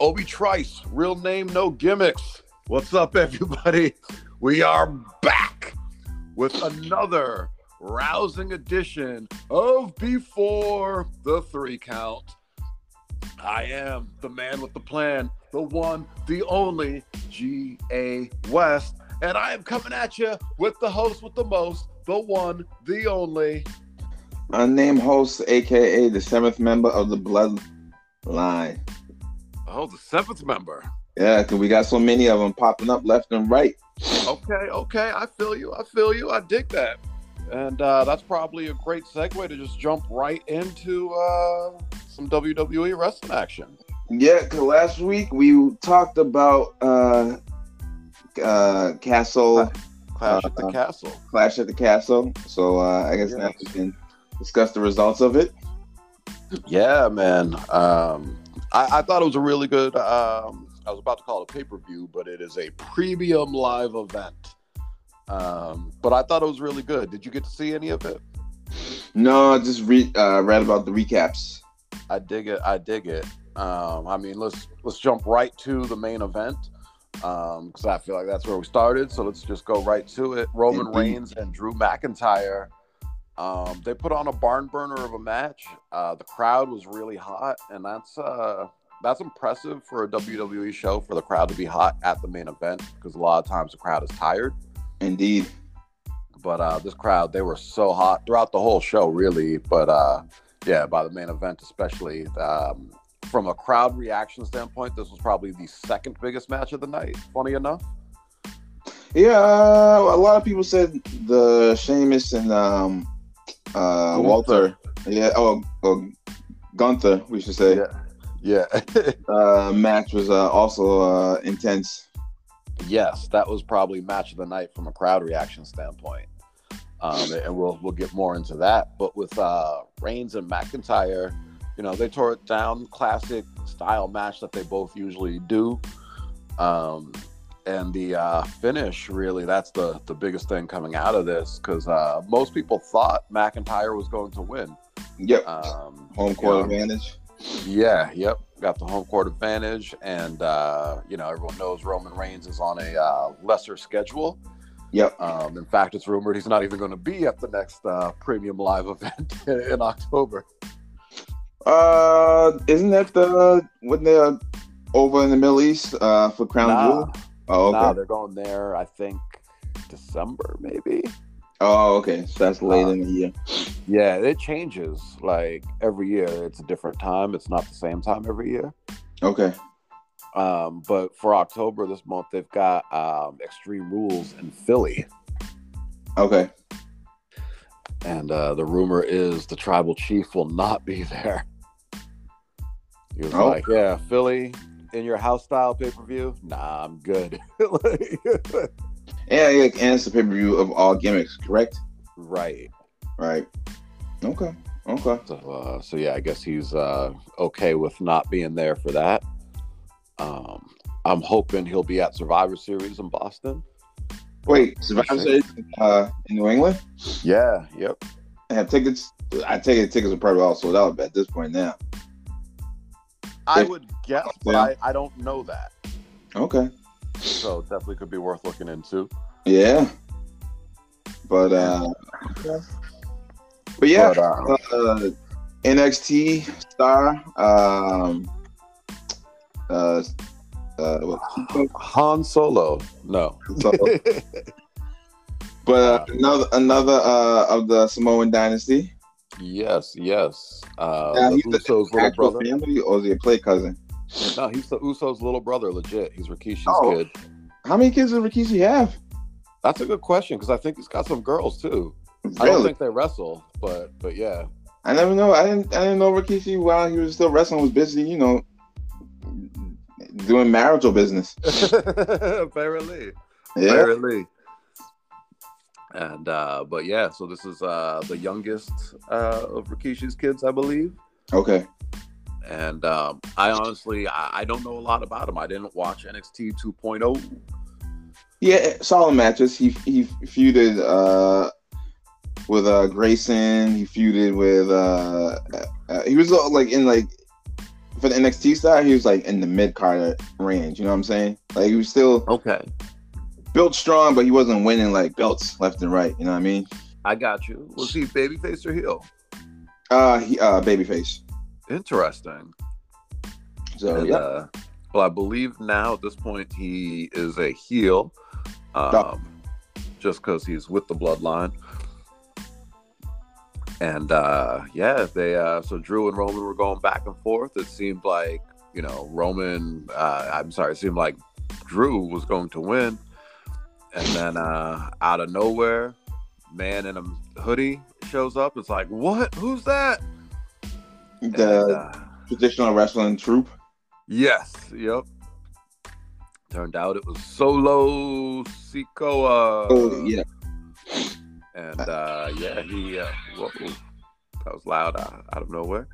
Obi Trice, real name, no gimmicks. What's up, everybody? We are back with another rousing edition of Before the Three Count. I am the man with the plan, the one, the only G.A. West, and I am coming at you with the host with the most, the one, the only. Unnamed host, aka the seventh member of the bloodline. Oh, the seventh member. Yeah, because we got so many of them popping up left and right. Okay, okay. I feel you. I feel you. I dig that. And uh, that's probably a great segue to just jump right into uh, some WWE wrestling action. Yeah, because last week we talked about uh, uh, Castle Clash at the Castle. Clash at the Castle. So uh, I guess now we can discuss the results of it. Yeah, man. Um, I, I thought it was a really good. Um, I was about to call it a pay per view, but it is a premium live event. Um, but I thought it was really good. Did you get to see any of it? No, I just re- uh, read about the recaps. I dig it. I dig it. Um, I mean, let's let's jump right to the main event because I feel like that's where we started. So let's just go right to it. Roman Indeed. Reigns and Drew McIntyre. Um, they put on a barn burner of a match. Uh, the crowd was really hot, and that's uh, that's impressive for a WWE show for the crowd to be hot at the main event because a lot of times the crowd is tired. Indeed. But uh, this crowd, they were so hot throughout the whole show, really. But uh, yeah, by the main event, especially um, from a crowd reaction standpoint, this was probably the second biggest match of the night. Funny enough, Yeah, uh, a lot of people said the Sheamus and um, uh, Walter. Yeah, oh, oh, Gunther, we should say. yeah, yeah. Uh, match was uh, also uh, intense. yes, that was probably match of the night from a crowd reaction standpoint. Um, and we'll we'll get more into that. But with uh, Reigns and McIntyre, you know, they tore it down, classic style match that they both usually do. Um, and the uh, finish, really, that's the the biggest thing coming out of this because uh, most people thought McIntyre was going to win. Yep. Um, Home you court know, advantage. yeah, yep. Got the home court advantage. And, uh, you know, everyone knows Roman Reigns is on a uh, lesser schedule. Yep. Um, in fact, it's rumored he's not even going to be at the next uh, premium live event in October. Uh, isn't that the when they're over in the Middle East uh, for Crown Jewel? Oh, okay. nah, they're going there, I think, December, maybe. Oh, okay. So that's late Uh, in the year. Yeah, it changes like every year. It's a different time, it's not the same time every year. Okay. Um, but for October this month, they've got um, Extreme Rules in Philly. Okay. and uh, the rumor is the tribal chief will not be there. He was Oh. like, "Yeah, Philly in your house style pay per view? Nah, I'm good." Yeah, yeah. And it's a pay per view of all gimmicks, correct? right. Right. Okay. Okay. So, uh, so yeah, I guess he's uh, okay with not being there for that. Um, I'm hoping he'll be at Survivor Series in Boston. Wait, Survivor Series uh, in New England? Yeah. Yep. I have tickets. I take it tickets are probably all sold out at this point now. I If- would guess, but Yeah. I, I don't know that. Okay. So it definitely could be worth looking into. Yeah. But uh okay. But yeah, But, uh, uh, NXT star um uh uh what- Han Solo. No. so- but uh, another another uh of the Samoan dynasty. Yes, yes. Uh, Yeah, the he's the Usos' little Actual brother. family or is he a play cousin? No, he's the Usos' little brother. Legit, he's Rikishi's Oh. kid. How many kids does Rikishi have? That's a good question because I think he's got some girls too. I don't Really? think they wrestle, but but yeah, I never know. I didn't I didn't know Rikishi while he was still wrestling was busy, you know, doing marital business. apparently, Yeah. apparently. And uh, but yeah, so this is uh, the youngest uh, of Rikishi's kids, I believe. Okay. And um, I honestly, I, I don't know a lot about him. I didn't watch NXT 2.0 Yeah, solid matches. He he feuded uh, with uh, Grayson. He feuded with uh, uh, he was uh, like in like for the NXT side, he was like in the mid card range. You know what I'm saying? Like he was still Okay, built strong, but he wasn't winning like belts left and right. You know what I mean? I got you. Was he babyface or heel? Uh, he, uh, babyface. Interesting. So And, yeah, uh, well, I believe now at this point he is a heel, um, Yeah. just because he's with the bloodline. And uh, yeah, they uh, so Drew and Roman were going back and forth. It seemed like you know Roman. Uh, I'm sorry, it seemed like Drew was going to win, and then uh, out of nowhere, man in a hoodie shows up. It's like, what? Who's that? the And, uh, traditional wrestling troupe. Yes. Yep. Turned out it was Solo Sikoa. Oh yeah, And uh, yeah, he. Uh, whoa, that was loud out, out of nowhere,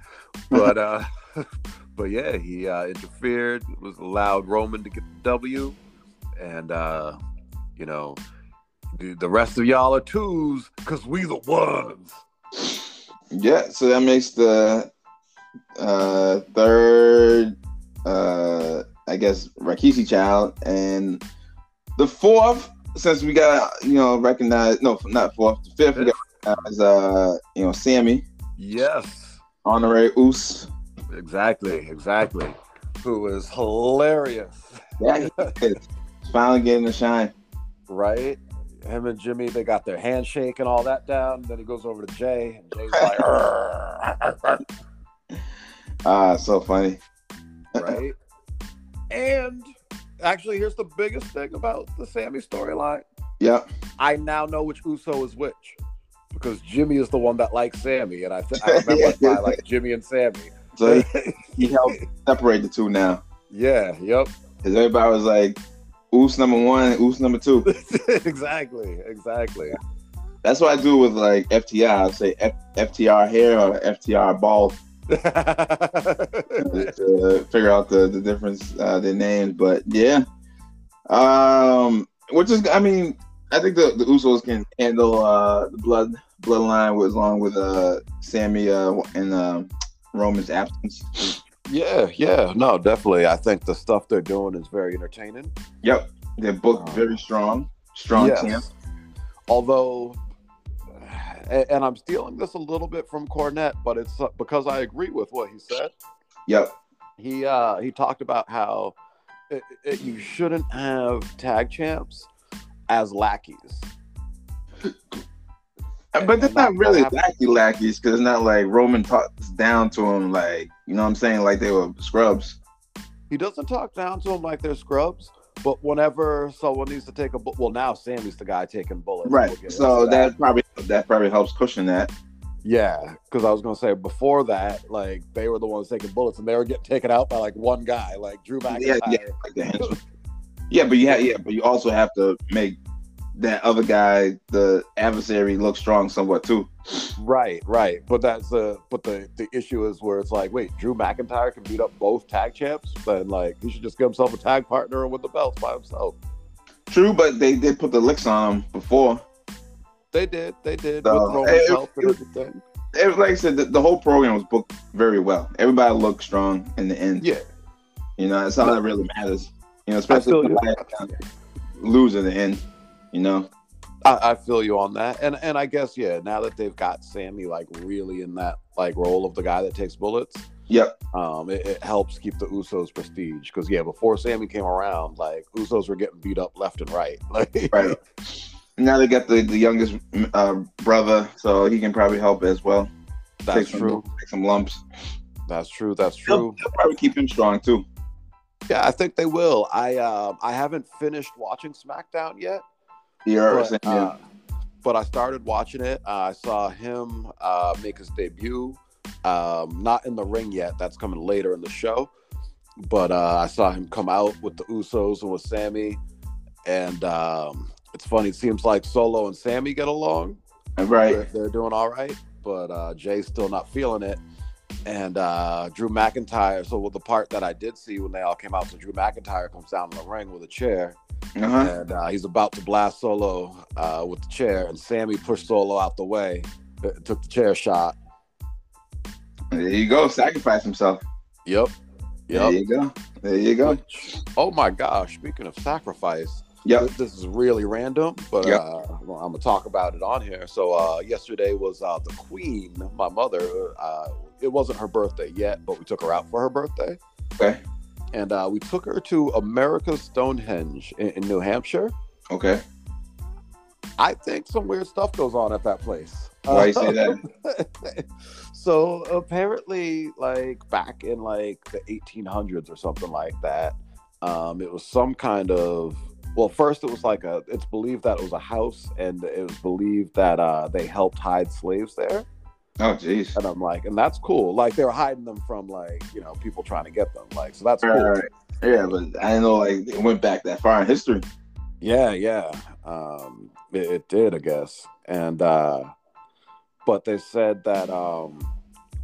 but uh, but yeah, he uh, interfered. Was allowed Roman to get the W, and uh, you know, the, the rest of y'all are twos because we the ones. yeah. So that makes the uh third, uh, I guess Rikishi child, and the fourth. Since we got you know recognized, no, not fourth, the fifth. We got recognized, uh, you know, Sammy Yes. honorary Oos. Exactly. Exactly. Who is hilarious. Yeah, he is. finally getting the shine. right? Him and Jimmy, they got their handshake and all that down. Then he goes over to Jay, and Jay's like, "Arr." Ah, so funny. right? and actually, here's the biggest thing about the Sammy storyline. Yep. I now know which Uso is which because Jimmy is the one that likes Sammy, and I, th- I remember it by like Jimmy and Sammy. So he, he helped separate the two now. yeah, yep, Because everybody was like, Oos number one, Oos number two. exactly, exactly. That's what I do with like FTR. I say F- FTR hair or FTR bald to, to figure out the, the difference, uh, their names. But yeah. Um, which is, I mean, I think the, the Usos can handle uh, the blood bloodline with, along with uh, Sammy uh, and uh, Roman's absence. yeah, yeah, no, definitely. I think the stuff they're doing is very entertaining. Yep, they're both very strong, strong Yes. camp. Although, and, and I'm stealing this a little bit from Cornette, but it's uh, because I agree with what he said. Yep, He uh, he talked about how it, it, you shouldn't have tag champs as lackeys. but they're And that- not really that lackey lackeys because it's not like Roman talks down to him like you know what I'm saying, like they were scrubs. He doesn't talk down to them like they're scrubs, but whenever someone needs to take a bu- well, now Sammy's the guy taking bullets. We'll Right. get So into that. probably that probably helps cushion that. yeah, because I was gonna say before that, like they were the ones taking bullets, and they were getting taken out by like one guy, like Drew Yeah, McIntyre. yeah, like the henchman. yeah, but yeah, yeah, but you also have to make that other guy, the adversary, look strong somewhat too. Right, right. But that's the but the the issue is where it's like, wait, Drew McIntyre can beat up both tag champs, then like he should just get himself a tag partner and win the belts by himself. True, but they did put the licks on him before. They did, they did No, with Roman's it- help and it- everything. It, like I said, the, the whole program was booked very well. Everybody looked strong in the end. Yeah, You know, that's all that really matters. You know, especially feel if you. somebody lose in the end. You know, I, I feel you on that, and and I guess yeah. Now that they've got Sammy like really in that like role of the guy that takes bullets, Yep. um, it, it helps keep the Usos prestige because yeah, before Sammy came around, like Usos were getting beat up left and right. Like right. now they got the, the youngest uh, brother, so he can probably help as well. that's some, true, Take some lumps. that's true, that's They'll, true. they'll probably keep him strong too. Yeah, I think they will. I um, I haven't finished watching SmackDown yet, Yeah, or but, something, yeah. uh, but I started watching it. Uh, I saw him uh, make his debut. Um, not in the ring yet. That's coming later in the show. But uh, I saw him come out with the Usos and with Sammy. And um, it's funny. It seems like Solo and Sammy get along. And right. They're, they're doing all right. But uh, Jay's still not feeling it. And uh, Drew McIntyre. So well, the part that I did see when they all came out, so Drew McIntyre comes down in the ring with a chair Uh huh. and uh, he's about to blast Solo uh, with the chair, and Sammy pushed Solo out the way, uh, took the chair shot. There you go. Sacrifice himself. Yep. There Yep. you go. There you go. Oh my gosh! Speaking of sacrifice, Yep. This is really random, but Yep. uh, I'm gonna talk about it on here. So uh, yesterday was uh, the Queen, my mother. Uh, it wasn't her birthday yet, but we took her out for her birthday, Okay. and uh, we took her to America's Stonehenge in, in New Hampshire. Okay. I think some weird stuff goes on at that place. Why you say that? so apparently, like back in like the 1800s or something like that, um, it was some kind of. Well, first it was like a. It's believed that it was a house, and it was believed that uh, they helped hide slaves there. Oh, jeez. And I'm like, and that's cool. Like they were hiding them from like you know people trying to get them. Like so that's All cool. right. Yeah, but I didn't know like it went back that far in history. Yeah, yeah. Um, it, it did, I guess. And uh, but they said that, um,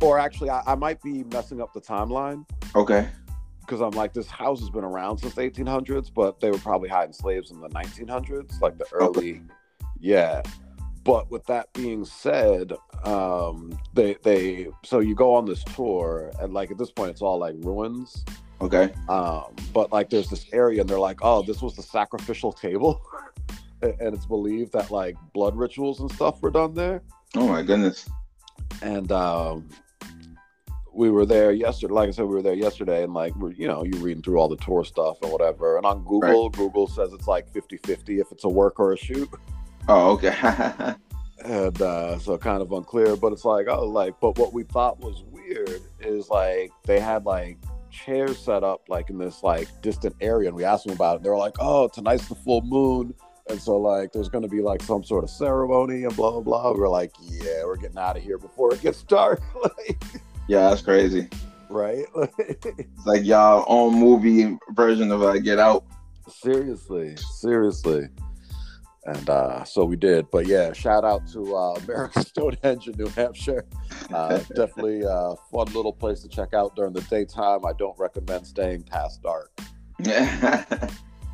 or actually, I, I might be messing up the timeline Okay. because I'm like, this house has been around since the 1800s, but they were probably hiding slaves in the 1900s, like the early, yeah. But with that being said, um, they they so you go on this tour, and like at this point, it's all like ruins. Okay. Um, but like there's this area and they're like, oh, this was the sacrificial table. A- and it's believed that like blood rituals and stuff were done there. Oh my goodness. And um, we were there yesterday. Like I said, we were there yesterday and like, we're, you know, you're reading through all the tour stuff and whatever. And on Google, Google says it's like 50 50 if it's a work or a shoot. Oh, okay. and uh, so kind of unclear. But it's like, oh, like, but what we thought was weird is like they had like chairs set up like in this like distant area, and we asked them about it. They were like, oh, tonight's the full moon, and so like there's going to be like some sort of ceremony and blah blah blah. We We're like, yeah, we're getting out of here before it gets dark, like, yeah, that's crazy. right? It's like y'all own movie version of uh, Get Out. seriously, seriously. And uh, so we did, but yeah, shout out to uh, American Stonehenge in New Hampshire. Uh, definitely a fun little place to check out during the daytime. I don't recommend staying past dark.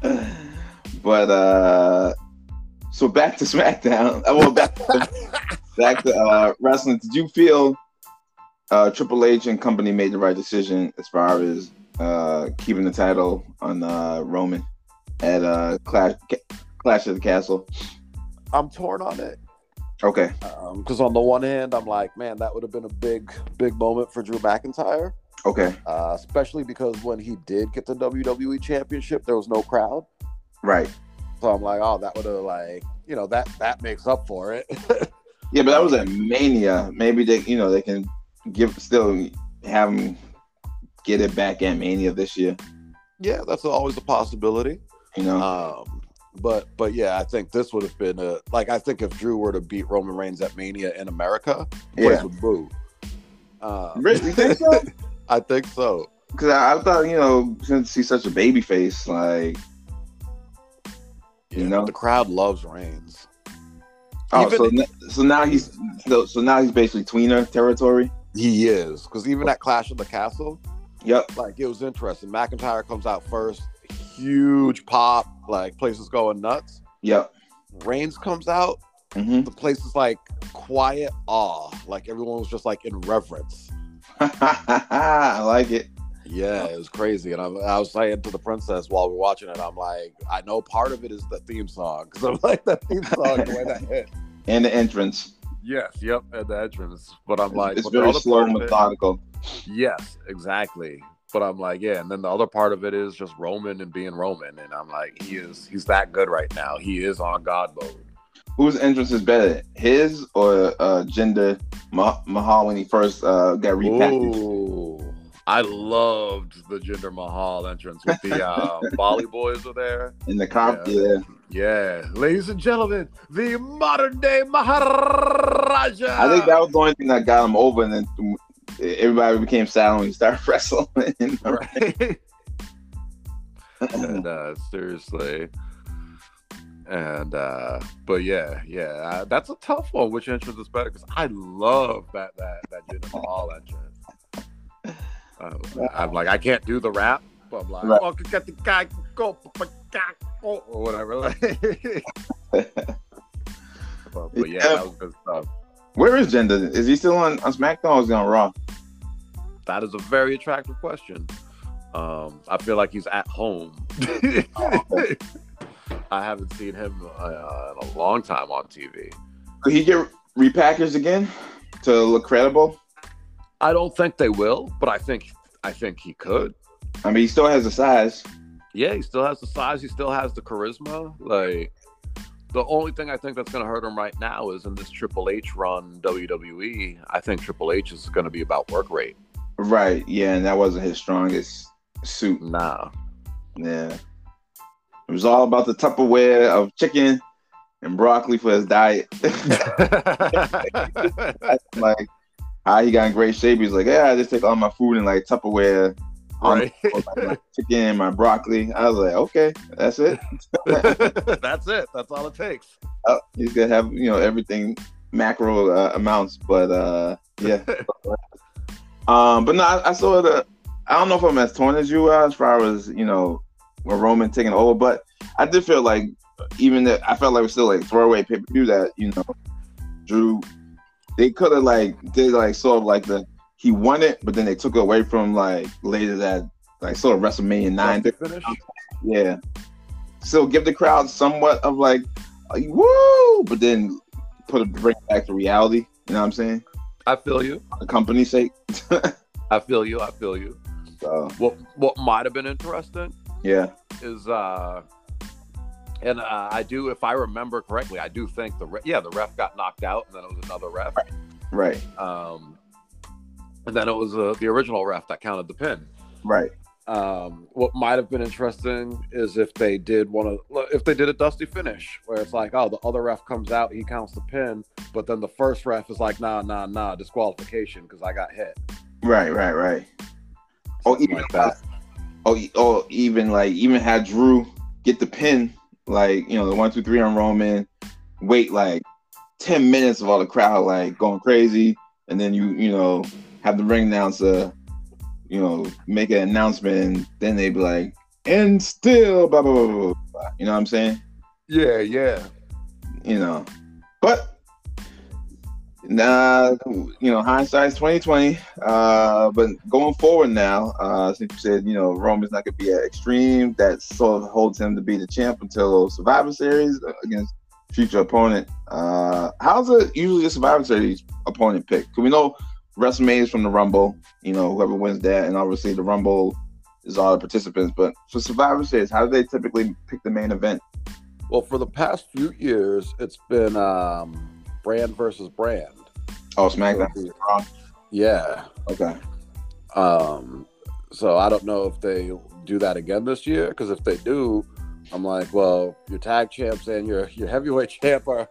but uh, so back to SmackDown. Uh, Well, back to, back to uh, wrestling. Did you feel uh, Triple H and company made the right decision as far as uh, keeping the title on uh, Roman at uh, Clash Clash of the Castle? I'm torn on it Okay. because on the one hand, I'm like, man, that would have been a big, big moment for Drew McIntyre, Okay. uh, especially because when he did get the WWE Championship, there was no crowd. Right. So I'm like, oh, that would have like, you know, that that makes up for it. Yeah, but that was a mania. Maybe they, you know, they can give still have them get it back at Mania this year. yeah, that's always a possibility. You know. Um, but but yeah, I think this would have been a like I think if Drew were to beat Roman Reigns at Mania in America, the place yeah. would boo. Um, Really? You think so? I think so. Because I, I thought, you know, since he's such a baby face, like, You Yeah, know? the crowd loves Reigns. oh, Even- so, n- so now he's so, so now he's basically tweener territory. He is because even at Clash of the Castle, Yep. like it was interesting. McIntyre comes out first, huge pop, like places going nuts. Yep. Reigns comes out, hmm the place is like quiet awe, like everyone was just like in reverence. I like it. Yeah, it was crazy, and I, I was saying to the princess while we we're watching it, I'm like, I know part of it is the theme song because I'm like that theme song the way that hit. And the entrance. Yes, yep, at the entrance. But I'm It's- like, it's but the very other slow part and of it- methodical. Yes, exactly. But I'm like, yeah, and then the other part of it is just Roman and being Roman, and I'm like, he is he's that good right now. He is on God mode. Whose entrance is better, his or uh, Jinder Ma- Mahal when he first uh, got repackaged? Ooh, I loved the Jinder Mahal entrance with the uh, Bali boys were there. In the car, Yeah. yeah. Yeah, ladies and gentlemen, the modern day Maharaja. I think that was the only thing that got him over, and then mm, everybody became silent when he started wrestling. right? and uh, seriously, and uh, but yeah, yeah, uh, that's a tough one. Which entrance is better? Because I love that that that Jinder Mahal entrance. Um, I'm like, I can't do the rap, but I'm like, Right. oh, get the guy go, but guy go," or whatever. like. But, but yeah, that was good stuff. Where is Jinder? Is he still on, on SmackDown or is he on Raw? That is a very attractive question. Um, I feel like he's at home. I haven't seen him uh, in a long time on TV. Could he get repackaged again to look credible? I don't think they will, but I think I think he could. I mean, he still has the size. Yeah, he still has the size. He still has the charisma. Like the only thing I think that's going to hurt him right now is in this Triple H run WWE. I think Triple H is going to be about work rate. Right. Yeah, and that wasn't his strongest suit. Nah, Yeah. It was all about the Tupperware of chicken and broccoli for his diet. like, how he got in great shape. He's like, yeah, I just take all my food and like Tupperware. on right. my chicken and my broccoli. I was like, okay, that's it. that's it. That's all it takes. Uh, he's gonna have you know everything macro uh, amounts, but uh, yeah. um, but no, I, I saw the. I don't know if I'm as torn as you are as far as you know, with Roman taking over, but I did feel like even that I felt like it was still like throwaway pay per view that you know, Drew. They could have like did like sort of like the he won it, but then they took it away from like later that like sort of WrestleMania nine. That's the finish. Yeah. So give the crowd somewhat of like, like, woo, but then put a bring it back to reality. You know what I'm saying? I feel you. For the company's sake. I feel you. I feel you. So What what might have been interesting yeah, is uh and uh, I do if I remember correctly, I do think the re- yeah, the ref got knocked out and then it was another ref. right, Um and then it was uh, the original ref that counted the pin. right. um, what might have been interesting is if they did one of if they did a dusty finish where it's like oh the other ref comes out he counts the pin but then the first ref is like nah nah nah disqualification because i got hit Right, right, right. Or Something Oh, even Or, e- or even like even had Drew get the pin, like, you know, the one, two, three on Roman, wait like ten minutes of all the crowd like going crazy, and then you, you know, have the ring announcer, you know, make an announcement and then they be like, and still blah blah blah blah blah, blah. You know what I'm saying? Yeah, yeah. You know. But Nah, you know, hindsight's twenty twenty. Uh, but going forward now, uh, since you said you know Roman's not gonna be at Extreme, that sort of holds him to be the champ until Survivor Series against future opponent. Uh, how's it usually a Survivor Series opponent pick? Can we know WrestleMania is from the Rumble? You know, whoever wins that, and obviously the Rumble is all the participants. But for Survivor Series, how do they typically pick the main event? well for the past few years it's been um, brand versus brand Oh, SmackDown. yeah Okay. um, so i don't know if they do that again this year because if they do i'm like well your tag champs and your your heavyweight champ are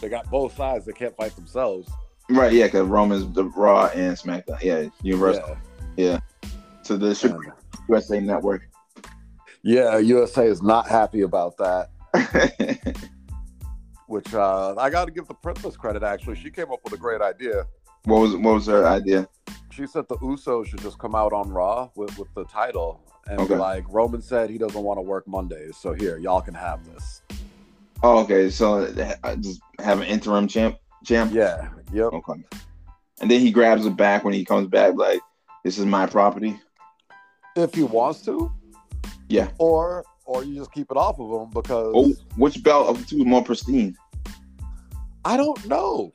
they got both sides they can't fight themselves Right, yeah, because Roman's the Raw and SmackDown. Yeah, Universal. Yeah. So the Chicago Um, USA Network. yeah, USA is not happy about that. Which uh, I got to give the princess credit. Actually, she came up with a great idea. what was what was her idea? She said the Usos should just come out on Raw with, with the title and be Okay. like Roman said he doesn't want to work Mondays, so here y'all can have this. Oh, okay. So uh, just have an interim champ, champ. Yeah, yep. Okay. And then he grabs it back when he comes back. Like this is my property. If he wants to, Yeah. or or you just keep it off of him because Oh, which belt of the two is more pristine? I don't know.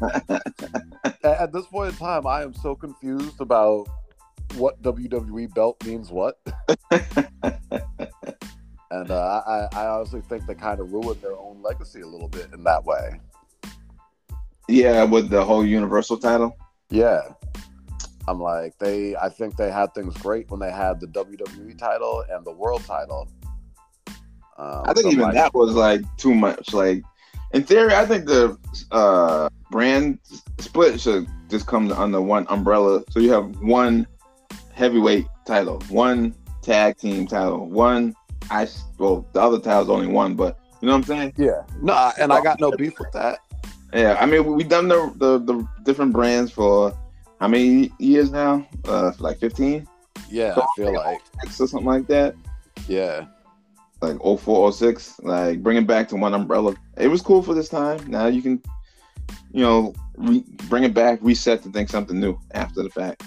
At- At this point in time, I am so confused about what WWE belt means what. and uh, I, I honestly think they kind of ruined their own legacy a little bit in that way. Yeah, with the whole Universal title. Yeah. I'm like, they, I think they had things great when they had the WWE title and the world title. Um, I think so I'm even like, that was like too much. Like in theory, I think the uh brand s- split should just come under one umbrella. So you have one heavyweight title, one tag team title, one I s- well the other title's only one, but you know what I'm saying? Yeah. No, I- and I got no beef with that. Yeah, I mean we- we done the the, the different brands for how many years now? Uh, for like 15, Yeah, I feel like, six or something like that. yeah. like 0406 like bring it back to one umbrella it was cool for this time now you can you know re- bring it back reset to think something new after the fact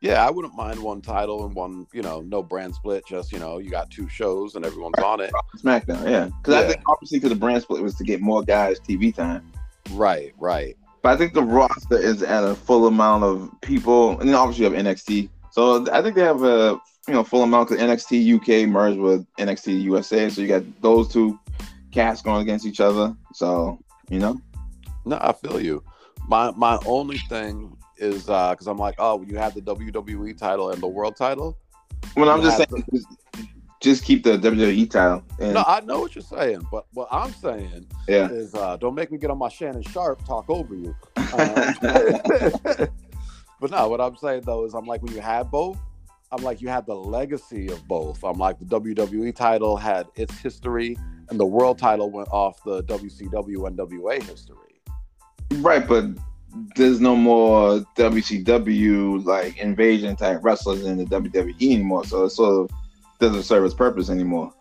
Yeah, I wouldn't mind one title and one, you know, no brand split. Just you know, you got two shows and everyone's on it. SmackDown, yeah. Because I Yeah. think obviously because the brand split was to get more guys TV time, Right, right. but I think the roster is at a full amount of people, and then obviously you have NXT. So I think they have a you know full amount because NXT UK merged with NXT USA, so you got those two cats going against each other. So you know, No, I feel you. My my only thing is because I'm like, oh, you have the WWE title and the world title. when I'm You just have saying, just, just keep the WWE title. And, No, I know what you're saying, but what I'm saying yeah, is uh, don't make me get on my Shannon Sharp talk over you. Um, but no, what I'm saying though is I'm like when you had both, I'm like you had the legacy of both. I'm like the WWE title had its history, and the world title went off the WCW NWA history. right, but. There's no more WCW like invasion type wrestlers in the WWE anymore, so it sort of doesn't serve its purpose anymore.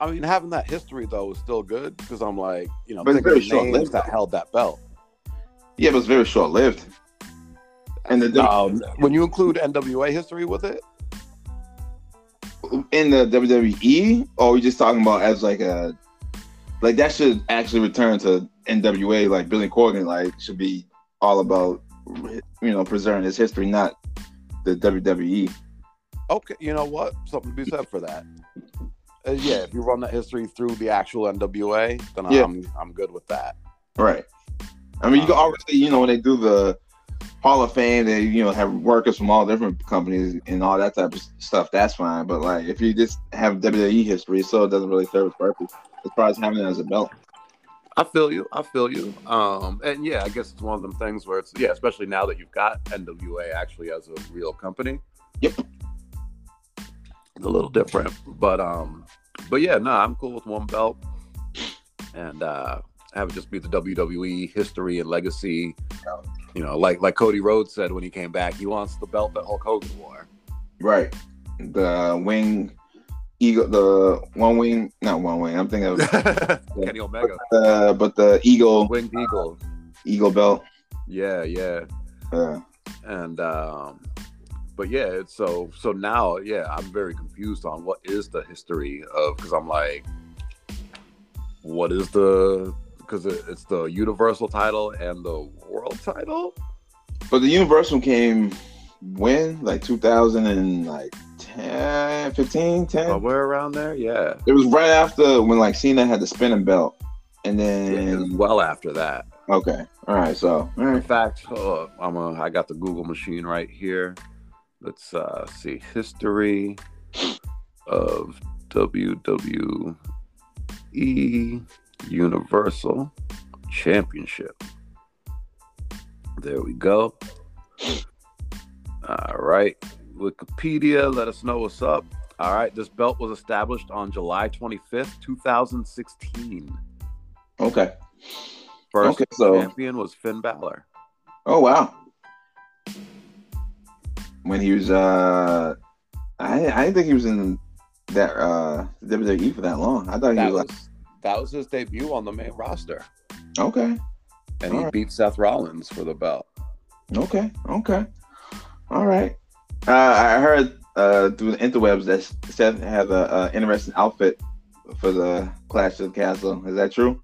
I mean, having that history though is still good because I'm like, you know, But it's think of the very short-lived, names that though. held that belt. Yeah, but it's very short lived. And the Um, when you include NWA history with it, in the WWE, or are we just talking about as like a like that should actually return to NWA? Like Billy Corgan, like should be all about you know preserving his history, not the E. WWE. okay, you know what? Something to be said for that. Uh, yeah, if you run that history through the actual NWA, then Yeah. I'm I'm good with that. Right. I mean, you can obviously you know when they do the Hall of Fame, they you know have workers from all different companies and all that type of stuff. That's fine, but like if you just have WWE history, so it doesn't really serve its purpose as far as having it as a belt. I feel you. I feel you. Um, and yeah, I guess it's one of them things where it's yeah, especially now that you've got NWA actually as a real company. Yep. It's a little different, but um, but yeah, no, I'm cool with one belt, and uh, have it just be the WWE history and legacy. You know, like like Cody Rhodes said when he came back, he wants the belt that Hulk Hogan wore. Right. The wing eagle the one wing not one wing, I'm thinking of Kenny Omega, uh but the eagle Winged Eagle. eagle belt. Yeah, yeah. Uh, and um but yeah it's so so now yeah i'm very confused on what is the history of because i'm like what is the because it, it's the universal title and the world title but the universal came when? Like 2000 and like 10, 15, 10? somewhere around there yeah It was right after when like Cena had the spinning belt. And It was then well after that okay. All right, so in all right. fact uh, i'm a, i got the google machine right here let's uh see history of wwe E universal championship there we go all right wikipedia let us know what's up all right this belt was established on july 25th 2016 Okay. first Okay, so- champion was finn Balor. Oh wow. When he was uh I I didn't think he was in that uh WWE for that long. I thought he that was was that was his debut on the main roster, like okay. and he Alright. beat Seth Rollins for the belt. Okay. Okay. All right. Uh, I heard uh, through the interwebs that Seth has a, a interesting outfit for the Clash of the Castle. Is that true?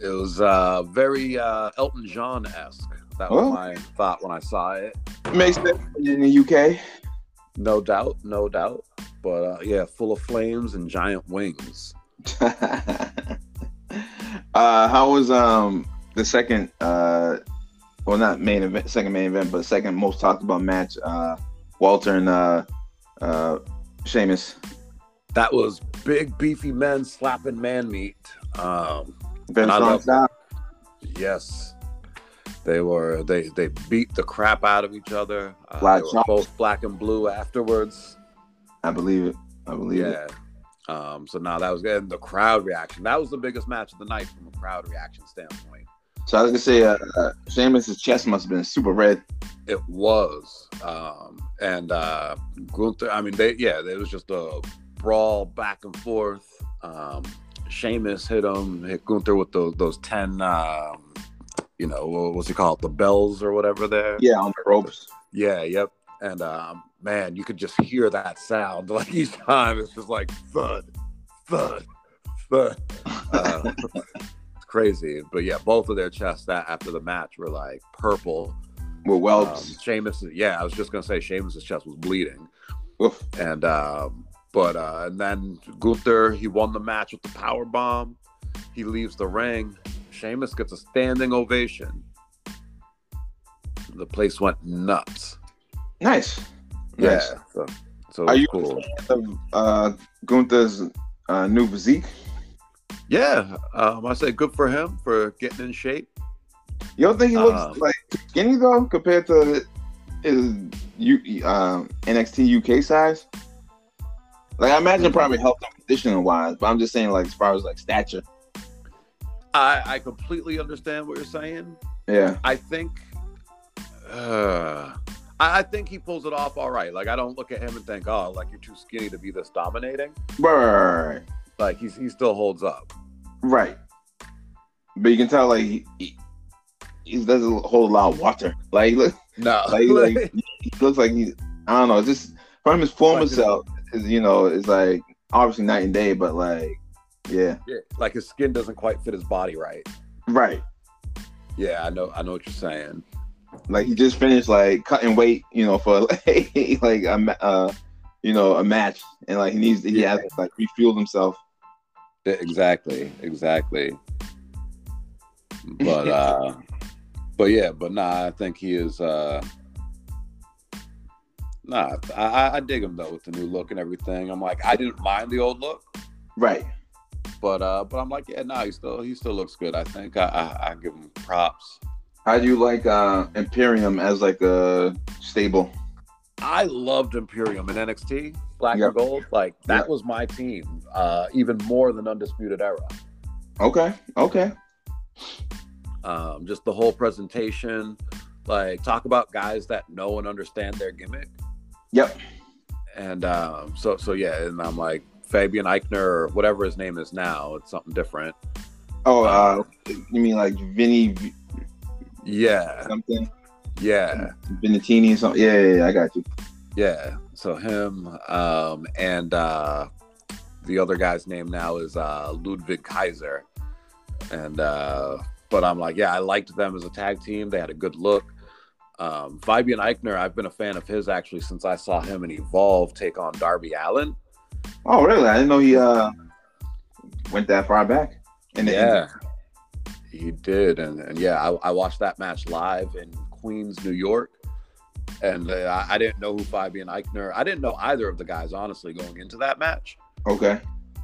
It was uh, very uh, Elton John esque. That was Oh. my thought when I saw it. Makes sense in the UK. No doubt, no doubt. But uh, yeah, full of flames and giant wings. uh, how was um the second uh well not main event second main event but second most talked about match uh Walter and uh uh Sheamus That was big, beefy men slapping man meat. Um, very And I strong love style. yes, they were. They they beat the crap out of each other. Uh, Black they were chops. both black and blue afterwards. I believe it I believe it Yeah. Um, so now that was good. And the crowd reaction. That was the biggest match of the night from a crowd reaction standpoint. so I was gonna say uh, uh Sheamus's chest must have been super red It was. Um, and uh Gunther, I mean they yeah, it was just a brawl back and forth. Um Sheamus hit him, hit Gunther with those those ten um you know, what- what's he called? The bells or whatever there. yeah on the ropes Yeah, yep. and um, man, you could just hear that sound. Like each time, it's just like thud, thud, thud. Uh, it's crazy, but yeah, both of their chests that after the match were like purple. Well, Um, whelps. Sheamus, yeah, I was just gonna say Sheamus's chest was bleeding, Oof. and um, but uh, and then Gunther he won the match with the power bomb. He leaves the ring. Sheamus gets a standing ovation. The place went nuts. Nice. Yes. Yeah. So, so it Are was you- cool. Uh, Gunther's uh, new physique. Yeah. Um, I say good for him for getting in shape. You don't think he looks Um, like skinny though compared to his U, um, NXT UK size? Like I imagine probably health and conditioning wise, but I'm just saying like as far as like stature. I, I completely understand what you're saying. Yeah. I think uh, I, I think he pulls it off all right. Like I don't look at him and think, oh, like you're too skinny to be this dominating. Right. Like he's he still holds up. Right. But you can tell like he, he, he doesn't hold a lot of water. Like he, look, No. like, he, like, he looks like he I don't know, just from his former Like his- self is you know, it's like obviously night and day, but like yeah. Yeah, like his skin doesn't quite fit his body right. Right. Yeah, I know I know what you're saying. like he just finished like cutting weight, you know, for like, like a ma- uh, you know, a match, and like he needs he Yeah. has to, like refueled himself. Yeah, Exactly, exactly. But uh but yeah, but nah, I think he is uh nah, I, I- I dig him though with the new look and everything. I'm like, I didn't mind the old look, Right. but uh but I'm like, yeah, nah, he still he still looks good. I think I I, I give him props. How do you like uh Imperium as like a stable? I loved Imperium in NXT, Black Yeah. and Gold. Like that Yeah. was my team, uh, even more than Undisputed Era. Okay. Okay. um, just the whole presentation like talk about guys that know and understand their gimmick Yep. and um, so so yeah and i'm like fabian eichner or whatever his name is now it's something different Oh, uh, you mean like Vinny V- yeah something? yeah Vinatini or something? Yeah, yeah, yeah, I got you. yeah so him um, and uh, the other guy's name now is uh, ludwig kaiser and uh, but i'm like yeah i liked them as a tag team they had a good look um, Fabian Eichner, I've been a fan of his actually since I saw him in Evolve take on Darby Allen. Oh, really? I didn't know he uh went that far back. And yeah, he did, and, and yeah, I, I watched that match live in Queens, New York, and uh, I, I didn't know who Fabian Eichner. I didn't know either of the guys honestly going into that match. Okay.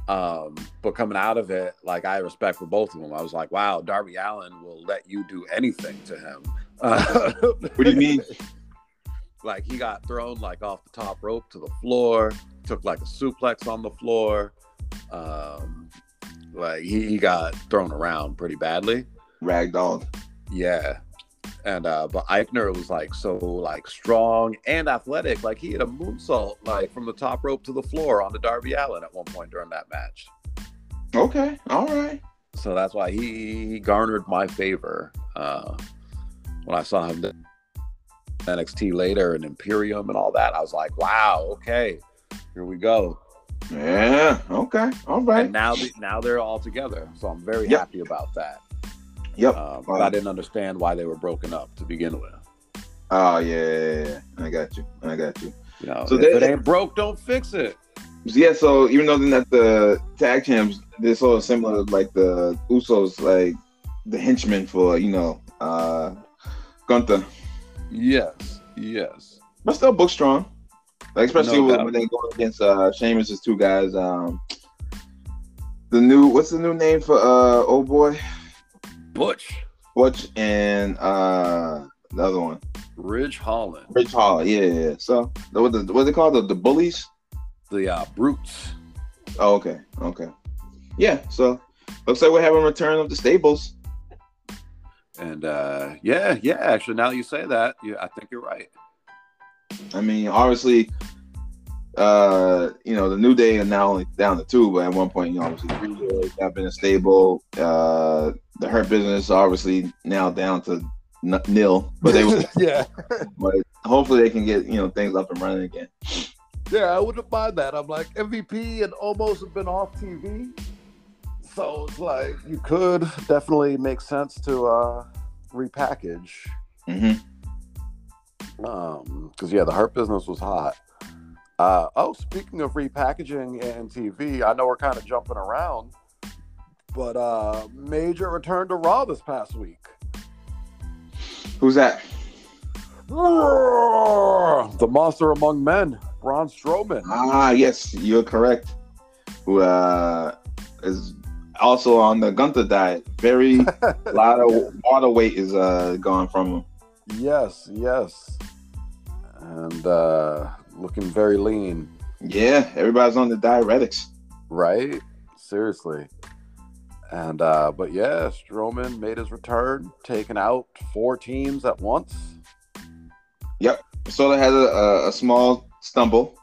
Um, but coming out of it, like I had respect for both of them. I was like, wow, Darby Allen will let you do anything to him. Uh, What do you mean? like he got thrown like off the top rope to the floor took like a suplex on the floor um like he, he got thrown around pretty badly Ragdolled. yeah and uh but eichner was like so like strong and athletic like he had a moonsault like from the top rope to the floor onto darby allen at one point during that match Okay. All right. so that's why he, he garnered my favor uh, when I saw him in NXT later and Imperium and all that. I was like, wow, okay, here we go. Yeah. Okay. All right. And now they- now they're all together, so I'm very Yep. happy about that. Yep. Um, but I didn't understand why they were broken up to begin with. Oh yeah, yeah, yeah. I got you. I got you. You know, So if they- it ain't broke, don't fix it. So, yeah, so even though they're not the tag champs, they're sort of similar like the Usos, like the henchmen for, you know, uh Gunther. Yes, yes. But still book strong. Like especially No when, doubt. when they go against uh Sheamus's two guys. Um the new what's the new name for uh old boy? Butch, Butch and uh the other one. Ridge Holland, Rich Hall, yeah, yeah. yeah. So the, what the what's it called? The, the bullies? the uh, Brutes. Oh, okay. Okay. Yeah. So looks like we're having a return of the stables. And uh, yeah, yeah, actually, now that you say that, yeah, I think you're right. I mean, obviously, uh, you know, the new day are now only down to two, but at one point, you know, obviously three years have been a stable. Uh, the hurt business obviously now down to n- nil, but they will. yeah, but hopefully they can get you know things up and running again. yeah, I wouldn't mind that. I'm like MVP and almost have been off TV, so it's like you could definitely make sense to uh, repackage. hmm Um, because yeah, the hurt business was hot. Uh, oh, speaking of repackaging and TV, I know we're kind of jumping around, but uh, major returned to Raw this past week. Who's that? Roar! The monster among men, Braun Strowman. Ah, yes, you're correct. Who uh, is also on the Gunther diet? Very lot of water weight is uh gone from him. Yes, yes, and uh, looking very lean. Yeah, everybody's on the diuretics. Right? Seriously. And uh but yeah, Strowman made his return, taking out four teams at once. Sola has a, a, a small stumble.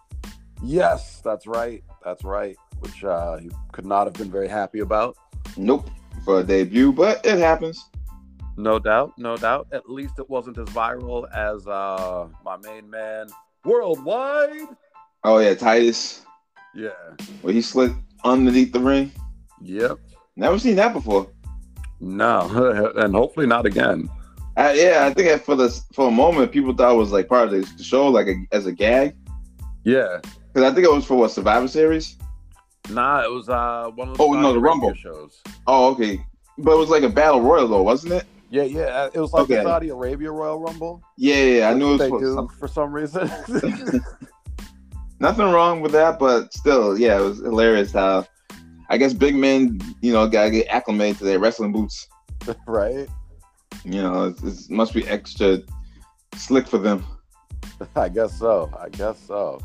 Yes, that's right. That's right. Which uh he could not have been very happy about. Nope, for a debut, but it happens. No doubt, no doubt. At least it wasn't as viral as uh my main man worldwide. Oh yeah, Titus, Yeah. where he slid underneath the ring. Yep. Never seen that before. No, and hopefully not again. I, yeah, I think for the for a moment people thought it was like part of the show, like a, as a gag, Yeah. because I think it was for what Survivor Series. Nah, it was uh one of Oh, no, the Rumble. shows. Oh, okay, but it was like a battle royal though, wasn't it? Yeah, yeah. It was like the Okay. Saudi Arabia Royal Rumble. Yeah, yeah, yeah, I knew it was they for do some- for some reason. nothing wrong with that, but still, yeah, it was hilarious how I guess big men, you know, gotta get acclimated to their wrestling boots. right? You know, it it's, must be extra slick for them. I guess so. I guess so.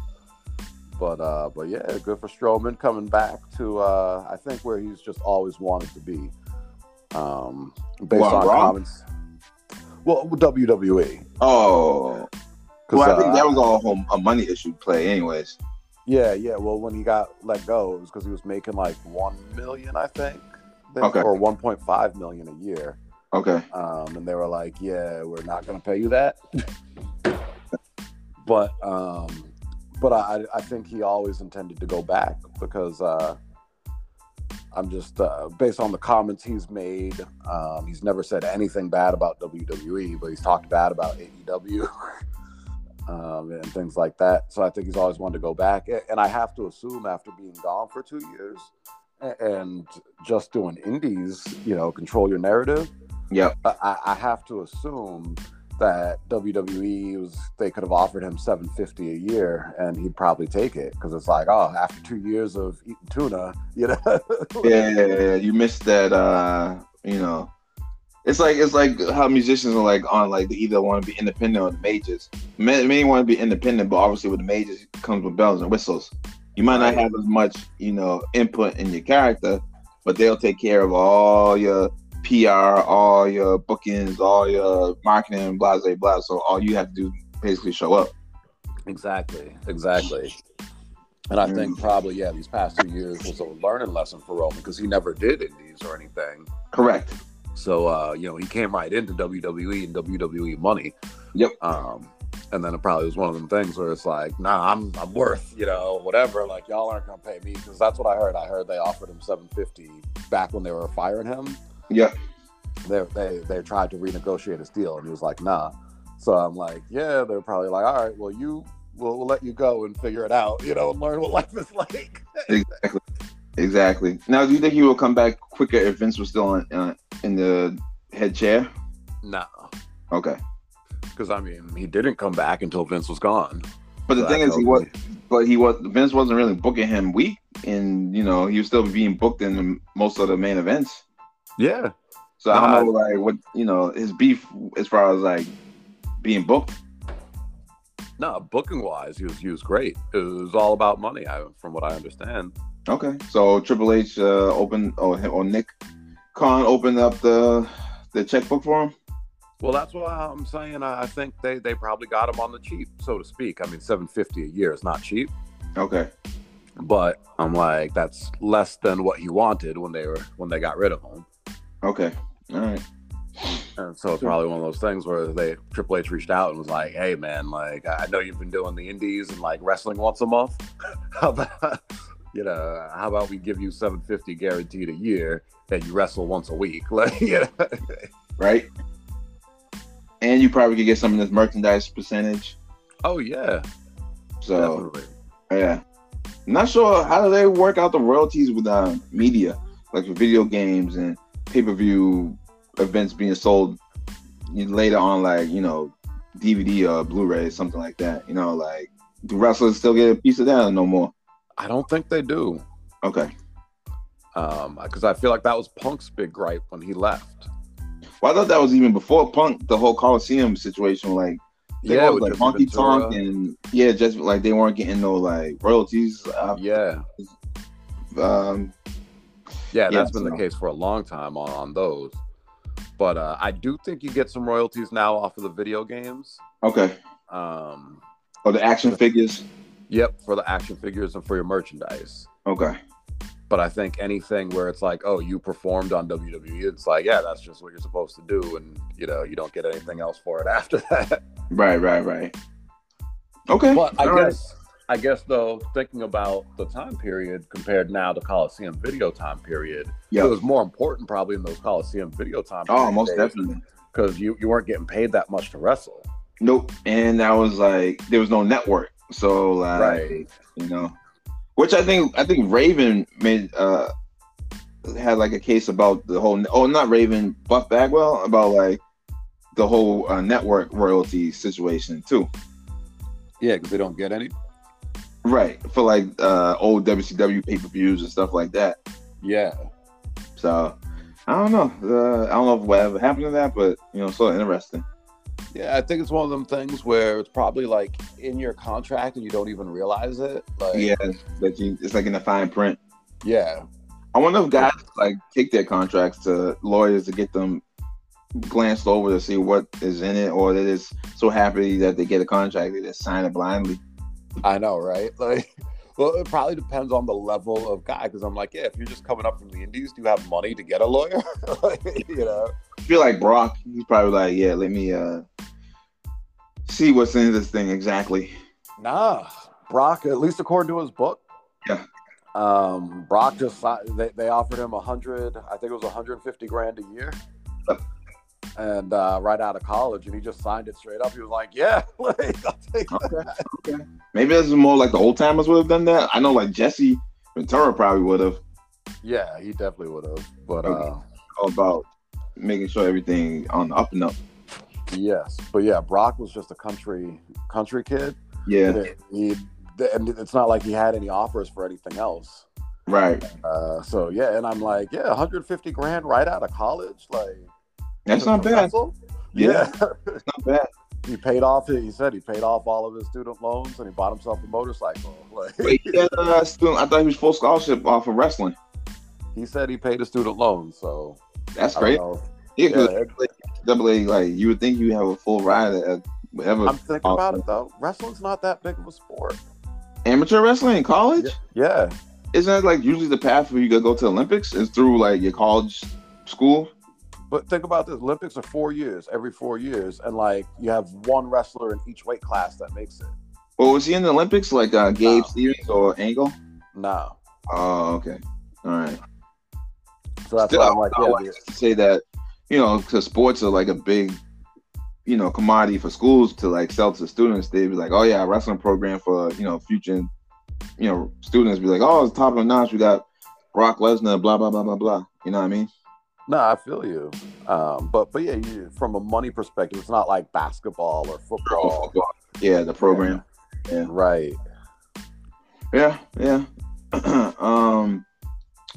But uh, but yeah, good for Strowman coming back to uh, I think where he's just always wanted to be. Um, based What, on Raw? comments. Well, WWE. Oh, E. 'Cause, well, I uh, think that was all home, a money issue play, anyways. yeah, yeah. Well, when he got let go, it was because he was making like one million, I think, I think, Okay. or one point five million a year. Okay, um, and they were like, "Yeah, we're not going to pay you that." but um, but I, I think he always intended to go back because uh, I'm just uh, based on the comments he's made. Um, he's never said anything bad about WWE, but he's talked bad about E AEW. Um, and things like that. So I think he's always wanted to go back. A- And I have to assume after being gone for two years a- and just doing indies, you know, control your narrative, yep, I- I, I have to assume that WWE was they could have offered him 750 a year and he'd probably take it because it's like oh after two years of eating tuna you know yeah, yeah, yeah, yeah, you missed that. uh You know, it's like it's like how musicians are like on like they either want to be independent or the majors. Many, many want to be independent, but obviously with the majors comes with bells and whistles. You might not Right. have as much you know input in your character, but they'll take care of all your PR, all your bookings, all your marketing, blah blah blah. So all you have to do is basically show up. exactly exactly and I Mm. think probably yeah these past two years was a learning lesson for Roman because he never did indies or anything Correct. so uh you know he came right into WWE and WWE money Yep. um and then it probably was one of them things where it's like, nah, I'm I'm worth, you know, whatever. Like y'all aren't gonna pay me because that's what I heard. I heard they offered him 750 back when they were firing him. Yep. They they they tried to renegotiate his deal, and he was like, nah. So I'm like, yeah, they're probably like, all right, well you we'll, we'll let you go and figure it out, you know, and learn what life is like. Exactly. Exactly. Now, do you think he will come back quicker if Vince was still on, uh, in the head chair? no, Okay. because I mean, he didn't come back until Vince was gone. But the So thing that is, he tells was, me- but he was Vince wasn't really booking him weak, and you know he was still being booked in the, most of the main events. Yeah, So I Nah. don't know, like what you know, his beef as far as like being booked. no, booking wise, he was he was great. It was all about money, I, from what I understand. Okay. So Triple H uh, opened or or Nick Khan opened up the the checkbook for him. Well, that's why I'm saying I I think they they probably got him on the cheap, so to speak. I mean, seven fifty a year is not cheap, Okay. but I'm like that's less than what he wanted when they were when they got rid of him. Okay. All right. And so it's probably one of those things where they Triple H reached out and was like, "Hey, man, like I know you've been doing the Indies and like wrestling once a month. how about you know? How about we give you seven fifty guaranteed a year and you wrestle once a week? Like, you know? right? And you probably could get some of this merchandise percentage. Oh yeah, So definitely. yeah, not sure how do they work out the royalties with uh, media, like for video games and pay per view events being sold later on, like you know DVD or Blu-ray, something like that. You know, like do wrestlers still get a piece of that or no more? I don't think they do. Okay. Um, because I feel like that was Punk's big gripe when he left. Well, I thought that was even before Punk, the whole Coliseum situation. Like, they yeah, with like Jesse Honky Tonk Ventura. and yeah, just like they weren't getting no like royalties. Uh, yeah, um, yeah, Yeah, that's been the so- case for a long time on, on those. But uh, I do think you get some royalties now off of the video games. okay. Um, Or the action figures. yep, for the action figures and for your merchandise. Okay. But I think anything where it's like, oh, you performed on WWE, it's like, yeah, that's just what you're supposed to do, and you know, you don't get anything else for it after that. Right. Right. Right. Okay. But I All right. guess I guess though, thinking about the time period compared now to Coliseum video time period, Yeah. it was more important probably in those Coliseum video time. Oh, most definitely. because you you weren't getting paid that much to wrestle. Nope. And that was like there was no network, so like Right. you know, which I think I think Raven made uh had like a case about the whole oh not Raven Buff Bagwell about like the whole uh, network royalty situation too. Yeah, because they don't get any. Right for like uh old WCW pay per views and stuff like that. Yeah, So I don't know. Uh, I don't know if whatever happened to that, but you know, so interesting. yeah. I think it's one of them things where it's probably like in your contract and you don't even realize it. Like, Yeah, that you, it's like in the fine print. yeah, I wonder if guys like take their contracts to lawyers to get them glanced over to see what is in it, or they're just so happy that they get a contract they just sign it blindly. I know, right? Like. Well, it probably depends on the level of guy. Because I'm like, yeah, if you're just coming up from the Indies, do you have money to get a lawyer? Like, you know, I feel like Brock, he's probably like, yeah, let me uh see what's in this thing exactly. Nah, Brock. At least according to his book. Yeah. Um, Brock just si- they, they offered him a hundred. I think it was 150 grand a year. Yep. And uh, right out of college, and he just signed it straight up. He was like, "Yeah, like, I'll take that." Maybe this is more like the old timers would have done that. I know like Jesse Ventura probably would have yeah." He definitely would have. But uh, Okay. about making sure everything on the up and up. yes, but yeah, Brock was just a country country kid. Yeah, He, he- and it's not like he had any offers for anything else. right. Uh, so yeah, and I'm like, yeah, 150 grand right out of college, like That's to- not to bad. wrestle? Yeah. yeah. Not bad. he paid off he said he paid off all of his student loans and he bought himself a motorcycle like, Wait, he had, uh, student, I thought he was full scholarship off of wrestling. he said he paid his student loans so That's I don't great. know. Yeah, 'cause Oh, Yeah, double A, like you would think you have a full ride at whatever i'm thinking about it though wrestling's not that big of a sport amateur wrestling in college. yeah Isn't that like usually the path where you go go to Olympics is through like your college school? but think about this olympics are four years every four years and like you have one wrestler in each weight class that makes it Or was he in the Olympics like uh, Gabe No. Stevens or Angle? no Oh, okay, all right. so that's Still, why I i'm like I yeah, like to say that you know because sports are like a big you know commodity for schools to like sell to students. They'd be like, oh yeah, wrestling program for you know future you know students. Be like, oh, it's top of notch. We got Brock Lesnar, blah blah blah blah blah. You know what I mean? No, I feel you. Um, but but yeah, you, from a money perspective, it's not like basketball or football, Yeah, the program. right? Yeah, yeah. um,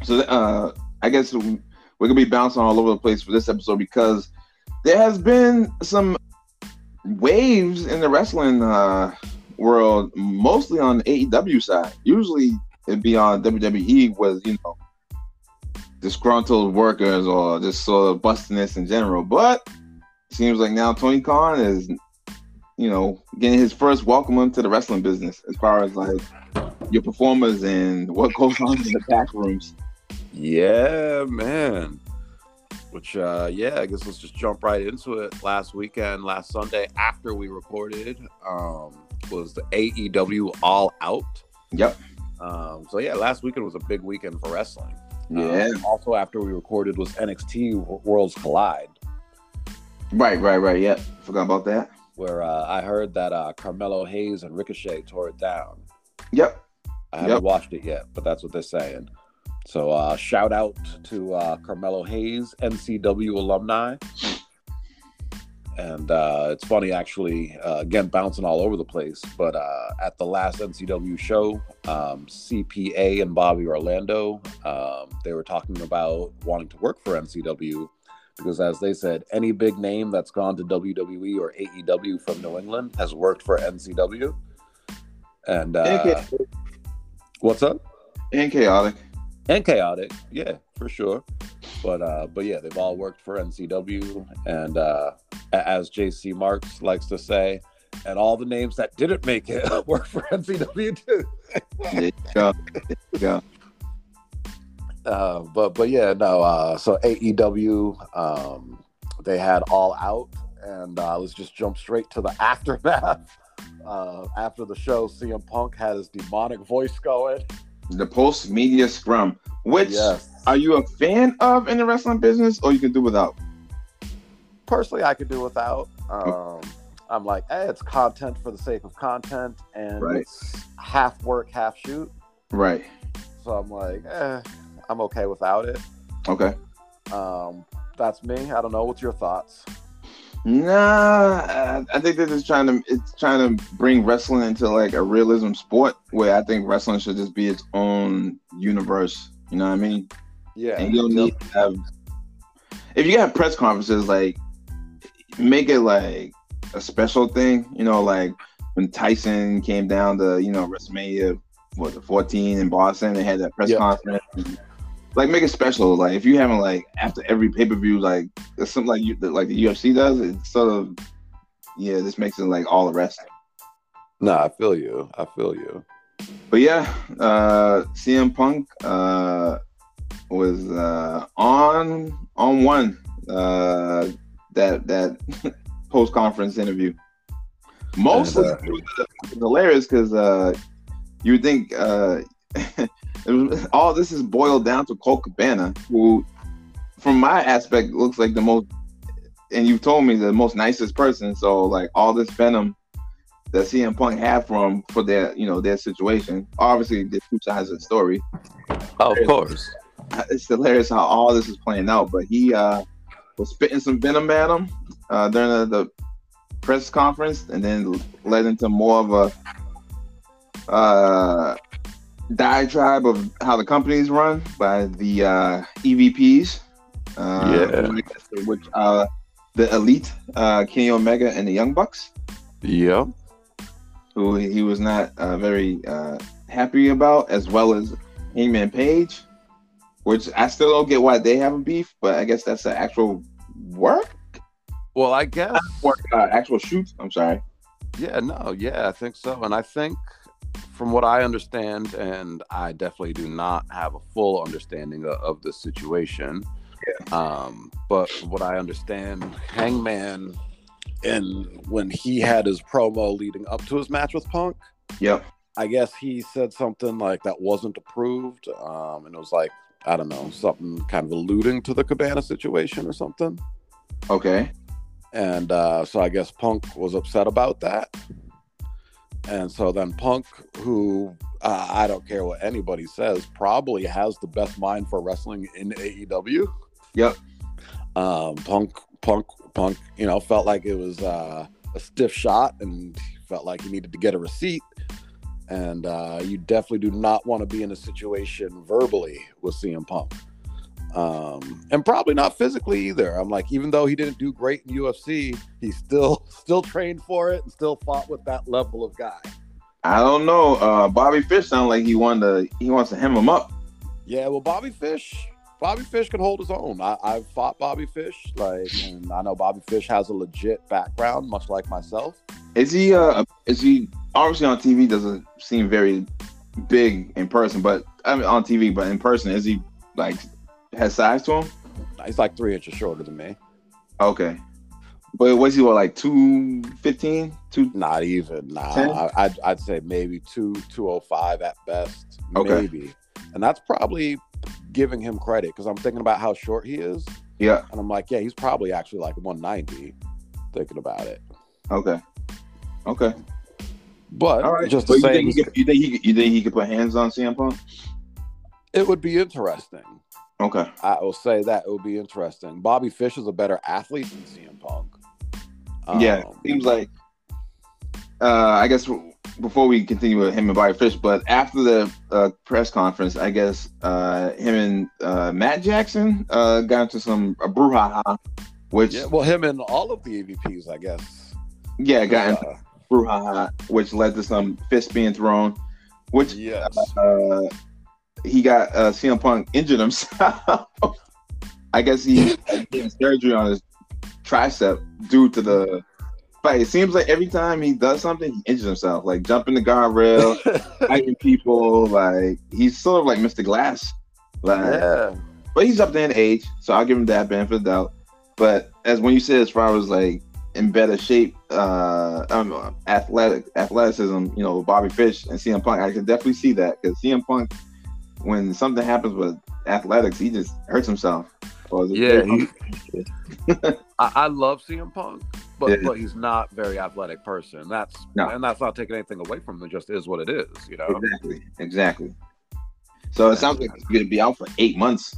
so uh, I guess we're gonna be bouncing all over the place for this episode because there has been some waves in the wrestling uh, world, mostly on the AEW side. Usually, it'd be on WWE with you know disgruntled workers or just sort of bustiness in general. But seems like now Tony Khan is. You know, getting his first welcome into the wrestling business, as far as like your performers and what goes on in the back rooms. Yeah, man. which uh, yeah, I guess let's just jump right into it. Last weekend, last Sunday after we recorded, um, was the AEW All Out. Yep. Um, so yeah, last weekend was a big weekend for wrestling. Yeah. Um, also, after we recorded was NXT Worlds Collide, right. Right. Right. Yep. Forgot about that. where uh, I heard that uh, Carmelo Hayes and Ricochet tore it down. Yep. I haven't Yep. watched it yet, but that's what they're saying. So uh, shout out to uh, Carmelo Hayes, NCW alumni. And uh, it's funny, actually, uh, again, bouncing all over the place. But uh, at the last NCW show, um, CPA and Bobby Orlando, um, they were talking about wanting to work for NCW because, as they said, any big name that's gone to WWE or AEW from New England has worked for NCW. And And uh, cha- what's up? and chaotic. and chaotic yeah for sure but uh but yeah they've all worked for ncw and uh a- as jc marks likes to say and all the names that didn't make it work for ncw too There you go. There you go. uh but but yeah no uh so aew um they had all out and uh let's just jump straight to the aftermath uh after the show cm punk had his demonic voice going The post media scrum, which are you a fan of in the wrestling business, or you can do without? personally I could do without. Um, I'm like, eh, it's content for the sake of content, and Right. it's half work, half shoot. Right. So I'm like, eh, I'm okay without it. Okay. Um, that's me. I don't know. What's your thoughts? Nah, I- I think they're just trying to it's trying to bring wrestling into like a realism sport where I think wrestling should just be its own universe. You know what I mean? Yeah, And you don't need to have if you got press conferences like make it like a special thing. You know, like when Tyson came down to you know WrestleMania what the 14 in Boston, they had that press Yeah. conference. And, like make it special. Like if you haven't like after every pay per view, like it's something like you like the UFC does. It's sort of yeah, this makes it like all the rest. no, I feel you. I feel you. But yeah, uh, CM Punk uh, was uh, on on one uh, that that post conference interview. Mostly And, it was hilarious because uh, you would think uh, it was, all this is boiled down to Cole Cabana, who, from my aspect, looks like the most. And you've told me the most nicest person, so like all this venom that CM Punk had from for their you know their situation. Obviously, there's two sides of the story. Oh, of course. It's hilarious how all this is playing out. But he uh, was spitting some venom at him uh, during the, the press conference, and then led into more of a uh, diatribe of how the companies run by the uh, EVPs. Uh, yeah. Which uh, the elite, uh, Kenny Omega and the Young Bucks Yep. who he was not uh, very uh, happy about, as well as Hangman Page, which I still don't get why they have a beef, but I guess that's an actual work, Well, I guess. work uh, actual shoot. I'm sorry. Yeah, no, yeah, I think so. And I think from what I understand, and I definitely do not have a full understanding of, of the situation. Um, but from what I understand, Hangman and when he had his promo leading up to his match with Punk, Yep. I guess he said something like that wasn't approved. Um, and it was like, I don't know, something kind of alluding to the Cabana situation or something. Okay. And uh, so I guess Punk was upset about that. And so then Punk, who uh, I don't care what anybody says, probably has the best mind for wrestling in AEW. Yep. Um, Punk, Punk, Punk, you know, felt like it was uh, a stiff shot and he felt like he needed to get a receipt. And uh, you definitely do not want to be in a situation verbally with CM Punk um, and probably not physically either. I'm like, even though he didn't do great in UFC, he still still trained for it and still fought with that level of guy. I don't know. Uh, Bobby Fish sounds like he wanted to, he wants to hem him up. Yeah, well, Bobby Fish, Bobby Fish can hold his own. I, I've fought Bobby Fish, like, and I know Bobby Fish has a legit background, much like myself. Is he? Uh, is he? Obviously on TV doesn't seem very big in person, but I mean on TV, but in person is he like has size to him? He's like three inches shorter than me. Okay. But was he what like 215? Two Not even. Nah, Ten? I, I'd, I'd say maybe two two oh five at best. Okay. Maybe, and that's probably giving him credit because I'm thinking about how short he is, yeah. and I'm like, yeah, he's probably actually like 190. Thinking about it, Okay. Okay. but All right. just But to you say, think, he could, you think he could- you think he could put hands on CM Punk? it would be interesting. Okay. I will say that it would be interesting. Bobby Fish is a better athlete than CM Punk. yeah. Um, Seems like uh I guess w- before we continue with him and Bobby Fish, but after the uh, press conference, I guess uh him and uh Matt Jackson uh got into some a brouhaha, which yeah, well, him and all of the EVPs, I guess. yeah got into Uh, brouhaha, which led to some fists being thrown, which yes. uh, he got uh, CM Punk injured himself. I guess he had surgery on his tricep due to the fight. It seems like every time he does something, he injures himself, like jumping the guardrail, fighting people. Like he's sort of like Mr. Glass. Like, yeah. but he's up there in age, so I'll give him that benefit of the doubt. But as when you said, as far as like in better shape, uh, um, athletic athleticism, you know, Bobby Fish and CM Punk, I can definitely see that because CM Punk, when something happens with athletics, he just hurts himself. Or is it- Yeah, he- I, I love CM Punk, but Yeah. but he's not very athletic person. That's No. and that's not taking anything away from him. It just is what it is, you know. exactly, exactly. So it sounds like he's going to be out for eight months.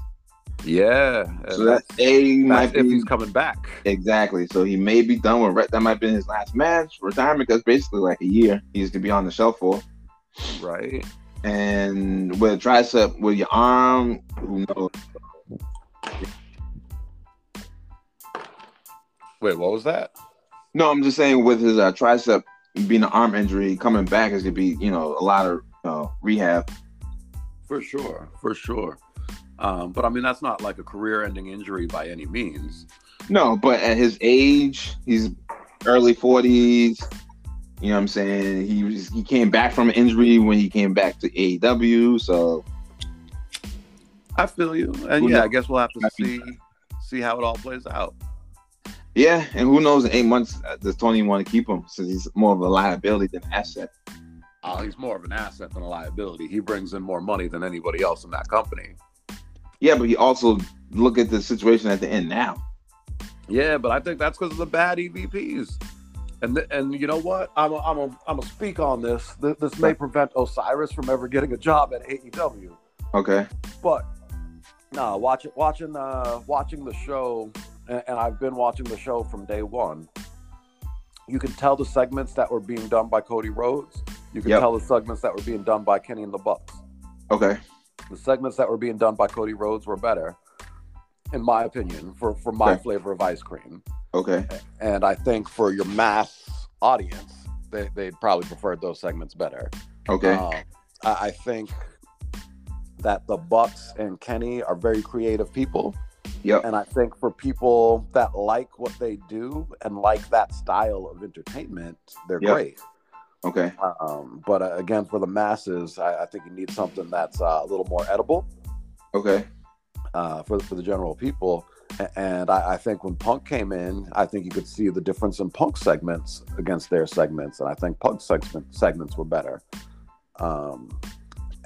Yeah. So that A that's might if be he's coming back. Exactly. So he may be done with Ret. That might be his last match retirement because basically like a year he's gonna be on the shelf for. Right. And with a tricep, with your arm, who knows? Wait, what was that? No, I'm just saying with his uh, tricep being an arm injury coming back is gonna be you know a lot of uh, rehab. For sure. For sure. Um, but I mean that's not like a career ending injury by any means. No, but at his age, he's early 40s. You know what I'm saying? He was, he came back from an injury when he came back to AEW. So I feel you. And Who yeah, knows? I guess we'll have to I see see how it all plays out. Yeah, and who knows? In eight months, uh, does Tony want to keep him since he's more of a liability than an asset? Uh, he's more of an asset than a liability. He brings in more money than anybody else in that company. Yeah, but he also look at the situation at the end now. Yeah, but I think that's because of the bad EVPs. And th- and you know what? I'm a, I'm a, I'm a speak on this. Th- this may prevent Osiris from ever getting a E job at AEW. Okay. But nah, watching watching uh, watching the show, and, and I've been watching the show from day one. You can tell the segments that were being done by Cody Rhodes. You can Yep. tell the segments that were being done by Kenny and the Bucks. Okay. The segments that were being done by Cody Rhodes were better, in my opinion, for for my Okay. flavor of ice cream. Okay. And I think for your mass audience, they, they'd probably preferred those segments better. Okay. Um, I, I think that the Bucks and Kenny are very creative people. Yep. And I think for people that like what they do and like that style of entertainment, they're Yep. great. okay. Um, but uh, again, for the masses, I, I think you need something that's uh, a little more edible Okay. uh, for, for the general people. A- And I, I think when Punk came in, I think you could see the difference in Punk segments against their segments. And I think Punk segment, segments were better. Um,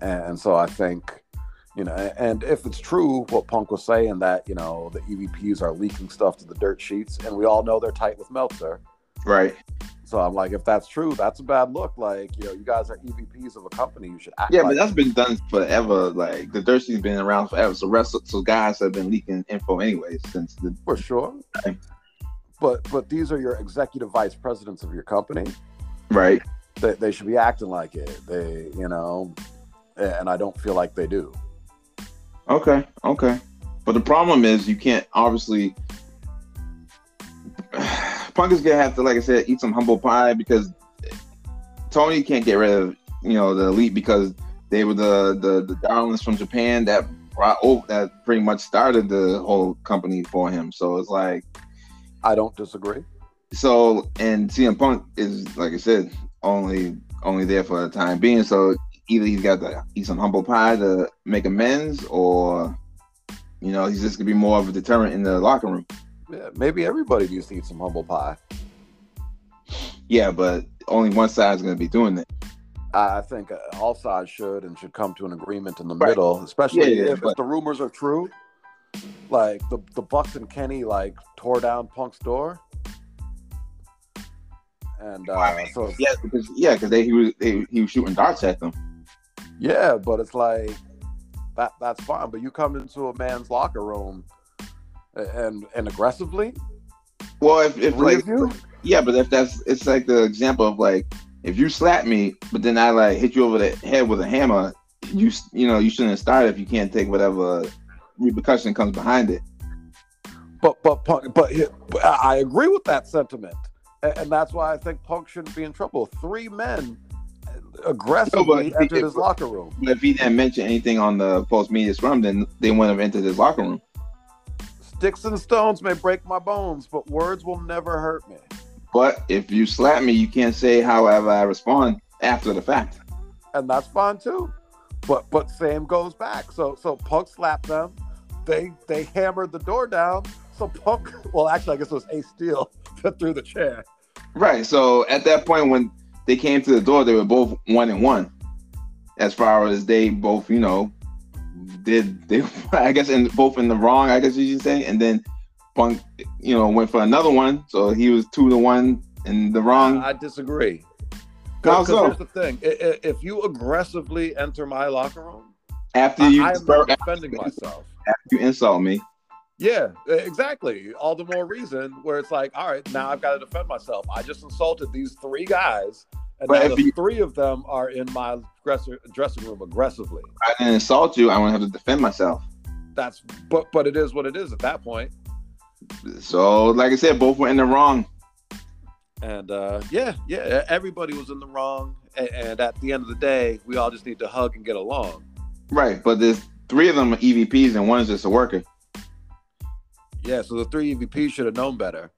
and so I think, you know, a- and if it's true what Punk was saying that, you know, the EVPs are leaking stuff to the dirt sheets, and we all know they're tight with Meltzer. Right. So I'm like, if that's true, that's a bad look. Like, you know, you guys are EVPs of a company. You should act Yeah, like but that's been done forever. Like the Dirty's been around forever. So wrestle, so guys have been leaking info anyways since the for sure. Okay. But but these are your executive vice presidents of your company. right. They, they should be acting like it. They you know, and I don't feel like they do. Okay, okay. But the problem is you can't obviously Punk is gonna have to, like I said, eat some humble pie because Tony can't get rid of you know the elite because they were the the, the darlings from Japan that brought oh, that pretty much started the whole company for him. So it's like I don't disagree. so and CM Punk is like I said only only there for the time being. So either he's got to eat some humble pie to make amends or You know, he's just gonna be more of a deterrent in the locker room. Yeah, maybe everybody needs to eat some humble pie. Yeah, but only one side's gonna be doing it. I I think uh, all sides should and should come to an agreement in the Right. middle, especially Yeah, yeah, if, but- if the rumors are true. Like the the Bucks and Kenny like tore down Punk's door, and uh, I mean, so it's- Yeah, because yeah, because they he was they, he was shooting darts at them. Yeah, but it's like that that's fine. But you come into a man's locker room a- and and aggressively, Well, if, if three like of you, yeah, but if that's it's like the example of like if you slap me, but then I like hit you over the head with a hammer, you s- you know you shouldn't start if you can't take whatever repercussion comes behind it. but but punk, but, he- but I I agree with that sentiment, A- and that's why I think Punk shouldn't be in trouble. Three men aggressively No, but- entered his locker room. But if he didn't mention anything on the post media scrum, then they wouldn't have entered his locker room. Sticks and stones may break my bones, but words will never hurt me. But if you slap me, you can't say however I respond after the fact. and that's fine too. But but same goes back. So so Punk slapped them. They they hammered the door down. So Punk, well, actually, I guess it was Ace Steel that threw the chair. Right. So at that point, when they came to the door, they were both one and one. As far as they both, you know, did they? I guess in both in the wrong. I guess you should say. And then Punk, you know, went for another one. So he was two to one in the wrong. I disagree. How Because so? here's the thing: I- I- if you aggressively enter my locker room, After I, you, I am spur- not defending myself. you insult me. Yeah, e- exactly. All the more reason where it's like, all right, now I've got to defend myself. I just insulted these three guys, and But now if the you- three of them are in my dresser, dressing room aggressively. I didn't insult you. I wouldn't have to defend myself. That's but but it is what it is at that point. So, like I said, both were in the wrong. And uh, yeah, yeah, everybody was in the wrong. And, and at the end of the day, we all just need to hug and get along. Right. But there's three of them are EVPs and one is just a worker. Yeah, so the three EVPs should have known better.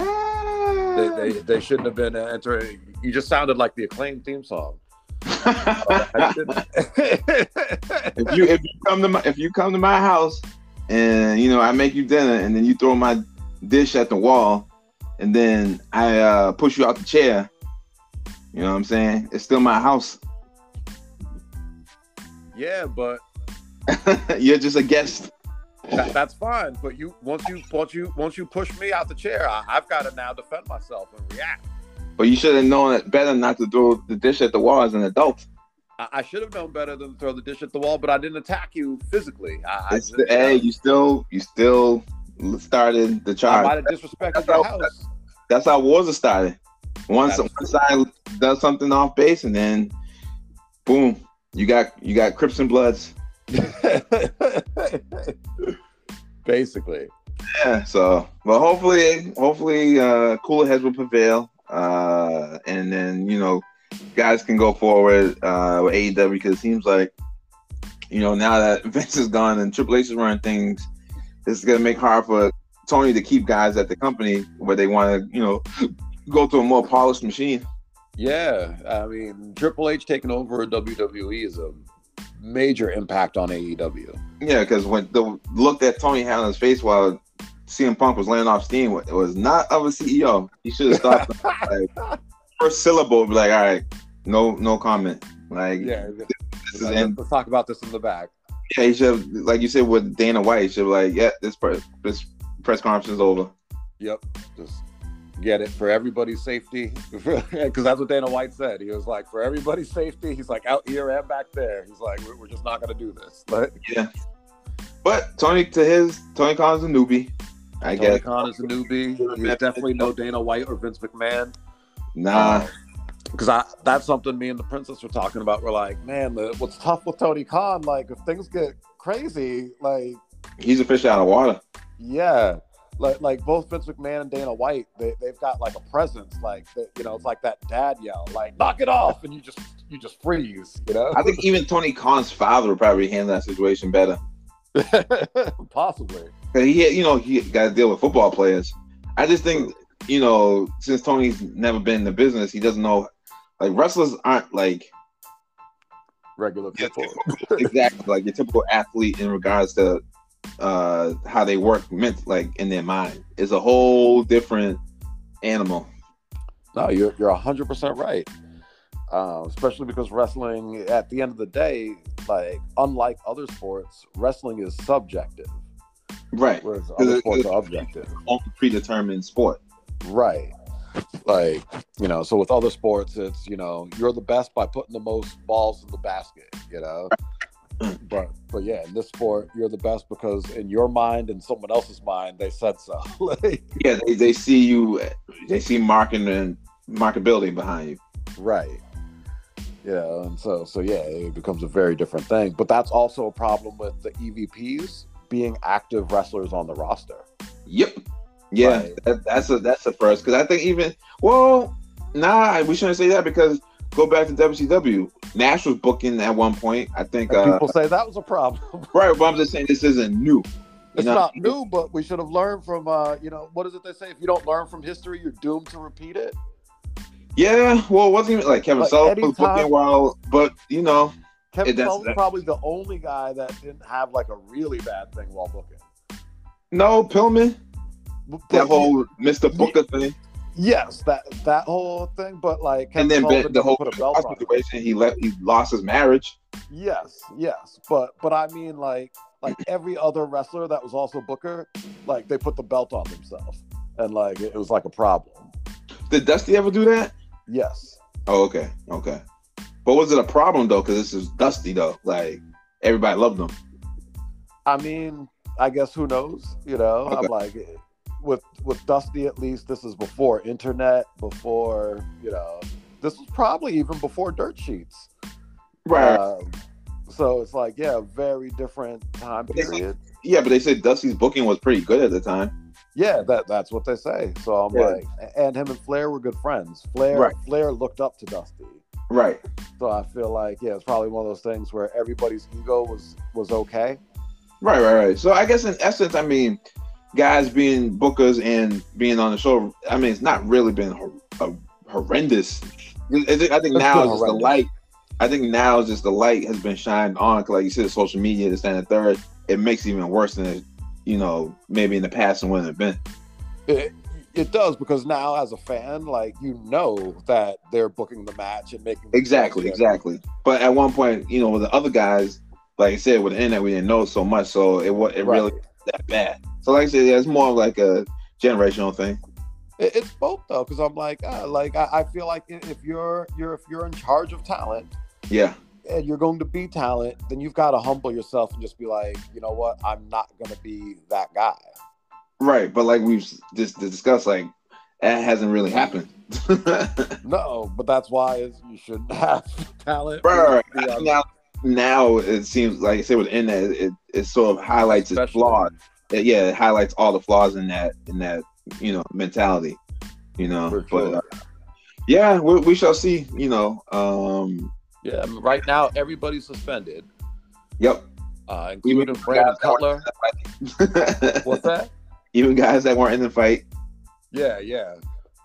They, They, they, they shouldn't have been entering. You just sounded like the acclaimed theme song. I shouldn't- if you if you come to my if you come to my house and you know I make you dinner and then you throw my dish at the wall and then I uh, push you out the chair, you know what I'm saying? It's still my house. yeah, but You're just a guest. that, that's fine. But you once you once you once you push me out the chair, I, I've got to now defend myself and react. But you should have known it better not to throw the dish at the wall as an adult. I, I should have known better than to throw the dish at the wall, but I didn't attack you physically. I, I, It's the, hey, you still you still started the I charge. might have disrespected your house. That's how wars are started. Once That's one side does something off base and then boom, you got you got Crips and Bloods. Basically. Yeah, so well hopefully hopefully uh cooler heads will prevail. Uh and then, you know, guys can go forward uh with AEW because it seems like you know, now that Vince is gone and Triple H is running things, it's gonna make hard for Tony to keep guys at the company where they wanna, you know, go to a more polished machine. Yeah. I mean, Triple H taking over WWE is a major impact on E AEW. Yeah, because when the look that Tony had on his face while CM Punk was laying off steam wa- was not of a CEO. He should have stopped. like, first syllable, be like, all right, no, no comment. Like, Yeah. this is Let's, and let's talk about this in the back. yeah, he should have, like you said with Dana White, he should have like, yeah, this press this press conference is over. Yep. Just get it for everybody's safety. Because that's what Dana White said. He was like, for everybody's safety, he's like, out here and back there. He's like, we're, we're just not going to do this. But But Tony, to his Tony Khan's a newbie, I Tony guess. Khan is a newbie. He's definitely no Dana White or Vince McMahon. Nah, because I that's something me and the princess were talking about. We're like, man, the, what's tough with Tony Khan? Like, if things get crazy, like, he's a fish out of water. yeah, like like both Vince McMahon and Dana White, they they've got like a presence, like that, you know, it's like that dad yell, like, knock it off, and you just you just freeze, you know, I think even Tony Khan's father would probably handle that situation better. possibly. 'Cause he had, you know, he got to deal with football players. I just think, you know, since Tony's never been in the business, he doesn't know. Like wrestlers aren't like Regular people. exactly like your typical athlete in regards to uh how they work meant like in their mind. It's a whole different animal. No, you're you're hundred percent right. Uh, especially because wrestling, at the end of the day, like unlike other sports, wrestling is subjective, Right. whereas Is other it- sports is it- are objective. All predetermined sport. Right. Like, you know, so with other sports, it's, you know, you're the best by putting the most balls in the basket, you know? But, but yeah, in this sport, you're the best because in your mind and someone else's mind, they said so. Like, Yeah, they, they see you they see marking and markability behind you. right. Yeah. And so, so yeah, it becomes a very different thing. But that's also a problem with the EVPs being active wrestlers on the roster. Yep. Yeah, Right. that, that's a that's a first because I think even well, nah, we shouldn't say that because go back to WCW. Nash was booking at one point. I think And uh, people say that was a problem. right, but I'm just saying this isn't new. It's know? not new, but we should have learned from, uh, you know, what is it they say? If you don't learn from history, you're doomed to repeat it. Yeah, well, it wasn't even like Kevin Like, Sullivan anytime- was booking while, but you know, Kevin It- that's- Sullivan's that- probably the only guy that didn't have like a really bad thing while booking. no Pillman. But- That but- whole Mr. Booker thing, yes, that that whole thing, but like Kevin and then Sullivan Ben- the whole put a belt on. it. situation. He left. He lost his marriage. Yes, yes, but but I mean like like every other wrestler that was also Booker, like they put the belt on themselves, and like it, it was like a problem. Did Dusty ever do that? Yes, Oh, okay, okay. But was it a problem though? Because this is Dusty though. Like everybody loved him. I mean I guess who knows? You know, I'm Okay. like with with Dusty at least this is before internet, before you know, this was probably even before dirt sheets. Um, so it's like, yeah, very different time But they- period. yeah, but they said Dusty's booking was pretty good at the time. Yeah, that that's what they say. So I'm Yeah. like, and him and Flair were good friends. Flair Right. Flair looked up to Dusty. Right. So I feel like, yeah, it's probably one of those things where everybody's ego was was okay. Right, right, right. So I guess in essence, I mean, guys being bookers and being on the show, I mean, it's not really been hor- uh, horrendous. It- it- I think It's now been it's just the horrendous. light. I think now it's just the light has been shined on. 'cause like you said, social media, this and the third, it makes it even worse than it, you know maybe in the past and wouldn't have been. It, it does because now as a fan, like you know that they're booking the match and making the Exactly, choice. exactly. But at one point, you know, with the other guys, like I said, with the internet, we didn't know so much, so it wa- it Right. really that bad. So like I said, yeah, it's more of like a generational thing. It- it's both though, because I'm like, uh, like I, I feel like i- if you're you're if you're in charge of talent, Yeah. and you're going to be talent, then you've got to humble yourself and just be like, you know what, I'm not going to be that guy. Right, but like we've just discussed, like that hasn't really happened. right. No, but that's why is you shouldn't have talent. Yeah, Now, now it seems like I said with in that it, it sort of highlights its especially- flaws. It- yeah, it highlights all the flaws in that in that you know mentality. You know, For but sure. uh, yeah, we, we shall see. You know, um, Yeah, I mean, right now everybody's suspended, yep. uh, Even including Brandon guys that weren't Cutler. What's that? Even guys that weren't in the fight. Yeah, yeah.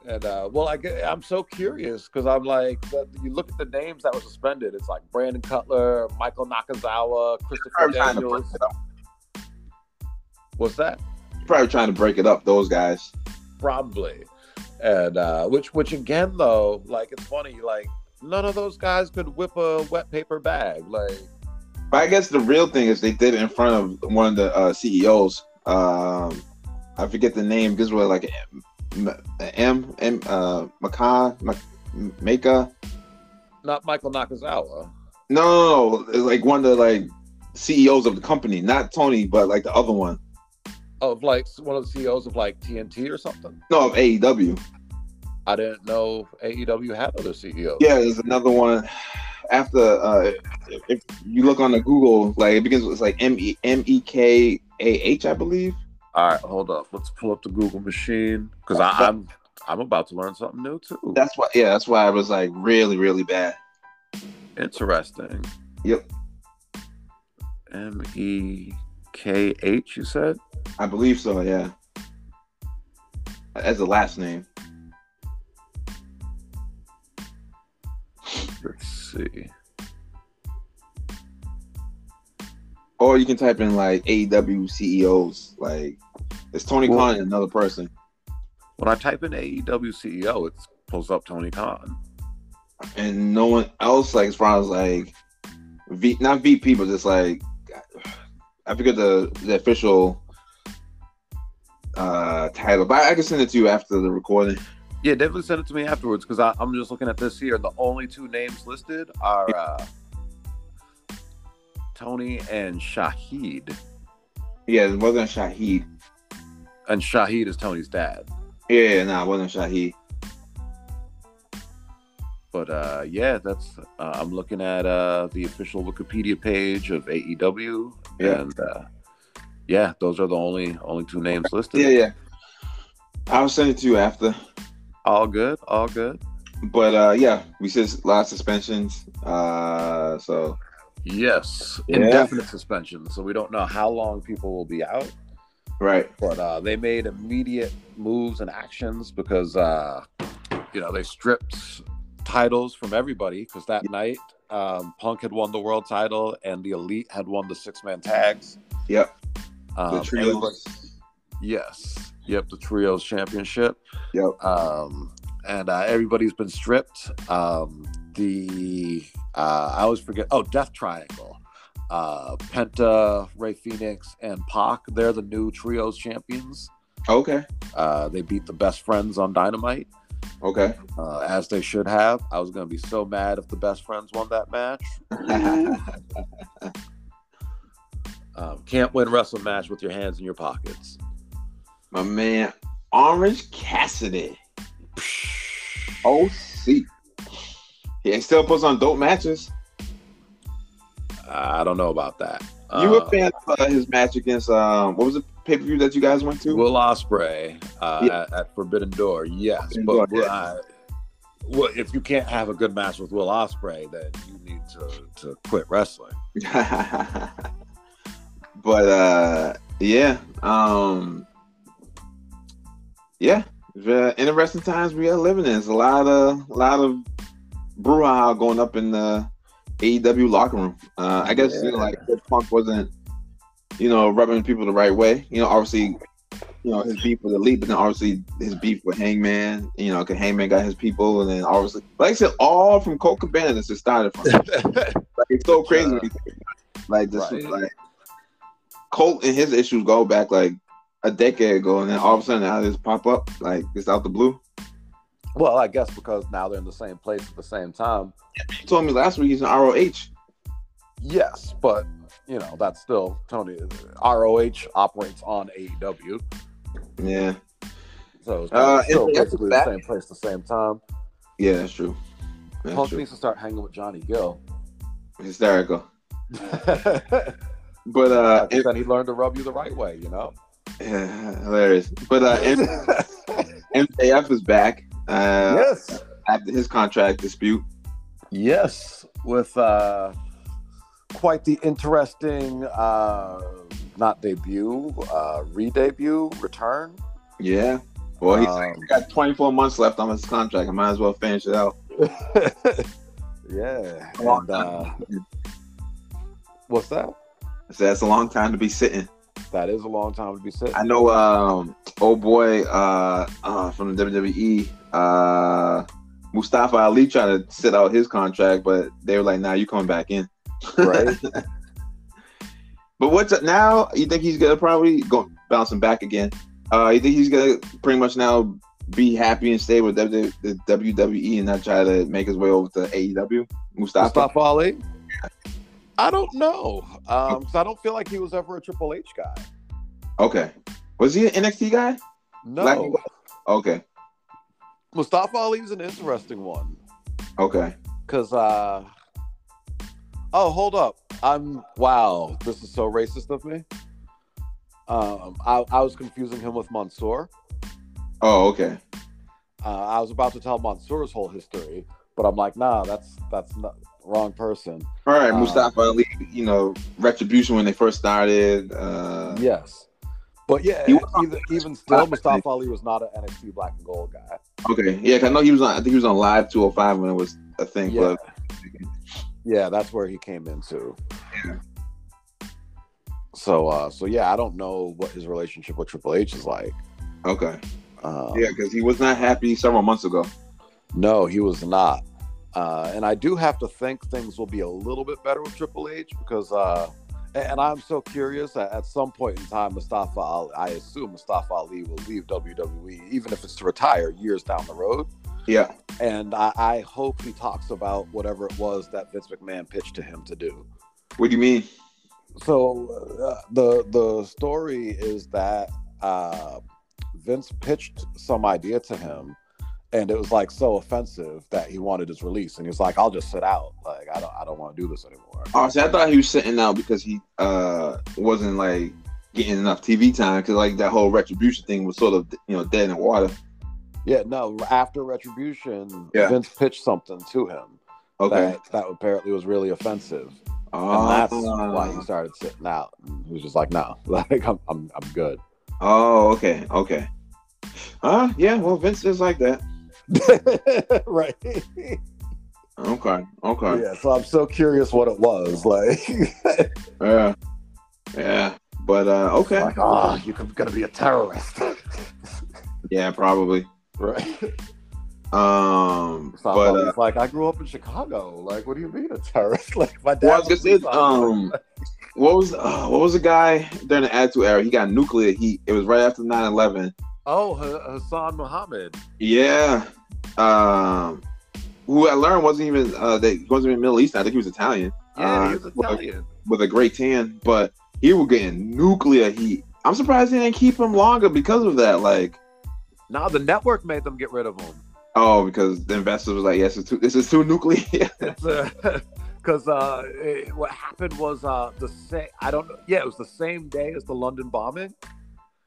And uh, well, I get, I'm so curious because I'm like, the, you look at the names that were suspended. It's like Brandon Cutler, Michael Nakazawa, Christopher Probably trying, to break Daniels. it up. What's that? Probably trying to break it up. Those guys. probably. And uh, which, which again though, like it's funny, like none of those guys could whip a wet paper bag. Like But I guess the real thing is they did it in front of one of the uh, CEOs. Um, I forget the name. This was like M, M, M uh, Makan, Ma- Maka. not Michael Nakazawa. No, no, no, it's like one of the like CEOs of the company, not Tony, but like the other one. Of like one of the CEOs of like TNT or something. No, of E AEW. I didn't know AEW had other E CEOs. Yeah, there's another one after. Uh, if you look on the Google, like it begins with it's like M E M E K A H, I believe. All right, hold up. Let's pull up the Google machine because I'm I'm about to learn something new too. That's why. Yeah, that's why I was like really, really bad. interesting. Yep. M E K H. You said. I believe so, yeah. As a last name. Let's see. Or you can type in like AEW CEOs. E Like it's Tony Well- Khan and another person. When I type in E AEW CEO, it pulls up Tony Khan. And no one else, like as far as like V not VP, but just like I forget the, the official uh title. But I can send it to you after the recording. Yeah, definitely send it to me afterwards because I'm just looking at this here. The only two names listed are uh, Tony and Shahid, Yeah, it wasn't Shahid. and Shahid is Tony's dad. Yeah, no, nah, it wasn't Shahid. But uh, yeah, that's uh, I'm looking at uh, the official Wikipedia page of AEW, Yeah. and uh, yeah, those are the only only two names listed. Yeah, yeah. I'll send it to you after. All good, all good. But uh yeah, we said a lot of suspensions. Uh so Yes, Yeah. indefinite suspension. So we don't know how long people will be out, right. but uh, they made immediate moves and actions because uh, you know they stripped titles from everybody because that night um, Punk had won the world title and the Elite had won the six man tags. Yep. Um, The everybody- trios. Yes. Yep. The trios championship. Yep. Um, and uh, everybody's been stripped. Um, the uh, I always forget. Oh, Death Triangle. Uh, Penta, Ray Phoenix, and Pac. They're the new trios champions. Okay. Uh, they beat the best friends on Dynamite, Okay. uh, as they should have. I was gonna be so mad if the best friends won that match. Um, can't win wrestle match with your hands in your pockets. My man Orange Cassidy. OC. He still puts on dope matches. I don't know about that. you were Uh, a fan of uh, his match against um what was the pay per view that you guys went to? Will Osprey uh, Yeah. at, at Forbidden Door, yes, Forbidden but Door, Will- I- well, if you can't have a good match with Will Osprey, then you need to, to quit wrestling. but uh yeah. Um yeah. The interesting times we are living in. It's a lot of a lot of brouhaha going up in the AEW locker room. Uh I guess you know, Yeah. like Chris Punk wasn't, you know, rubbing people the right way. You know, obviously you know, his beef with Elite, but then obviously his beef with Hangman, you know, because Hangman got his people, and then obviously, like I said, all from Colt Cabana, this is started from. Like it's so crazy. when you think about it. like this, was Right. like Colt and his issues go back like a decade ago, and then all of a sudden now they just pop up like just out the blue. well, I guess because now they're in the same place at the same time. He told me last week he's in ROH. Yes, but you know that's still Tony. ROH operates on AEW, Yeah, so it's Uh, still it's- basically the it's- same place at the same time. yeah, that's true. That's Punk true. needs to start hanging with Johnny Gill. Hysterical. Uh, then But uh, it- he learned to rub you the right way, you know. yeah, hilarious. But uh, M- MJF is back uh, yes. after his contract dispute. Yes, with uh, quite the interesting, uh, not debut, uh, re-debut, return. Yeah. Well, he's Um, got 24 months left on his contract. I might as well finish it out. yeah, A long and uh, time. what's that? I said that's a long time to be sitting. That is a long time to be sitting. I know um old boy uh, uh from the WWE uh Mustafa Ali trying to sit out his contract, but they were like, "Nah, you coming back in." Right? But what's up now? You think he's gonna probably go bouncing back again? Uh, you think he's gonna pretty much now be happy and stay with WW- the WWE and not try to make his way over to AEW? Mustafa, Mustafa Ali. I don't know. Um, 'cause I don't feel like he was ever a Triple H guy. okay, was he an NXT guy? Black and No, white. Okay, Mustafa Ali's an interesting one. okay, Cause uh oh, hold up. I'm wow. This is so racist of me. Um, I, I was confusing him with Mansoor. oh okay, Uh, I was about to tell Mansoor's whole history, but I'm like, nah, that's that's not wrong person. all right. Uh, Mustafa Ali, you know, retribution when they first started. Uh, yes, but yeah, He was on- even, even still, Mustafa Ali was not an NXT Black and Gold guy. Okay, yeah, 'cause I know he was on. I think he was on Live 205 when it was a thing. Yeah. But yeah, that's where he came into. So uh, so yeah, I don't know what his relationship with Triple H is like. Okay. Um, Yeah, because he was not happy several months ago. No, he was not. Uh, and I do have to think things will be a little bit better with Triple H because, uh, and and I'm so curious. At, at some point in time, Mustafa, Ali, I assume Mustafa Ali will leave WWE, even if it's to retire years down the road. Yeah. And I, I hope he talks about whatever it was that Vince McMahon pitched to him to do. What do you mean? So uh, the the story is that uh, Vince pitched some idea to him, and it was like so offensive that he wanted his release, and he was like, "I'll just sit out. Like I don't I don't want to do this anymore." Oh, see, I thought he was sitting out because he uh wasn't like getting enough TV time because like that whole retribution thing was sort of you know dead in the water. Yeah, no. After Retribution, Yeah. Vince pitched something to him Okay. that that apparently was really offensive, Oh, and that's why he started sitting out. And he was just like, "No, like I'm I'm, I'm good." oh, okay, okay. Uh, yeah. Well, Vince is like that. right. Okay, okay. Yeah. So I'm so curious what it was like. Yeah, yeah. But uh, okay. Like, oh, you're gonna be a terrorist. Yeah, probably. right. Um, So but uh, it's like, I grew up in Chicago. Like, what do you mean a terrorist? Like, my dad. well, I was gonna say, police officer. um, what was uh, what was the guy during the Attitude Era? He got nuclear heat. It was right after 9-11. oh, Ha- Hassan Muhammad. Yeah. Um, who I learned wasn't even uh, that he wasn't even Middle Eastern. I think he was Italian. Yeah, he Uh, was Italian. With, with a great tan, but he was getting nuclear heat. I'm surprised they didn't keep him longer because of that. Like, Now the network made them get rid of him. oh, because the investors was like, yes, it's too, this is too nuclear. Because uh, it- what happened was uh, the same. I don't know. Yeah, it was the same day as the London bombing.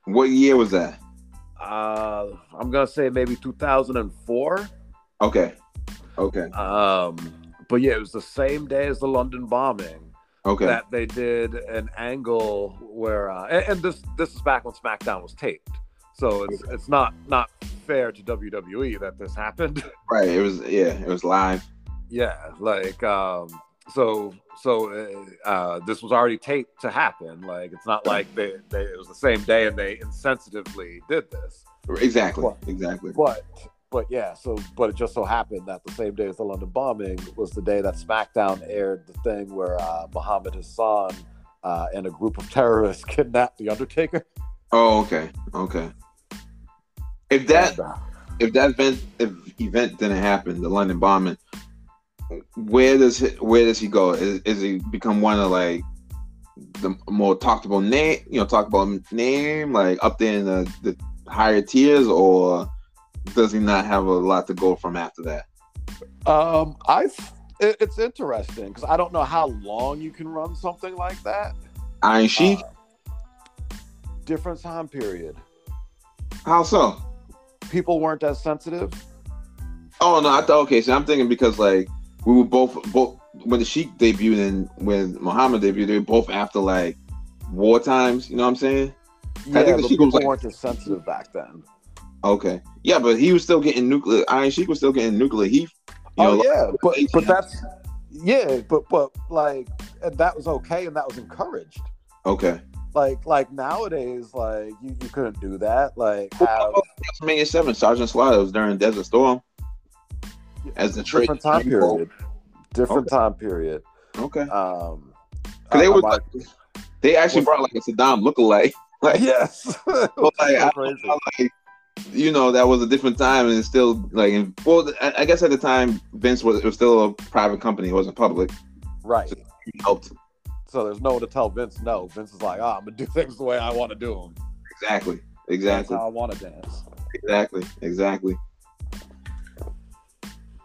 what year was that? Uh, I'm gonna say maybe 2004. Okay, okay, Um, but yeah, it was the same day as the London bombing. okay. that they did an angle where uh, and, and this this is back when SmackDown was taped, so it's it's not not fair to WWE that this happened. right. It was yeah. It was live. yeah, like um, so so uh, uh, this was already taped to happen. Like it's not like they, they it was the same day and they insensitively did this. Exactly. What? Exactly. But but yeah, so but it just so happened that the same day as the London bombing was the day that SmackDown aired the thing where uh, Muhammad Hassan uh, and a group of terrorists kidnapped the Undertaker. Oh, okay, okay. If that if that event if event didn't happen, the London bombing, where does he, where does he go? Is, is he become one of like the more talked about name? You know, talk about name like up there in the, the higher tiers, or does he not have a lot to go from after that? um, I it, it's interesting because I don't know how long you can run something like that. Iron Sheik? Different time period. How so? People weren't as sensitive. Oh no, I thought okay. So I'm thinking because like we were both both when the Sheik debuted and when Muhammad debuted, they were both after like war times. You know what I'm saying? Yeah, think but the Sheik people was like- weren't as sensitive back then. Okay. Yeah, but he was still getting nuclear. Iron Sheik was still getting nuclear heat. You oh know, yeah, but like- but that's yeah, but but like and that was okay and that was encouraged. Okay. Like like nowadays, like you, you couldn't do that. Like have WrestleMania Seven, Sergeant Slaughter was during Desert Storm as the trade. different time period. Different time period. Okay. Um, 'Cause they I- I was might- like- they actually brought like a Saddam lookalike. Like, yes. but, like, I Crazy. don't know, like, you know, that was a different time, and it's still like, in, well, I, I guess at the time Vince was it was still a private company, it wasn't public. Right. He helped So there's no one to tell Vince no. Vince is like, ah, I'm gonna do things the way I want to do them. exactly, That's exactly. how I want to dance. Exactly, exactly.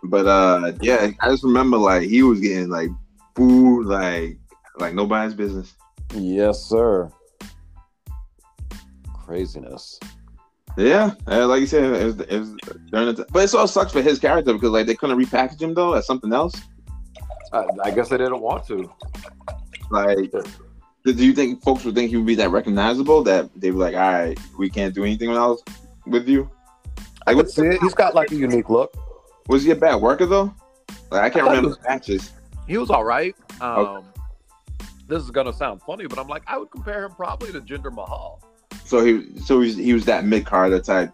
But uh yeah, I just remember like he was getting like booed like like nobody's business. Yes, sir. Craziness. Yeah, and like you said, it was, it was during the t- but it sort of sucks for his character because like they couldn't repackage him though as something else. I, I guess they didn't want to. Like, do you think folks would think he would be that recognizable that they'd be like, all right, we can't do anything else with you? I Like, could was, see it. He's got like a unique look. was he a bad worker though? Like, I I can't thought he remember was- his matches. He was all right. Um, this is gonna sound funny, but I'm like, I would compare him probably to Jinder Mahal So he so he's, he was that mid carder type.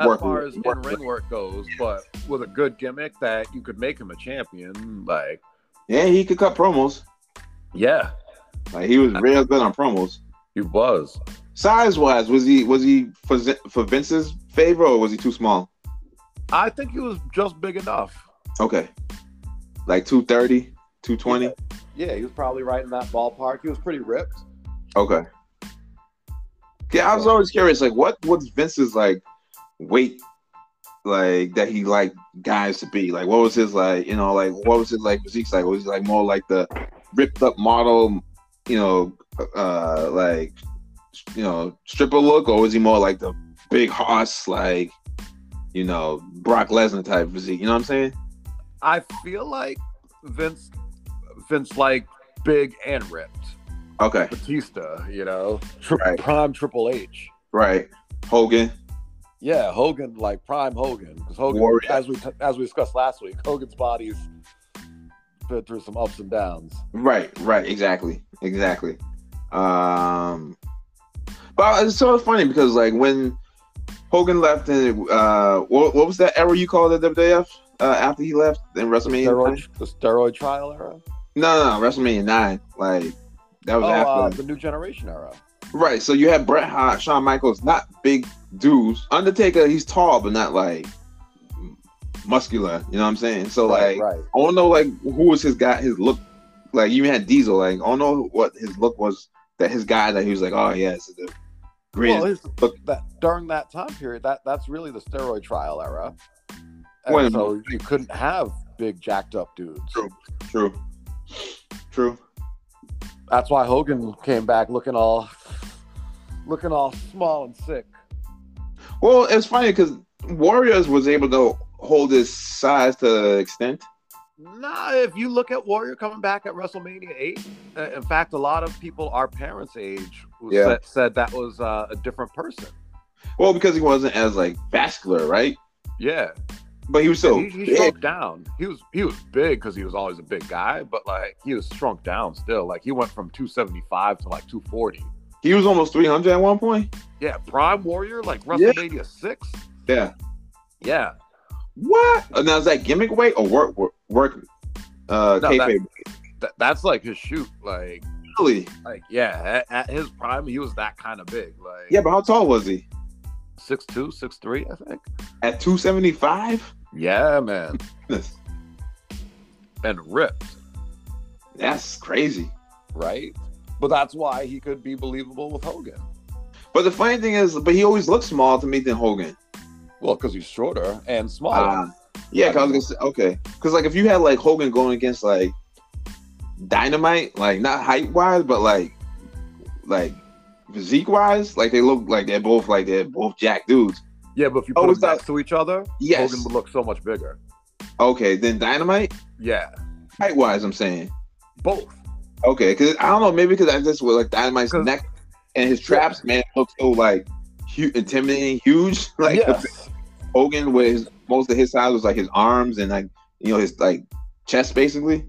as work- far as in work- ring work goes, but with a good gimmick that you could make him a champion. Like, yeah, he could cut promos. yeah, Like he was real good on promos. he was. Size wise, was he was he for, Z- for Vince's favor or was he too small? I think he was just big enough. Okay, like 230, 220? Yeah, he was probably right in that ballpark. He was pretty ripped. Okay. Yeah, I was always curious, like, what was Vince's like weight, like that he liked guys to be? Like, what was his like, you know, like what was his like physique like? Was he like more like the ripped up model, you know, uh, like you know stripper look, or was he more like the big horse, like you know Brock Lesnar type physique? You know what I'm saying? I feel like Vince, Vince like big and ripped. Okay, Batista, you know, Tri- Right. prime Triple H. right. Hogan, Yeah, Hogan, like prime Hogan, because Hogan, Warrior. as we as we discussed last week, Hogan's body's been through some ups and downs. Right, right, exactly, exactly. Um, but it's so funny because like when Hogan left, and uh, what, what was that era you called the WWF uh, after he left in WrestleMania? Steroid, nine? the steroid trial era. Oh, No, no, no, WrestleMania nine. Like that was Oh, uh, after. the new generation era. right, so you had Bret Hart, Shawn Michaels, not big dudes. Undertaker, he's tall but not like muscular. You know what I'm saying? So like. right, right. I don't know like who was his guy, his look. Like you had Diesel. Like I don't know what his look was. That his guy that he was like, oh yeah, this is the Well, greatest. his, look- that during that time period, that that's really the steroid trial era. And Wait a so you couldn't have big jacked up dudes. True. true, true. That's why Hogan came back looking all looking all small and sick. Well, it's funny because Warriors was able to hold his size to extent. Nah, if you look at Warrior coming back at WrestleMania 8, uh, in fact, a lot of people our parents' age who Yeah. said, said that was uh, a different person. Well, because he wasn't as like vascular, right? Yeah. But he was still he, he big. shrunk down. He was he was big because he was always a big guy, but like he was shrunk down still. Like he went from 275 to like 240. He was almost three hundred at one point. Yeah, Prime Warrior, like Yeah. WrestleMania 6. Yeah. Yeah. What? Uh, Now is that gimmick weight or work work, work uh, No, that- kayfabe? Th- that's like his shoot. Like, Really? like yeah, at, at his prime, he was that kind of big. Like Yeah, but how tall was he? six two, six three, I think. At two seventy five. Yeah, man. And ripped, That's crazy. right? But that's why he could be believable with Hogan. But the funny thing is, but he always looks small to me than Hogan. Well, because he's shorter and smaller. Uh, yeah, 'cause I was gonna say okay, because like if you had like Hogan going against like Dynamite, like not height wise, but like like physique wise, like they look like they're both like they're both jack dudes. Yeah, but if you Oh, put was them that- next to each other, Yes. Hogan would look so much bigger. Okay, then Dynamite Yeah, height wise, I'm saying both. okay, because I don't know, maybe because I just with like Dynamite's 'Cause- neck and his traps, man, look so like huge, intimidating, huge, like yes. Hogan with his, most of his size was like his arms and like you know his like chest basically.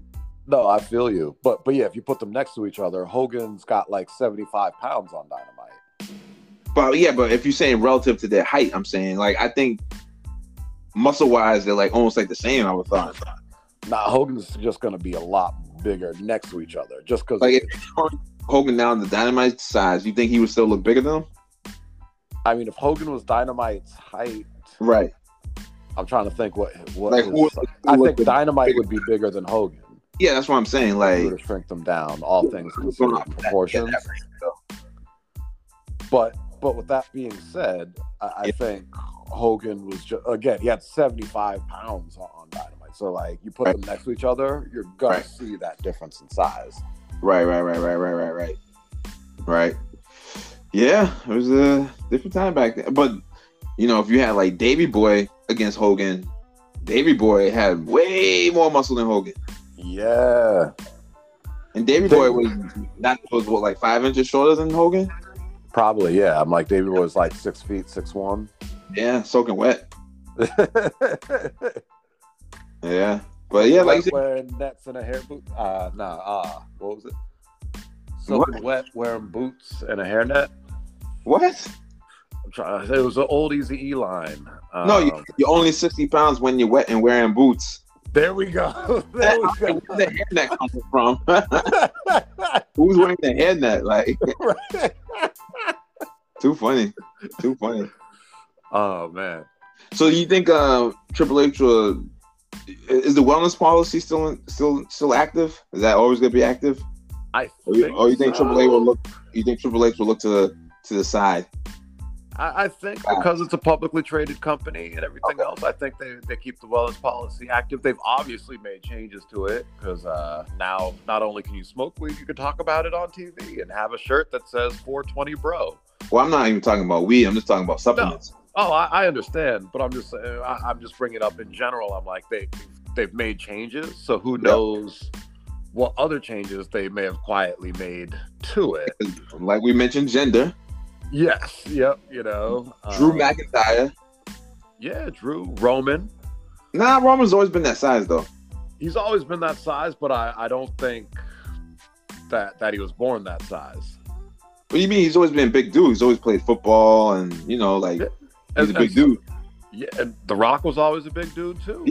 No, I feel you. But but yeah, if you put them next to each other, Hogan's got like 75 pounds on dynamite. But yeah, but if you're saying relative to their height, I'm saying like I think muscle wise they're like almost like the same. I would thought Now Hogan's just gonna be a lot bigger next to each other just because Like, Hogan now in the dynamite size. You think he would still look bigger than him? I mean if Hogan was dynamite's height, Right. I'm trying to think what what Like his- who? I who think would- dynamite bigger? would be bigger than Hogan. yeah, that's what I'm saying. If you Like were to shrink them down, all things Who's considered gonna- proportions. yeah, that But but with that being said, I, I Yeah. think Hogan was just again he had seventy five pounds on, on Dynamite. So like you put Right. them next to each other, you're gonna Right. see that difference in size. right, right, right, right, right, right, right, right. Yeah, it was a different time back then. But you know, if you had like Davy Boy against Hogan, Davy Boy had way more muscle than Hogan. Yeah, And Davy Davey- Boy was not was what like five inches shorter than Hogan. probably yeah. I'm like David was like six feet six one. Yeah, soaking wet. yeah, Yeah, but yeah, like you said, wearing nets and a hair boot. Uh, nah, uh, what was it? soaking wet, wearing boots and a hairnet. What? I'm trying. It was an old Easy E line. Um, No, you, you're only 60 pounds when you're wet and wearing boots. there we go. there we Where go. did the hairnet come from? Who's wearing the hairnet? Like, Right. too funny. Too funny. Oh man. So you think uh, Triple H will, is the wellness policy still still still active? Is that always going to be active? I Or Oh, you, or you think so. Triple H will look? You think Triple H will look to the to the side? I, I think because it's a publicly traded company and everything else, I think they, they keep the wellness policy active. They've obviously made changes to it because uh, now not only can you smoke weed, you can talk about it on TV and have a shirt that says 420 Bro. Well, I'm not even talking about weed. I'm just talking about supplements. Oh, I, I understand, but I'm just saying- I, I'm just bringing up in general. I'm like they they've made changes, so who Yeah. knows what other changes they may have quietly made to it. Like we mentioned, gender. Yes, yep, you know, Drew um, McIntyre. Yeah, Drew Roman. Nah, Roman's always been that size though. he's always been that size, but I, I don't think that that he was born that size. What do you mean? He's always been a big dude. He's always played football, and you know, like he's And- a big and- dude. Yeah, and The Rock was always a big dude too.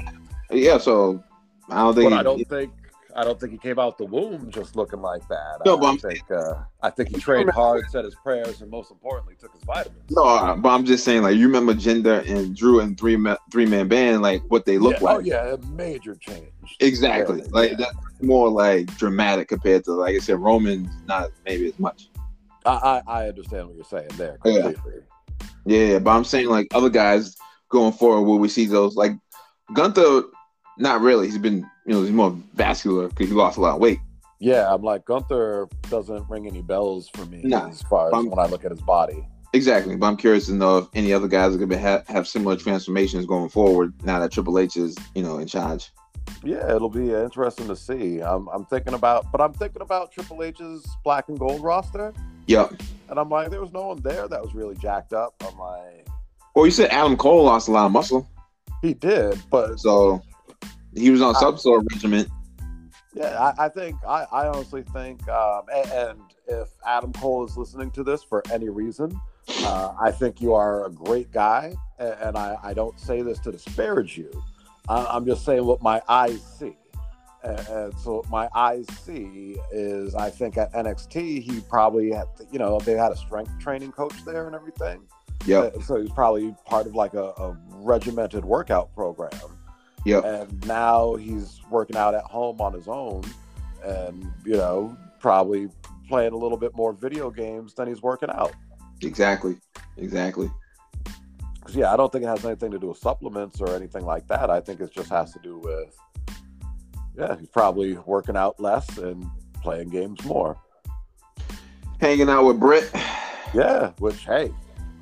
Yeah, so I don't think. But I he- don't think I don't think he came out the womb just looking like that. No, I, but I'm- think uh, I think he trained hard, said his prayers, and most importantly, took his vitamins. No, I- but I'm just saying, like you remember Gender and Drew and three ma- three man band, like what they look yeah, like. Oh yeah, a major change. Exactly. Yeah, like yeah. that's more like dramatic compared to like I said, Roman's not maybe as much. I, I I understand what you're saying there Yeah. completely. Yeah, but I'm saying like other guys going forward, will we see those like Gunther? Not really. He's been you know he's more vascular because he lost a lot of weight. Yeah, I'm like Gunther doesn't ring any bells for me No, as far as I'm- when I look at his body. Exactly. But I'm curious to know if any other guys are gonna be, have, have similar transformations going forward now that Triple H is you know in charge. Yeah, it'll be interesting to see. I'm, I'm thinking about, but I'm thinking about Triple H's black and gold roster, Yep. and I'm like, there was no one there that was really jacked up. I'm like, Well, you said Adam Cole lost a lot of muscle, he did, but so he was Uh, on some sort of regimen. yeah, I, I think I, I honestly think, um, and, and if Adam Cole is listening to this for any reason, uh, I think you are a great guy, and, and I, I don't say this to disparage you. I, I'm just saying what my eyes see. And, and so what my eyes see is I think at NXT he probably had you know they had a strength training coach there and everything. Yep. Uh, So he was probably part of like a, a regimented workout program. Yep. And now he's working out at home on his own and, you know, probably playing a little bit more video games than he's working out. Exactly. Exactly. 'Cause, yeah, I don't think it has anything to do with supplements or anything like that. I think it just has to do with, yeah, he's probably working out less and playing games more. Hanging out with Britt. Yeah, which hey,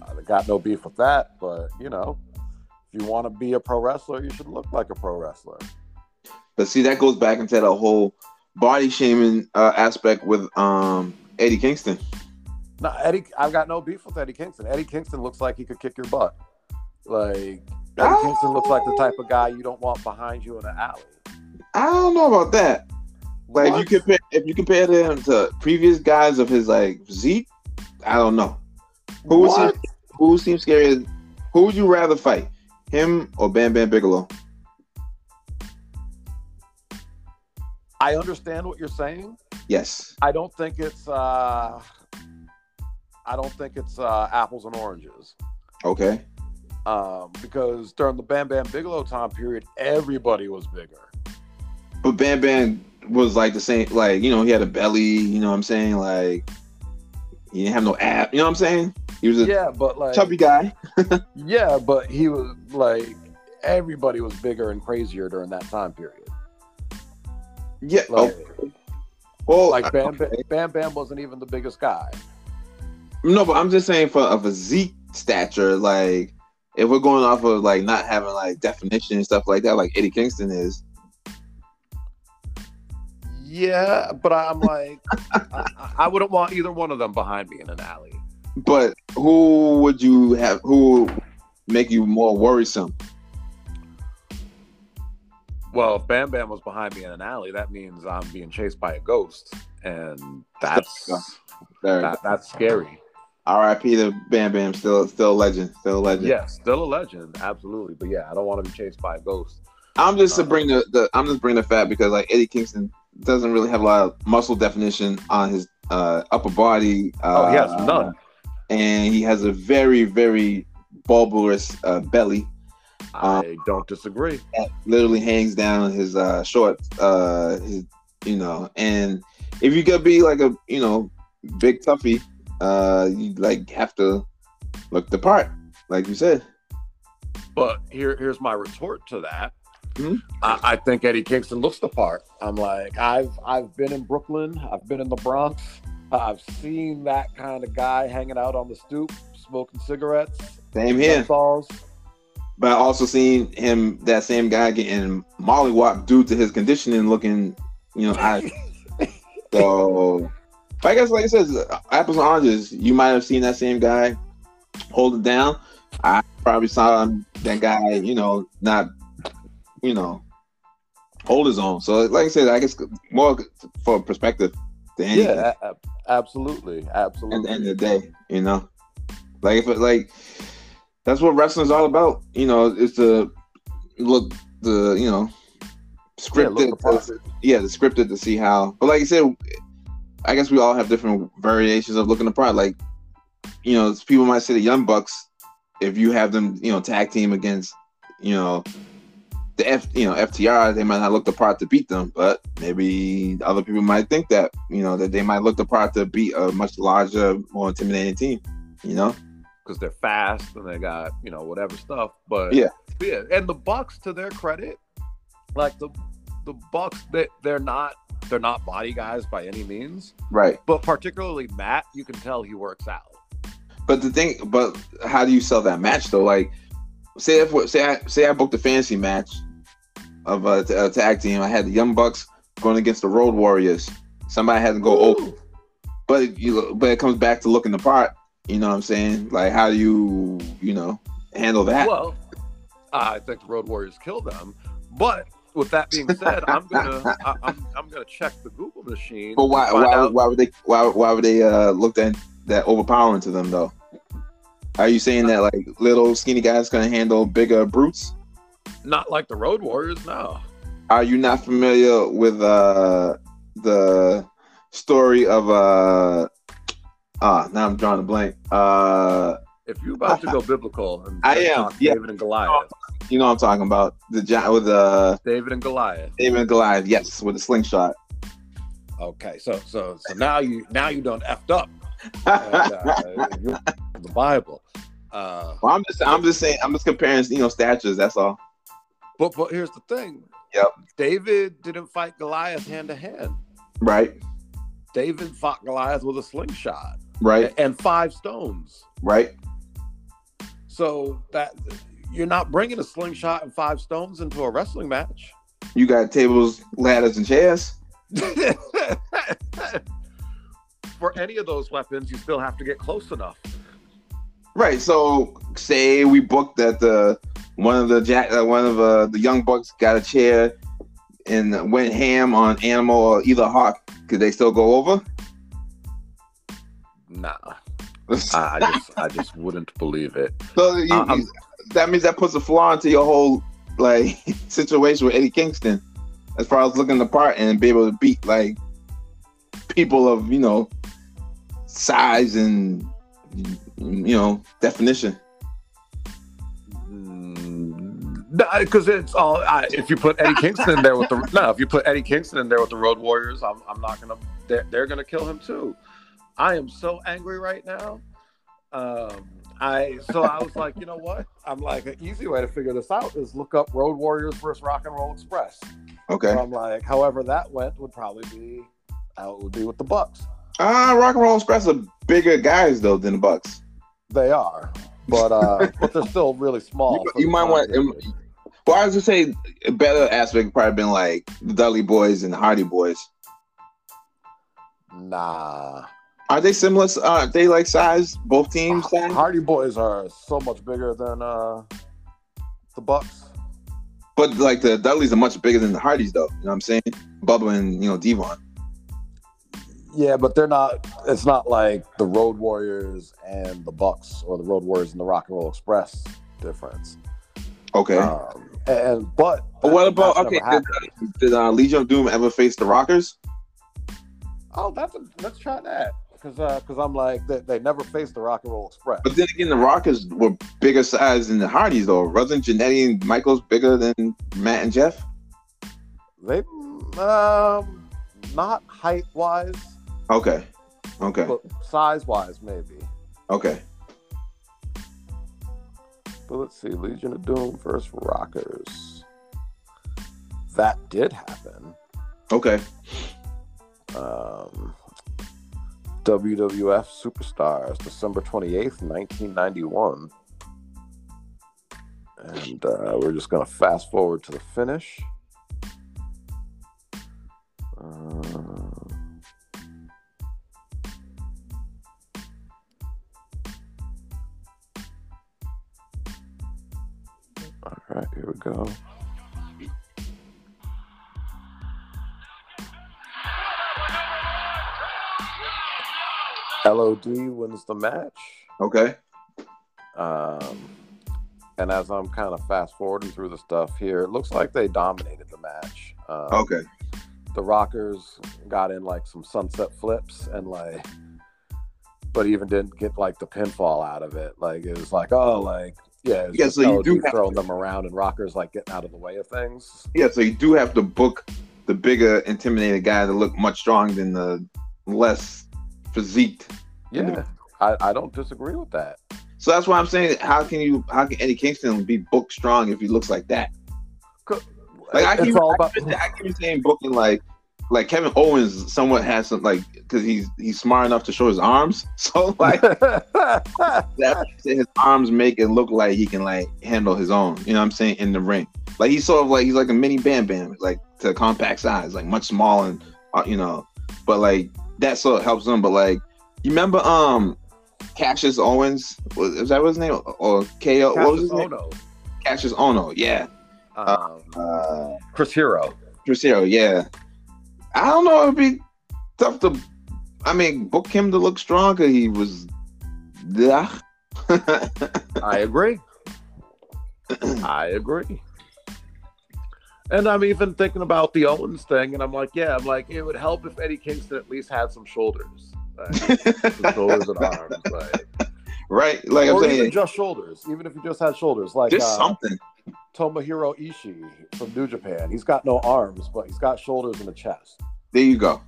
I got no beef with that, but you know, if you want to be a pro wrestler, you should look like a pro wrestler. But see, that goes back into the whole body shaming uh, aspect with um, Eddie Kingston. No, Eddie, I've got no beef with Eddie Kingston. Eddie Kingston looks like he could kick your butt. Like Eddie Ah. Kingston looks like the type of guy you don't want behind you in an alley. I don't know about that. Like What? if you compare if you compare him to previous guys of his like physique, I don't know. Who was What? who seems scarier? Who would you rather fight, him or Bam Bam Bigelow? I understand what you're saying. Yes. I don't think it's uh I don't think it's uh apples and oranges. Okay. Um, because during the Bam Bam Bigelow time period, everybody was bigger. But Bam Bam was like the same. Like you know, he had a belly. You know what I'm saying? Like he didn't have no ab. You know what I'm saying? He was a Yeah, but like chubby guy. Yeah, but he was like everybody was bigger and crazier during that time period. Yeah. Like, oh, like Bam, Bam Bam Bam wasn't even the biggest guy. No, but I'm just saying for a physique stature, like if we're going off of like not having like definition and stuff like that, like Eddie Kingston is. Yeah, but I'm like, I, I wouldn't want either one of them behind me in an alley. But who would you have? Who would make you more worrisome? Well, if Bam Bam was behind me in an alley, that means I'm being chased by a ghost, and that's Third. that, that's scary. R.I.P. to Bam Bam. Still, still a legend. Still a legend. Yeah, still a legend, absolutely. But yeah, I don't want to be chased by a ghost. I'm just to bring the, the I'm just bringing the fat because like Eddie Kingston doesn't really have a lot of muscle definition on his uh, upper body. Uh, Oh, he has none. And he has a very very bulbous uh, belly. I don't disagree. literally hangs down his uh shorts uh his, you know and if you could be like a you know big toughie uh you like have to look the part like you said But here, here's my retort to that. Hmm? I, I think Eddie Kingston looks the part. I'm like, I've I've been in Brooklyn, I've been in the Bronx, I've seen that kind of guy hanging out on the stoop, smoking cigarettes, same here balls. but I also seen him that same guy getting mollywopped due to his conditioning looking you know I so I guess like I said apples and oranges you might have seen that same guy hold it down I probably saw him, that guy you know not you know hold his own so like I said I guess more for perspective than anything Yeah, a- a- absolutely, at the absolutely. end of the day, you know. Like if it, like that's what wrestling's all about, you know, is to look the you know Yeah, look scripted the part. yeah, the scripted to see how but like I said, I guess we all have different variations of looking apart. Like, you know, people might say the Young Bucks, if you have them, you know, tag team against, you know, the F you know, FTR, they might not look the part to beat them, but maybe other people might think that, you know, that they might look the part to beat a much larger, more intimidating team, you know? because they're fast and they got you know whatever stuff. But Yeah. yeah, and the Bucks, to their credit, like the the Bucks, they they're not they're not body guys by any means. Right. But particularly Matt, you can tell he works out. But the thing but how do you sell that match though? Like say if say I say I booked a fantasy match of a, a tag team, I had the Young Bucks going against the Road Warriors. Somebody had to go over Ooh. but you but it comes back to looking the part. You know what I'm saying? Like how do you you know handle that? Well, I think the Road Warriors killed them. But with that being said, I'm gonna I, I'm, I'm gonna check the Google machine. but why to find why, out- why would they why why would they uh, look that that overpowering to them though? Are you Uh, saying that like little skinny guys gonna handle bigger brutes? Not like the Road Warriors, no. Are you not familiar with uh the story of uh ah now I'm drawing a blank uh If you're about to go biblical, and I am, talk yeah. David and Goliath. you know what I'm talking about the giant with uh David and Goliath. David and Goliath yes with a slingshot. Okay, so so so now you now you done effed up and, uh, you- the Bible. Uh, Well, I'm just, I'm just saying, I'm just comparing, you know, statures. That's all. but but here's the thing. Yep. David didn't fight Goliath hand to hand. Right, David fought Goliath with a slingshot right, and five stones. right. So that you're not bringing a slingshot and five stones into a wrestling match. You got tables, ladders, and chairs. For any of those weapons, you still have to get close enough. Right. So, say we booked that the one of the jack, uh, one of uh, the young bucks got a chair and went ham on animal or either hawk. Could they still go over? Nah, I, I just I just wouldn't believe it. so you, I- I'm- you- that means that puts a flaw into your whole like situation with Eddie Kingston, as far as looking the part and be able to beat like people of you know size and you know definition. because Mm, it's all. I, if you put Eddie Kingston in there with the no, if you put Eddie Kingston in there with the Road Warriors, I'm, I'm not gonna. They're, they're gonna kill him too. I am so angry right now. Um, I so I was like, you know what? I'm like, an easy way to figure this out is look up Road Warriors versus Rock and Roll Express. Okay. So I'm like, however that went would probably be how it would be with the Bucks. Ah, Rock and Roll Express are bigger guys though than the Bucks. They are, but uh, but they're still really small. You- for the you might time want- period. Well, I was gonna say a better aspect would probably been like the Dudley Boys and the Hardy Boys. Nah. Are they similar? Uh, are they like size? Both teams? Size? Hardy Boys are so much bigger than uh, the Bucks. But like the Dudleys are much bigger than the Hardys, though. You know what I'm saying? Bubba and you know Devon. Yeah, but they're not. It's not like the Road Warriors and the Bucks, or the Road Warriors and the Rock and Roll Express difference. Okay. Um, and but But what about that's never okay? Did, happened. did uh, Legion of Doom ever face the Rockers? Oh, that's a, let's try that because because I'm like they, they never faced the Rock and Roll Express. But then again, the Rockers were bigger size than the Hardys, though. Wasn't Janetti and Michaels bigger than Matt and Jeff? They um not height wise, Okay, okay, but size wise maybe. okay. But let's see, Legion of Doom versus Rockers. That did happen. Okay. Um, WWF Superstars, December 28th, 1991. And uh, we're just going to fast forward to the finish. Uh, All right, here we go. LOD wins the match. Okay. Um, and as I'm kind of fast forwarding through the stuff here, it looks like they dominated the match. Um, Okay. The Rockers got in like some sunset flips and like, but even didn't get like the pinfall out of it. Like it was like, oh, like yeah, it's Yeah, just so you LOD do have- throwing them around and Rockers like getting out of the way of things. Yeah, so you do have to book the bigger, intimidated guy that look much stronger than the less physiqued. Yeah, I, I don't disagree with that. So that's why I'm saying, how can you, how can Eddie Kingston be booked strong if he looks like that? Like I keep, it's all about. I keep, I keep saying booking like like Kevin Owens somewhat has some like because he's he's smart enough to show his arms. So like that his arms make it look like he can like handle his own. You know what I'm saying in the ring. Like he's sort of like he's like a mini Bam Bam, like to compact size, like much smaller and uh, you know. But like that sort of helps him. But like you remember um Cassius Owens was, is that what his name or, or KO? What was his name? Ono, Cassius Ono. Yeah. um, Uh, Chris Hero. Cruzeiro, yeah. I don't know. It'd be tough to, I mean, book him to look stronger. He was, yeah. I agree. I agree. And I'm even thinking about the Owens thing, and I'm like, yeah, I'm like, it would help if Eddie Kingston at least had some shoulders, like, some shoulders and arms, like, right? Like I'm or even saying, just shoulders. Even if you just had shoulders, like just uh, something. Tomohiro Ishii from New Japan, he's got no arms, but he's got shoulders and a chest. There you go.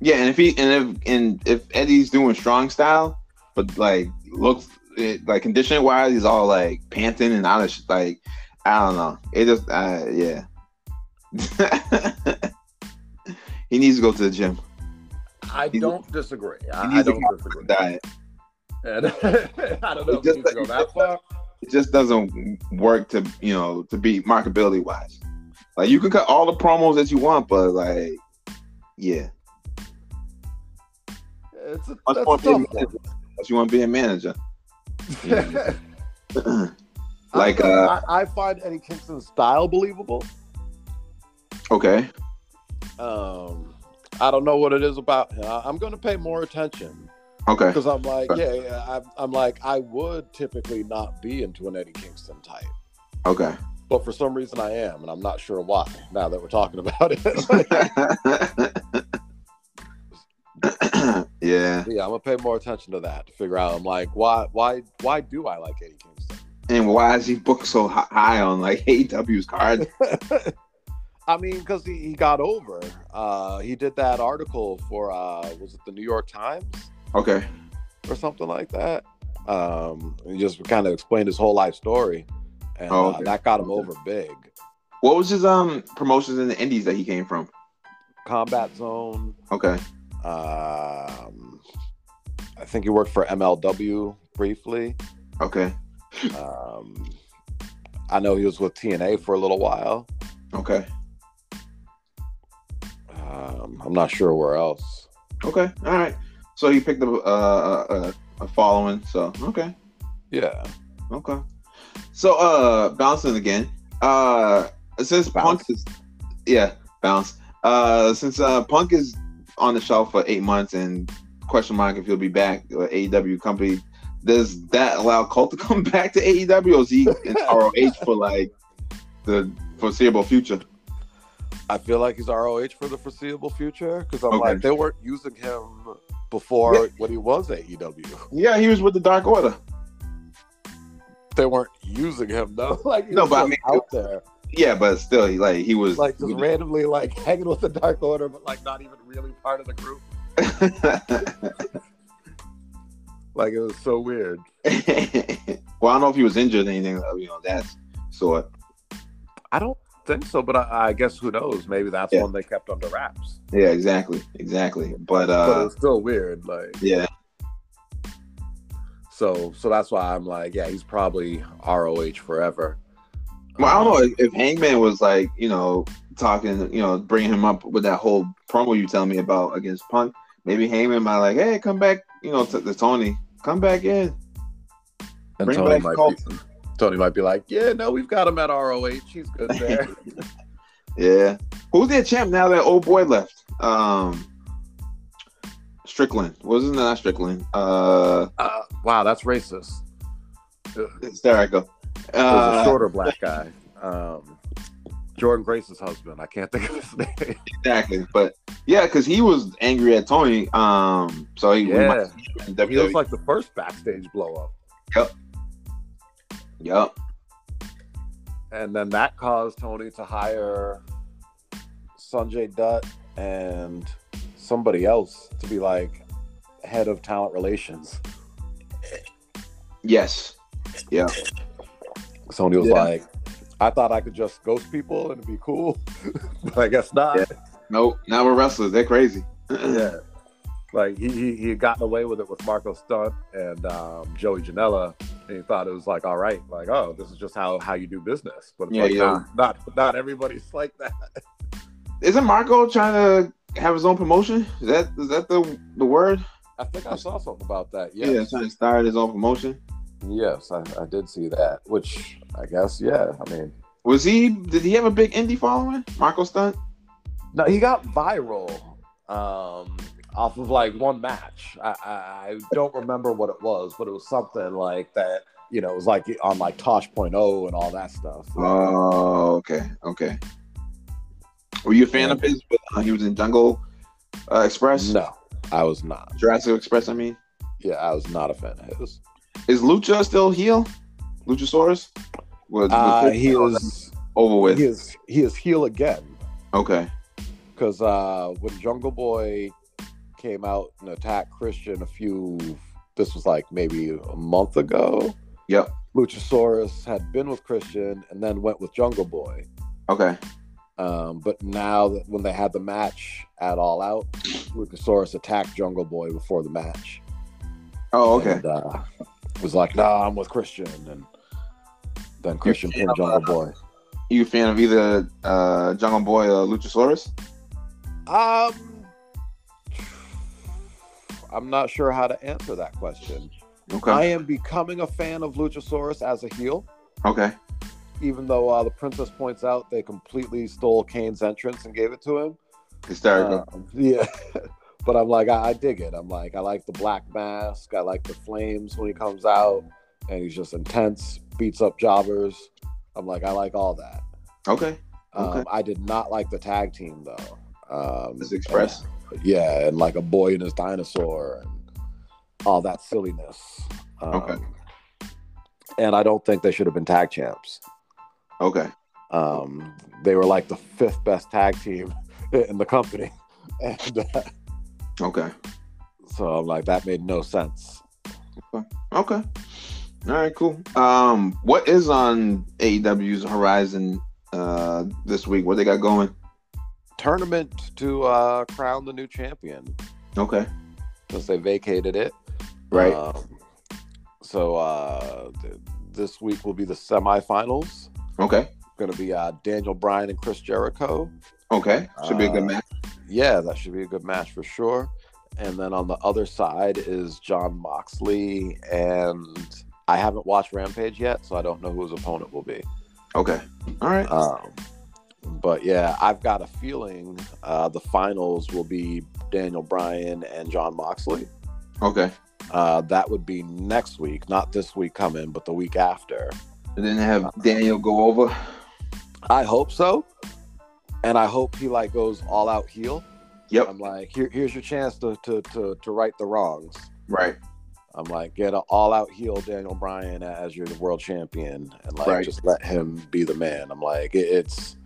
Yeah, and if he and if and if Eddie's doing strong style, but like looks it, like conditioning wise, he's all like panting and out of sh- like I don't know. It just uh, yeah. he needs to go to the gym. I He- don't disagree. I, I needs to don't disagree. Diet. And I don't know if Just- you need to go that far. it just doesn't work to you know to be marketability wise. Like you can cut all the promos that you want, but like, yeah, It's a, Unless that's a you want tough to be a one. manager. Unless you want to be a manager, Like, I, uh, I, I find Eddie Kingston's style believable. okay, Um, I don't know what it is about him. I, I'm going to pay more attention okay, because I'm like, yeah, yeah I'm, I'm like, I would typically not be into an Eddie Kingston type, okay. but for some reason I am, and I'm not sure why. Now that we're talking about it, yeah, yeah, I'm gonna pay more attention to that to figure out. I'm like, why, why, why do I like Eddie Kingston? and why is he booked so hi- high on like E AEW's card? I mean, because he, he got over. Uh, he did that article for uh, was it the New York Times? Okay, or something like that. Um, and just kind of explained his whole life story, and Oh, uh, okay. that got him over big. what was his um promotions in the Indies that he came from? Combat Zone. Okay, Um, I think he worked for MLW briefly. okay, Um, I know he was with TNA for a little while. okay, Um, I'm not sure where else. okay. All right. So he picked up uh, a, a, a following. So okay. Yeah. Okay. So uh bouncing again. Uh, since Punk is, yeah, bounce. Uh, since uh, Punk is on the shelf for eight months and question mark if he'll be back or AEW company, does that allow Colt to come back to AEW or is he in ROH for like the foreseeable future? I feel like he's ROH for the foreseeable future because I'm Okay. like they weren't using him before when he was at E EW. Yeah, he was with the Dark Order. They weren't using him though. Like he No, was but I just mean- out there, Yeah, but still, he, like he was like just randomly like hanging with the Dark Order, but like not even really part of the group. Like it was so weird. well, I don't know if he was injured or anything, of, you know, that's sort. I don't think so, but I, I guess who knows? Maybe that's Yeah. one they kept under wraps. Yeah, exactly, exactly. but But it uh, was still weird. Like yeah, so, so that's why I'm like, yeah, he's probably ROH forever. well, I don't know if, if Hangman was like, you know, talking, you know, bringing him up with that whole promo you tell me about against Punk. Maybe Hangman might like, hey, come back, you know, to, to Tony, come back in. And Bring Tony back might be, Colton. Tony might be like, yeah, no, we've got him at ROH. He's good there. Yeah, who's their champ now that old boy left? Um, Strickland wasn't that Strickland? Uh, uh, wow, that's racist. hysterical. There's a Uh, shorter black guy. Um, Jordan Grace's husband. I can't think of his name. Exactly, but yeah, because he was angry at Tony. Um, so he, we Yeah. might see him in E. he was WWE. like the first backstage blow up. Yup. and then that caused Tony to hire Sanjay Dutt and somebody else to be like head of talent relations. yes, Tony was Yeah. like, "I thought I could just ghost people and it'd be cool, but I guess not." Yeah. no, now we're wrestlers. They're crazy. Yeah. Like he, he he had gotten away with it with Marco Stunt and um, Joey Janela, and he thought it was like all right, like oh, this is just how how you do business. But it's Yeah, like yeah. no, not not everybody's like that. Isn't Marco trying to have his own promotion? Is that is that the the word? I think I saw something about that. Yeah, trying to start his own promotion. Yes, I, I did see that, which I guess, yeah. I mean, Was he? Did he have a big indie following? Marco Stunt? no, he got viral um, off of like one match. I, I, I don't remember what it was, but it was something like that. You know, it was like on like Tosh.0 and all that stuff. Oh, okay, okay. Were you a fan of his? Uh, he was in Jungle uh, Express, no, I was not. Jurassic Express. I mean, Yeah, I was not a fan of his. Is Lucha still heel? Luchasaurus? Was, was Uh, his he heel is over with. he is he is heel again Okay. because uh, when Jungle Boy came out and attacked Christian a few, this was like maybe a month ago. Yep. Luchasaurus had been with Christian and then went with Jungle Boy. Okay. Um, but now that when they had the match at All Out, Luchasaurus attacked Jungle Boy before the match. Oh, okay. And, uh, was like, nah, I'm with Christian. And then Christian pinned Jungle uh, Boy. You a fan of either uh, Jungle Boy or Luchasaurus? Um, I'm not sure how to answer that question. I Okay. am becoming a fan of Luchasaurus as a heel. Okay. even though uh, the princess points out they completely stole Kane's entrance and gave it to him. Hysterical. Um, yeah. but I'm like, I, I dig it. I'm like, I like the black mask. I like the flames when he comes out and he's just intense, beats up jobbers. I'm like, I like all that. okay. Um, Okay. I did not like the tag team though. Um, This Express. and- yeah, and like a boy and his dinosaur and all that silliness. Um, Okay. And I don't think they should have been tag champs. Okay. Um, they were like the fifth best tag team in the company, and uh, Okay. so I'm like, that made no sense. Okay. All right, cool. Um, what is on AEW's horizon uh this week? What they got going? Tournament to uh, crown the new champion Okay. since they vacated it, Right. Um, so uh, th- this week will be the semifinals. okay. Going to be uh, Daniel Bryan and Chris Jericho. Okay. Should be a good Uh, match. Yeah, that should be a good match for sure. And then on the other side is John Moxley and. I haven't watched Rampage yet, so I don't know who his opponent will be. Okay. All right. Um, but yeah, I've got a feeling uh, the finals will be Daniel Bryan and John Moxley. Okay. Uh, that would be next week, not this week coming, but the week after. And then have Daniel go over. I hope so, and I hope he like goes all out heel. Yep. I'm like, here, here's your chance to to to to right the wrongs. Right. I'm like, get an all out heel Daniel Bryan as your world champion, and like Right. just let him be the man. I'm like, it, it's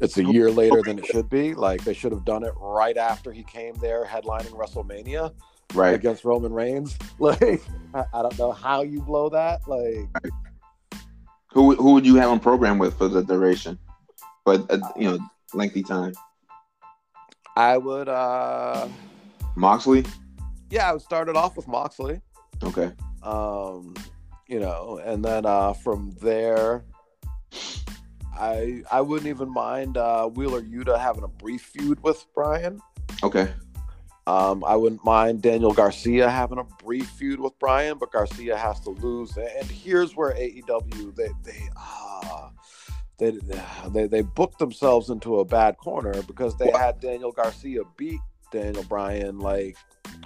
it's a year later than it should be. Like they should have done it right after he came there, headlining WrestleMania Right. against Roman Reigns. Like I, I don't know how you blow that. Like Who who would you have him program with for the duration? But uh, you know, lengthy time. I would, uh Moxley. yeah, I would start it off with Moxley. Okay. um, you know, and then uh, from there, I I wouldn't even mind uh, Wheeler Yuta having a brief feud with Brian. Okay. Um, I wouldn't mind Daniel Garcia having a brief feud with Brian, but Garcia has to lose. And here's where AEW they they ah. They, they, they booked themselves into a bad corner because they What? had Daniel Garcia beat Daniel Bryan like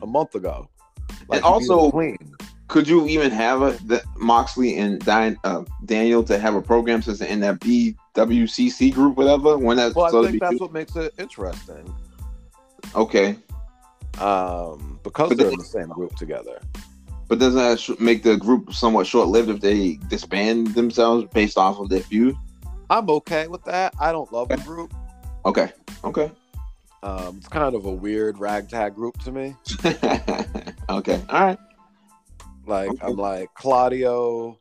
a month ago. Like, he beat also- him clean. Could you even have a the, Moxley and Dine, uh, Daniel to have a program since they're in that BWCC group, whatever? When that Well, so I it'd think be that's what makes it interesting okay, um, because But they're they- in the same group together. but doesn't that sh- make the group somewhat short lived if they disband themselves based off of their feud? I'm okay with that. I don't love the group. Okay, okay, Um, it's kind of a weird ragtag group to me. okay, all right, Like Okay. I'm like Claudio,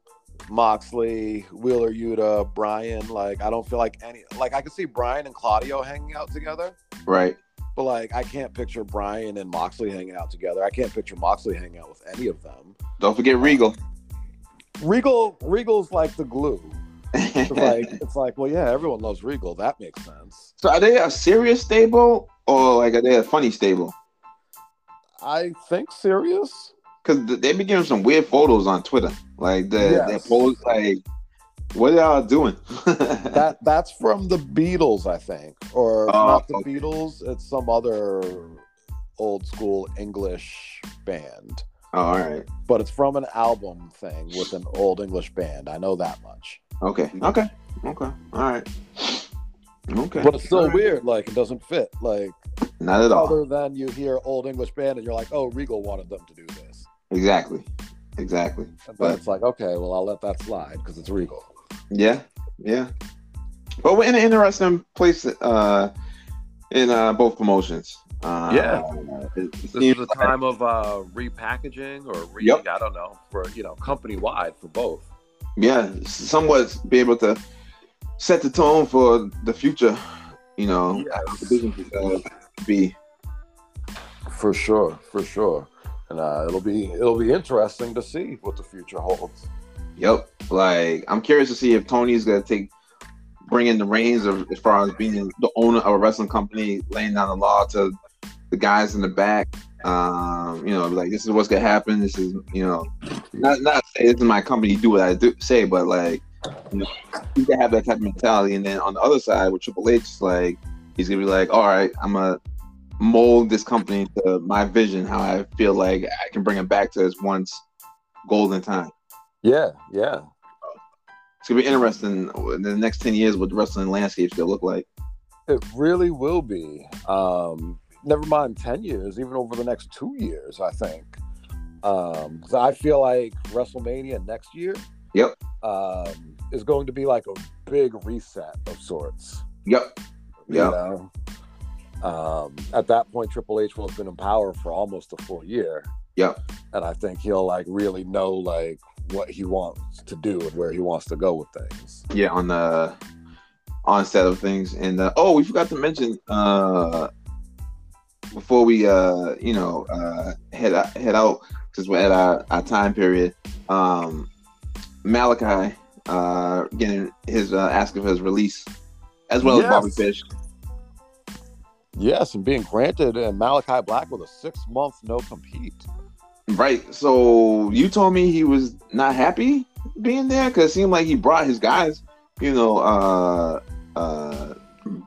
Moxley, Wheeler Yuta, Brian. Like I don't feel like any. Like I could see Brian and Claudio hanging out together, right, but like I can't picture Brian and Moxley hanging out together. I can't picture Moxley hanging out with any of them. don't forget Regal, Regal, Regal's like the glue. It's like it's like well yeah everyone loves Regal that makes sense. So are they a serious stable or like are they a funny stable? I think serious. Because they be giving some weird photos on Twitter. Like the Yes. they pose like, what y'all doing? That that's from the Beatles, I think, or if Oh, not the okay. Beatles. It's some other old school English band, Oh, all right. but it's from an album thing with an old English band. I know that much, Okay. Okay. Okay. All right. Okay. but it's All still right. weird. Like it doesn't fit. Like Not at all. other than you hear old English band and you're like, oh, Regal wanted them to do this, Exactly. Exactly. and then But- it's like, okay, well, I'll let that slide because it's Regal. Yeah. Yeah. But we're in an interesting place uh, in uh, both promotions. Uh, Yeah. it- it This is seems a like- time of uh, repackaging or re Yep. I don't know for you know company wide for both. yeah, somewhat be able to set the tone for the future. You know, Yes. the business, uh, be For sure, for sure, and uh, it'll be it'll be interesting to see what the future holds. yep. Like I'm curious to see if Tony's gonna take bring in the reins of as far as being the owner of a wrestling company, laying down the law to the guys in the back. Um, you know, like this is what's gonna happen. This is you know, not not say this is my company. Do what I do say, but like you know, you can have that type of mentality. And then on the other side with Triple H, it's like he's gonna be like, all right, I'm gonna mold this company to my vision, how I feel like I can bring it back to its once golden time. Yeah, yeah. It's gonna be interesting in the next ten years what the wrestling landscape's gonna look like. It really will be. Um, never mind 10 years, even over the next two years, I think. Um, 'cause I feel like WrestleMania next year Yep. um, is going to be like a big reset of sorts. Yep. you Yep. know? Um, at that point, Triple H will have been in power for almost a full year. Yep. And I think he'll like really know like what he wants to do and where he wants to go with things. yeah on the onset of things and uh, oh we forgot to mention uh before we uh you know uh head out head out because we're at our, our time period um malachi uh getting his uh asking for his release as well as Yes. bobby fish Yes, and being granted and Malachi Black with a six month no compete. right so you told me he was not happy being there because it seemed like he brought his guys you know, uh, uh,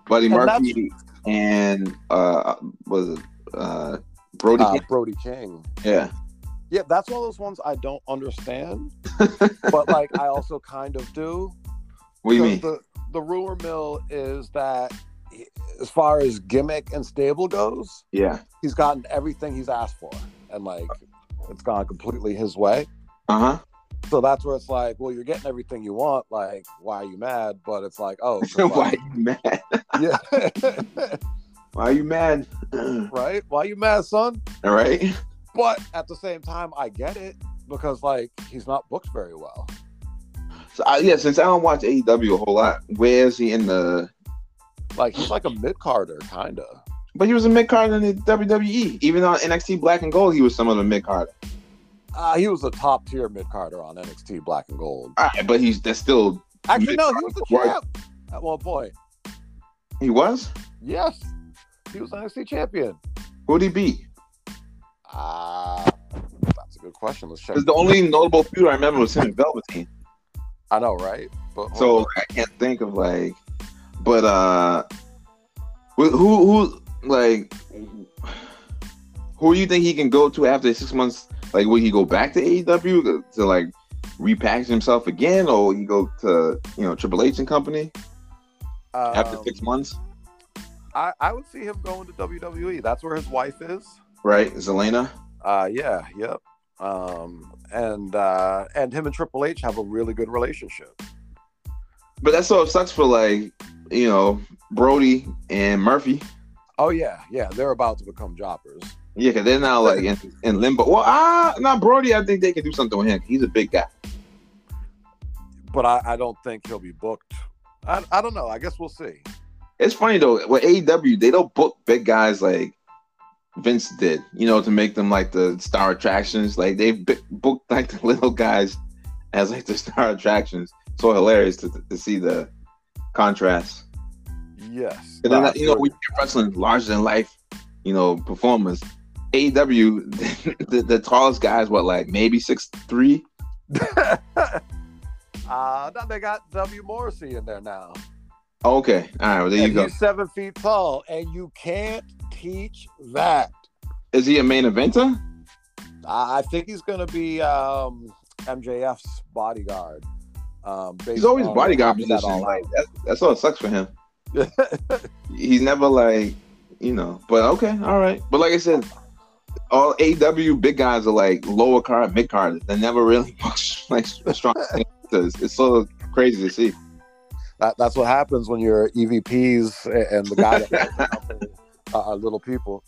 Buddy And that's- Murphy and uh, was it uh, Brody? Uh, Brody King. yeah, Yeah, that's one of those ones I don't understand, but like I also kind of do. what do you Because mean? The, the rumor mill is that he- as far as gimmick and stable goes, Yeah. he's gotten everything he's asked for, and like it's gone completely his way. Uh huh. So that's where it's like, well, you're getting everything you want. Like, why are you mad? But it's like, oh, 'cause, Why are like, you mad? yeah, Why are you mad? All right. Why you mad, son? right. But at the same time, I get it because like he's not booked very well. So I, yeah, since I don't watch AEW a whole lot, where is he in the? Like he's like a mid carder kind of. But he was a mid card in the WWE. Even on NXT Black and Gold, he was some of the mid card. Uh, he was a top tier mid carder on NXT Black and Gold. All right, but he's that's still Actually, no, he was the Right. champ at one point. he was. Yes, he was NXT champion. Who'd he beat? Ah, that's a good question. Let's check. Because the only notable feud I remember was him and Velveteen. I know, right? But So I can't think of like, but uh, wh- who who like who do you think he can go to after six months? Like, will he go back to AEW to like repackage himself again, or will he go to you know Triple H and company um, after six months? I, I would see him going to WWE. That's where his wife is. Right, Zelena. Uh, yeah, yep. Um, and uh, and him and Triple H have a really good relationship. But that sort of sucks for like you know Brody and Murphy. Oh yeah, yeah. They're about to become jobbers. Yeah, because they're now like in, in limbo. Well, ah, not Brody. I think they can do something with him. He's a big guy. But I, I don't think he'll be booked. I, I don't know. I guess we'll see. It's funny though with AEW, they don't book big guys like Vince did, you know, to make them like the star attractions. Like they've bi- booked like the little guys as like the star attractions. So hilarious to, to see the contrast. Yes. And then, Nah, you know, sure. we get wrestling larger than life, you know, performers. AEW, the, the tallest guy is what, like maybe six three. uh, now they got W Morrissey in there now. Okay, all right, well, there you and go. He's seven feet tall, and you can't teach that. Is he a main eventer? I I think he's going to be um, MJF's bodyguard. Um, based He's always on bodyguard how that position. all Like that's that's all it sucks for him. he's never like you know but okay all right but like i said all aw big guys are like lower card mid card they never really like strong it's, it's so crazy to see That, that's what happens when you're EVPs a- and the guy that are, are little people.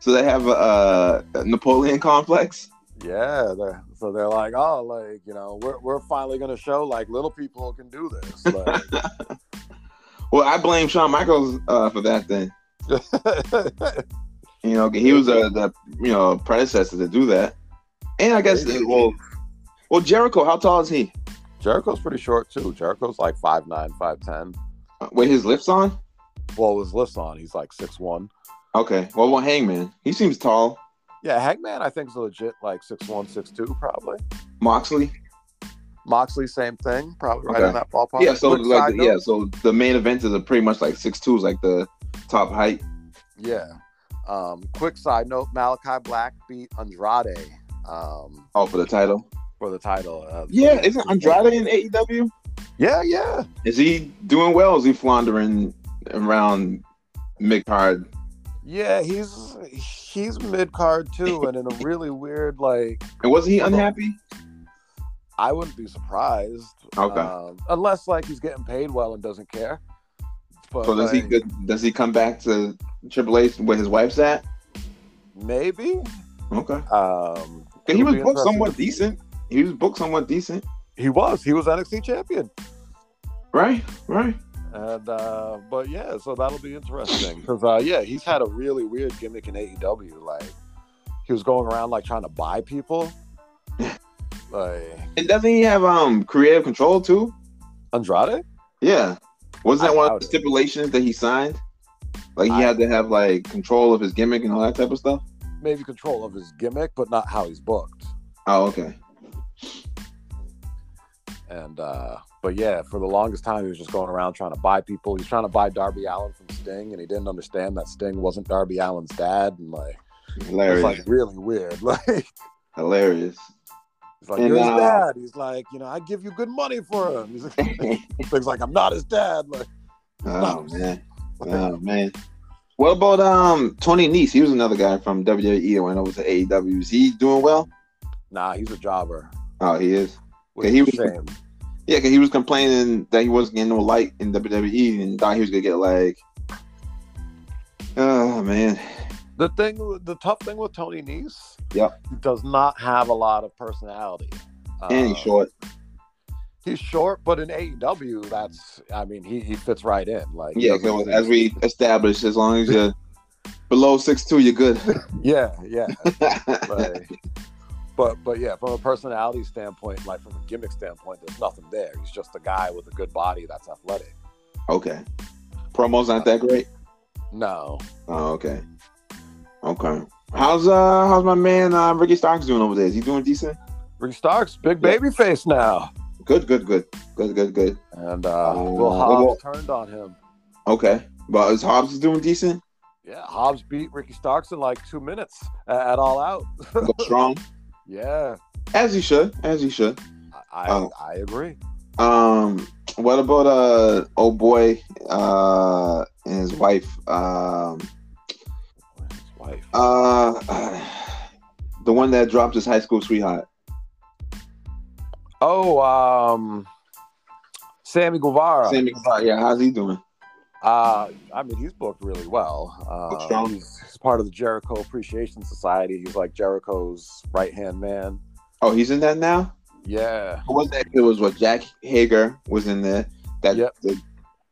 so they have a, uh, a napoleon complex Yeah, they're, so they're like, oh, like you know, we're we're finally gonna show like little people can do this. Like, well i blame Shawn michaels uh, for that then you know he was uh, the you know predecessor to do that and i guess well well jericho how tall is he Jericho's pretty short too. Jericho's like five nine, five ten. with his lips on Well, his lifts on, he's like six one. okay well, well hangman he seems tall Yeah, Hangman I think is legit like six one, six two probably. moxley Moxley, same thing, probably right Okay. in that ballpark. Yeah, so Quick like side yeah, note, so the main eventers are pretty much like six two is like the top height. yeah. Um, quick side note: Malachi Black beat Andrade. Um, Oh, for the title. for the title. Uh, Yeah, isn't Andrade in AEW? Yeah, yeah. Is he doing well? Or is he floundering around mid card? Yeah, he's he's mid card too, and in a really weird like And wasn't he unhappy? I wouldn't be surprised. Okay. Um, unless like he's getting paid well and doesn't care. But so does he like, does he come back to Triple H where his wife's at? maybe. Okay, Um 'Cause he it'll was be booked interesting. somewhat decent. He was booked somewhat decent, He was. He was NXT champion. right? Right. And uh but yeah, so that'll be interesting. Because uh yeah, he's had a really weird gimmick in AEW. Like he was going around like trying to buy people. like And doesn't he have um creative control too? Andrade? Yeah. Wasn't that I one of doubt the it. stipulations that he signed? Like he I- had to have like control of his gimmick and all that type of stuff? Maybe control of his gimmick, but not how he's booked. Oh, okay. And uh, but yeah, for the longest time, he was just going around trying to buy people. He was trying to buy Darby Allen from Sting, and he didn't understand that Sting wasn't Darby Allen's dad, and like it was Hilarious. like really weird. Like he's Hilarious. like And, you're his uh, dad. He's like you know I give you good money for him. He's like, Sting's like I'm not his dad. Like Oh man. Oh man. What about um Tony Nese? He was another guy from WWE that went over to AEW. Is he doing well? nah, he's a jobber. Oh, he is. Which Yeah, he is a was- shame. Yeah, 'cause he was complaining that he wasn't getting no light in WWE and thought he was gonna get like. Oh man, The thing, the tough thing with Tony Nese, Yep. he does not have a lot of personality. and he's Uh, short. He's short, but in AEW, that's I mean, he, he fits right in. Like he Yeah, doesn't 'cause really- as we established, as long as you're below six two, you're good. yeah, yeah. like, but but yeah, from a personality standpoint, like from a gimmick standpoint, there's nothing there. He's just a guy with a good body that's athletic. okay, promos not that great. No, Oh, okay, okay. How's uh how's my man uh, Ricky Starks doing over there? Is he doing decent? Ricky Starks, big baby face now, Good, good, good, good, good, good. and uh, Oh, Will well- Hobbs turned on him. Okay, but is Hobbs doing decent? Yeah, Hobbs beat Ricky Starks in like two minutes at, at all out. Go strong, Yeah, as he should, as he should. I Oh. I, I agree. Um, what about uh old boy uh and his wife? Um, His wife. uh, the one that dropped his high school sweetheart. Oh, um, Sammy Guevara. Sammy Guevara, Uh, yeah, how's he doing? Uh, I mean, he's booked really well. Looks Uh, strong. he's, he's part of the Jericho Appreciation Society. He's like Jericho's right hand man. Oh, he's in that now. Yeah, What was that? It was what Jack Hager was in there. That Yep. the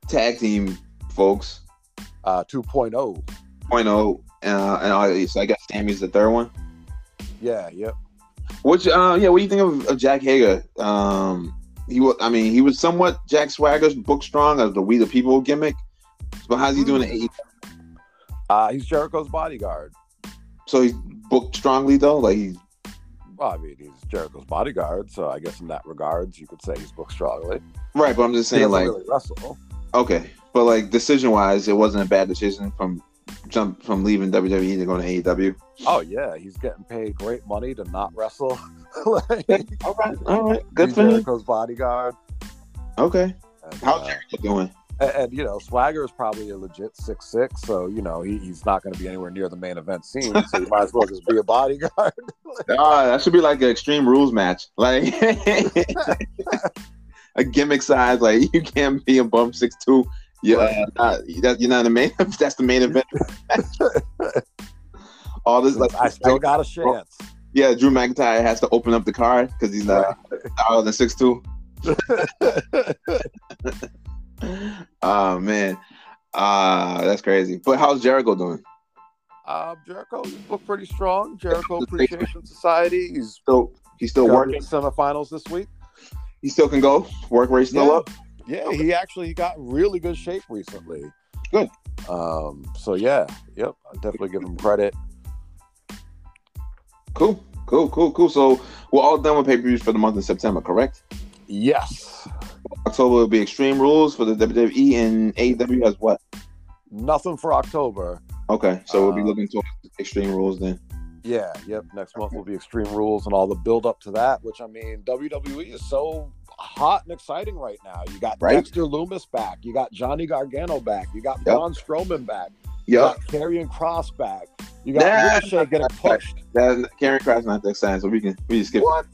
tag team folks. uh, 2.0. Point oh, uh, and all these. So I guess Sammy's the third one. Yeah, yep. Which, uh, yeah, what do you think of, of Jack Hager? Um, he was, I mean, he was somewhat Jack Swagger's book strong as the We the People gimmick, but how's he doing? E At AEW? Uh, he's Jericho's bodyguard. So he's booked strongly though. Like he's Well, I mean, he's Jericho's bodyguard, so I guess in that regards, you could say he's booked strongly. right, but I'm just He saying doesn't like really wrestle. okay, but like decision wise, it wasn't a bad decision from jump from leaving WWE to E going to AEW. Oh yeah, he's getting paid great money to not wrestle. like, All right, all right, be Jericho's bodyguard. Okay, And, how's uh, Jericho doing? And, and you know, Swagger is probably a legit six six, so you know he, he's not going to be anywhere near the main event scene. So you might as well just be a bodyguard. Ah, that should be like an Extreme Rules match, like a gimmick size. Like you can't be above six two. Yeah, uh, not, that, you're not the main. That's the main event. All this, like, I still got a chance. yeah, Drew McIntyre has to open up the card because he's not taller than six two. oh man, uh, that's crazy. But how's Jericho doing? Um, Jericho looked pretty strong. Jericho Appreciation Society. He's Still, he's still got working. the semifinals this week. He still can go. Work rate still Yeah. up. Yeah, he actually got in really good shape recently. Good. Um, so yeah, yep, I definitely give him credit. Cool, cool, cool, cool. So we're all done with pay per views for the month of September, correct? Yes. October will be Extreme Rules for the WWE and E AEW has what? Nothing for October. Okay, so we'll be Uh, looking towards Extreme Rules then. Yeah, yep. Next month will be Extreme Rules and all the build up to that, which I mean, WWE is so hot and exciting right now. You got Right. Dexter Loomis back, you got Johnny Gargano back, you got Yep. Braun Strowman back, you Yeah, got Karrion Cross back, you got Nah. Ricochet getting pushed. that Karen Cross not that sign, so we can we can skip. What?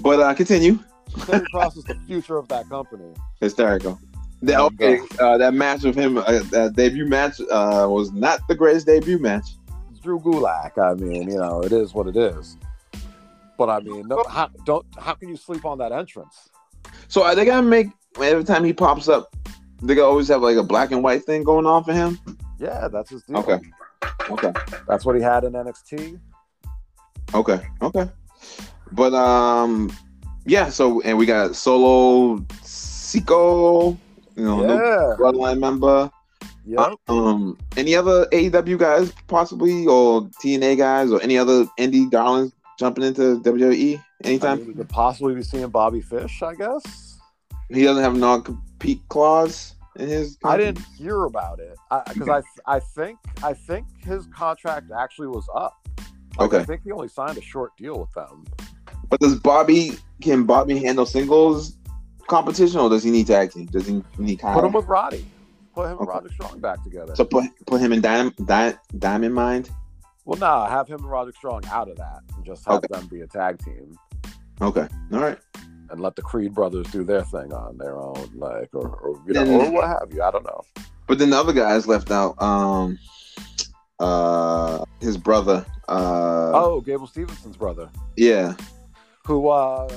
But uh, continue. Karrion Cross is the future of that company. Hysterical. That, Oh, okay, uh, that match with him, uh, that debut match uh, was not the greatest debut match. Drew Gulak. I mean, you know, it is what it is. But I mean, no, how, don't how can you sleep on that entrance? So are they gotta make every time he pops up, they gotta always have like a black and white thing going on for him. Yeah, that's his deal. Okay, okay. That's what he had in NXT. Okay. Okay. But um, yeah. So and we got Solo Seiko, you know, new yeah. Bloodline member. Yep. Um, any other AEW guys possibly, or TNA guys, or any other indie darlings jumping into WWE I anytime? mean, we could possibly be seeing Bobby Fish, I guess. he doesn't have a non-compete clause in his. I contract? didn't hear about it because I, I think I think his contract actually was up. Like, I Okay, think he only signed a short deal with them. but does Bobby can Bobby handle singles competition, or does he need tag team? Does he need Kyle? Put him with Roddy. Put him and Okay. Roderick Strong back together. so put put him in Dynam- Di- Diamond Mind. well, nah, have him and Roderick Strong out of that and just have Okay. them be a tag team Okay, all right. and let the Creed brothers do their thing on their own, like or, or you know Then- or what have you. I don't know. But then the other guy is left out. Um, uh, his brother. Uh, Oh, Gable Stevenson's brother. yeah. who uh,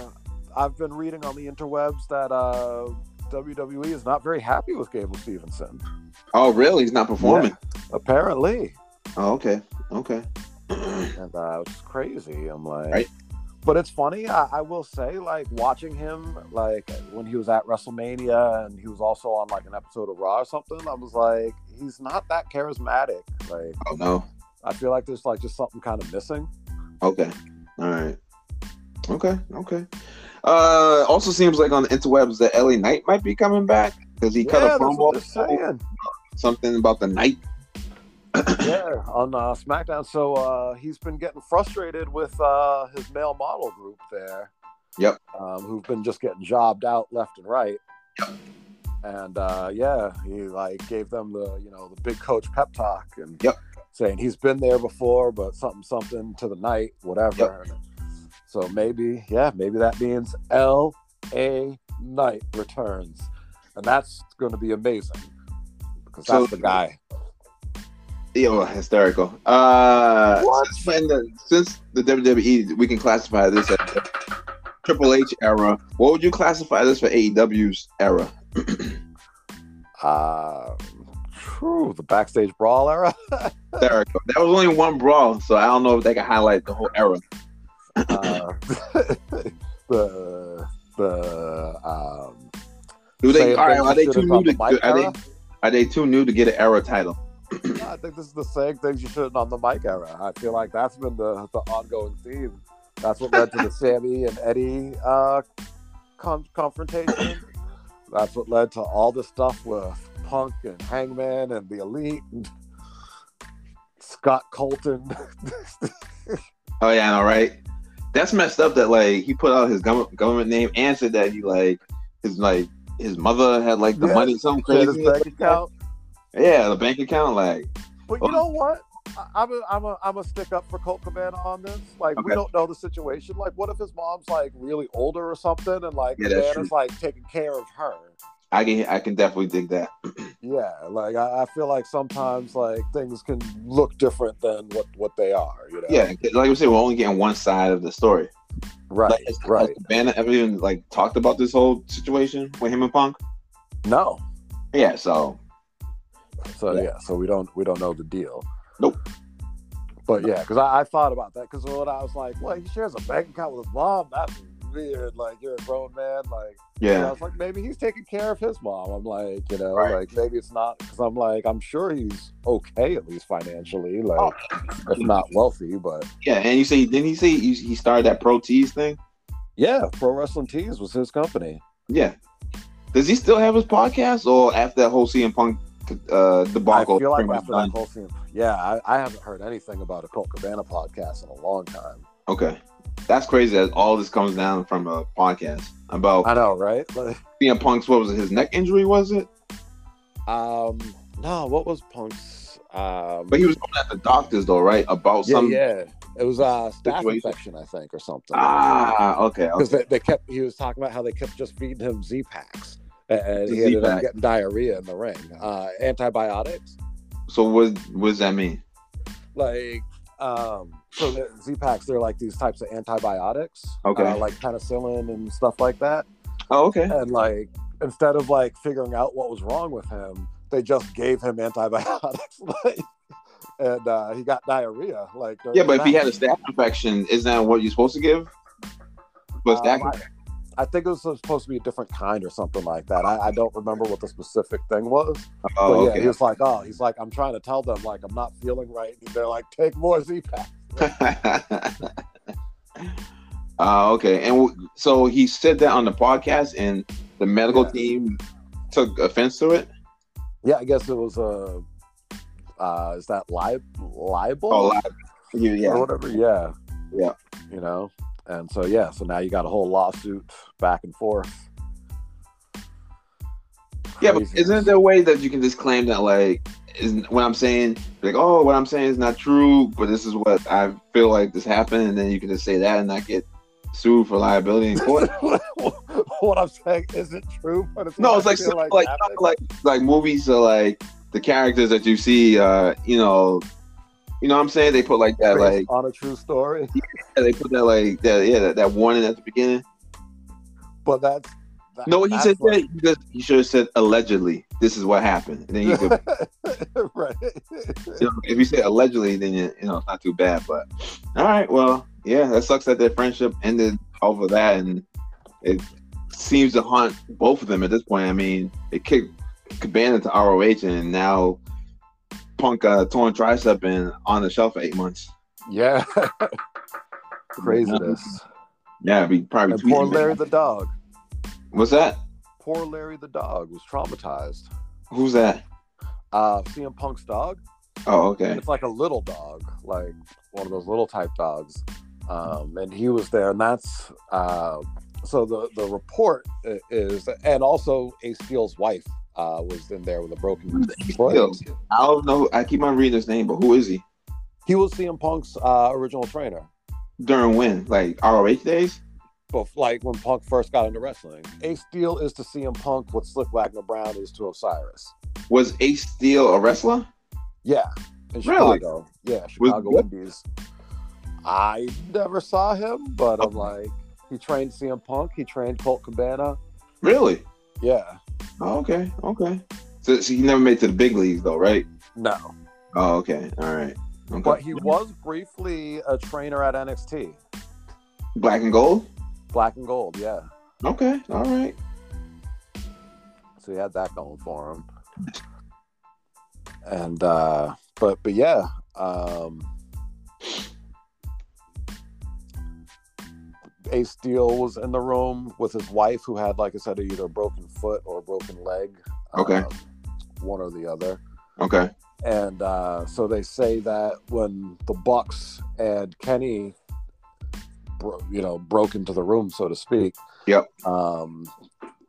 I've been reading on the interwebs that uh, WWE is not very happy with Gable Stevenson. Oh, really? He's not performing. Apparently, Oh, okay. Okay. Oh, and uh, it's crazy. I'm like, Right. but it's funny. I, I will say, like watching him, like when he was at WrestleMania, and he was also on like an episode of Raw or something. I was like, he's not that charismatic. Like oh no. I feel like there's like just something kind of missing. Okay. All right. Okay. Okay. Uh, also seems like on the interwebs that LA Knight might be coming back because he cut yeah, a that's what they're promo saying. something about the night. yeah, on uh, SmackDown. So uh, he's been getting frustrated with uh, his male model group there. Yep. Um, who've been just getting jobbed out left and right. And uh, yeah, he like gave them the you know the big coach pep talk and Yep. saying he's been there before, but something something to the night, whatever. So maybe yeah, maybe that means L A Knight returns, and that's going to be amazing because So- that's the guy. Yo, hysterical. Uh, What? Since, when the, since the WWE, we can classify this as the Triple H era. What would you classify this for AEW's era? Uh, true. The backstage brawl era. Hysterical. That was only one brawl, so I don't know if they can highlight the whole era. Uh, the the um. Do they? say All right, are they should've too done new to? the mic Are era? they? Are they too new to get an era title? I think this is the same things you should have done the mic era. I feel like that's been the, the ongoing theme. That's what led to the Sammy and Eddie uh, con- confrontation. That's what led to all this stuff with Punk and Hangman and the Elite and Scott Colton. Oh yeah, I know, right? That's messed up. That like he put out his government government name and said that he like his like his mother had like the Yeah. money, something His crazy. bank account. Yeah, the bank account. Like, But Oh. you know what? I, I'm a, I'm a, I'm a stick up for Colt Cabana on this. Like we Okay. don't know the situation. Like what if his mom's like really older or something, and like Yeah, that's Cabana's like taking care of her. I can I can definitely dig that. Yeah, like I, I feel like sometimes like things can look different than what what they are. You know? Yeah, 'cause like we said, we're only getting one side of the story. Right. Like, has, right. has Cabana ever even like talked about this whole situation with him and Punk? No. Yeah, so So Yeah. yeah, so we don't we don't know the deal. Nope. But yeah, because I, I thought about that because when I was like, well, he shares a bank account with his mom. That's weird. Like you're a grown man. Like. And I yeah, was like, maybe he's taking care of his mom. I'm like, you know, Right. like maybe it's not because I'm like, I'm sure he's okay at least financially, like Oh. if not wealthy, but yeah. And you say didn't he say he, he started that pro tease thing? yeah, Pro Wrestling Tees was his company. Yeah. Does he still have his podcast, or after that whole CM Punk uh, debacle? I feel like pretty much after that done? whole scene, yeah, I, I haven't heard anything about a Colt Cabana podcast in a long time. Okay. That's crazy that all this comes down from a podcast about I know, right? Like, CM Punk's what was it, his neck injury, was it? um, no, what was Punk's? Um, But he was going at the doctors though, right? About yeah, some yeah, it was uh, staff Situation. infection, I think, or something. Ah, okay. because okay. they, they kept he was talking about how they kept just feeding him Z packs and he ended Z-Pack. up getting diarrhea in the ring. Uh, antibiotics, So what what does that mean? like um, so Z packs, they're like these types of antibiotics, Okay. uh, like penicillin and stuff like that. Oh, okay. And like instead of like figuring out what was wrong with him, they just gave him antibiotics, like, and uh, he got diarrhea. Like during Yeah, the but if he had a match. staph infection, isn't that what you're supposed to give? But Um, staph I- I think it was supposed to be a different kind or something like that. I, I don't remember what the specific thing was. oh, but yeah, okay. he was like, oh, he's like, I'm trying to tell them, like, I'm not feeling right. And they're like, take more Z Pack. Uh, okay, and w- so he said that on the podcast, and the medical team took offense to it. Yeah, I guess it was a. Uh, is that li- libel? Oh, li- you- or yeah, whatever. Yeah. Yeah. You know, and so yeah, so now you got a whole lawsuit back and forth. yeah. But Craziness. isn't there a way that you can just claim that, like, isn't what I'm saying, like, oh, what I'm saying is not true, but this is what I feel like this happened, and then you can just say that and not get sued for liability in court? what I'm saying isn't true, but it's No, what it's I like feel some- like happened. like like movies are like the characters that you see. Uh, you know, you know what I'm saying. They put like that, Based like on a true story. they put that, like that, yeah, that, that warning at the beginning. But that's that, No, what he that's said what- that he, just, he should have said allegedly. This is what happened. And then you could, right. you know, if you say allegedly, then you, you know it's not too bad. But all right, well, yeah, that sucks that their friendship ended over that, and it seems to haunt both of them at this point. I mean, it kicked Cabana to ROH, and now Punk got a torn tricep and on the shelf for eight months. Yeah. Craziness. Yeah, it'd be probably And poor tweeting, Larry the dog. What's that? Poor Larry the dog was traumatized. Who's that? Uh, CM Punk's dog. Oh, okay. it's like a little dog, like one of those little type dogs. Um, and he was there, and that's uh, so the the report i- is, and also Ace Steele's wife uh, was in there with a broken foot. Steele? I don't know. I keep on reading his name, but who is he? He was CM Punk's uh, original trainer, During when? Like ROH days? but like when Punk first got into wrestling, Ace Steele is to CM Punk what Slick Wagner Brown is to Osiris. Was Ace Steel a wrestler? Yeah, in Really? Chicago. Yeah, Chicago Indies. I never saw him, but I'm like, he trained CM Punk. He trained Colt Cabana. Really? Yeah, Oh, okay, okay. So, so he never made it to the big leagues though, right? no, Oh, okay, all right. Okay. but he was briefly a trainer at NXT, Black and gold. Black and Gold. Yeah, Okay, all right. so he had that going for him. And uh, but but yeah, um, Ace Steel was in the room with his wife, who had, like I said, either a broken foot or a broken leg. Okay. um, one or the other. Okay. And uh, so they say that when the Bucks and Kenny, bro- you know, broke into the room, so to speak. Yep. Um,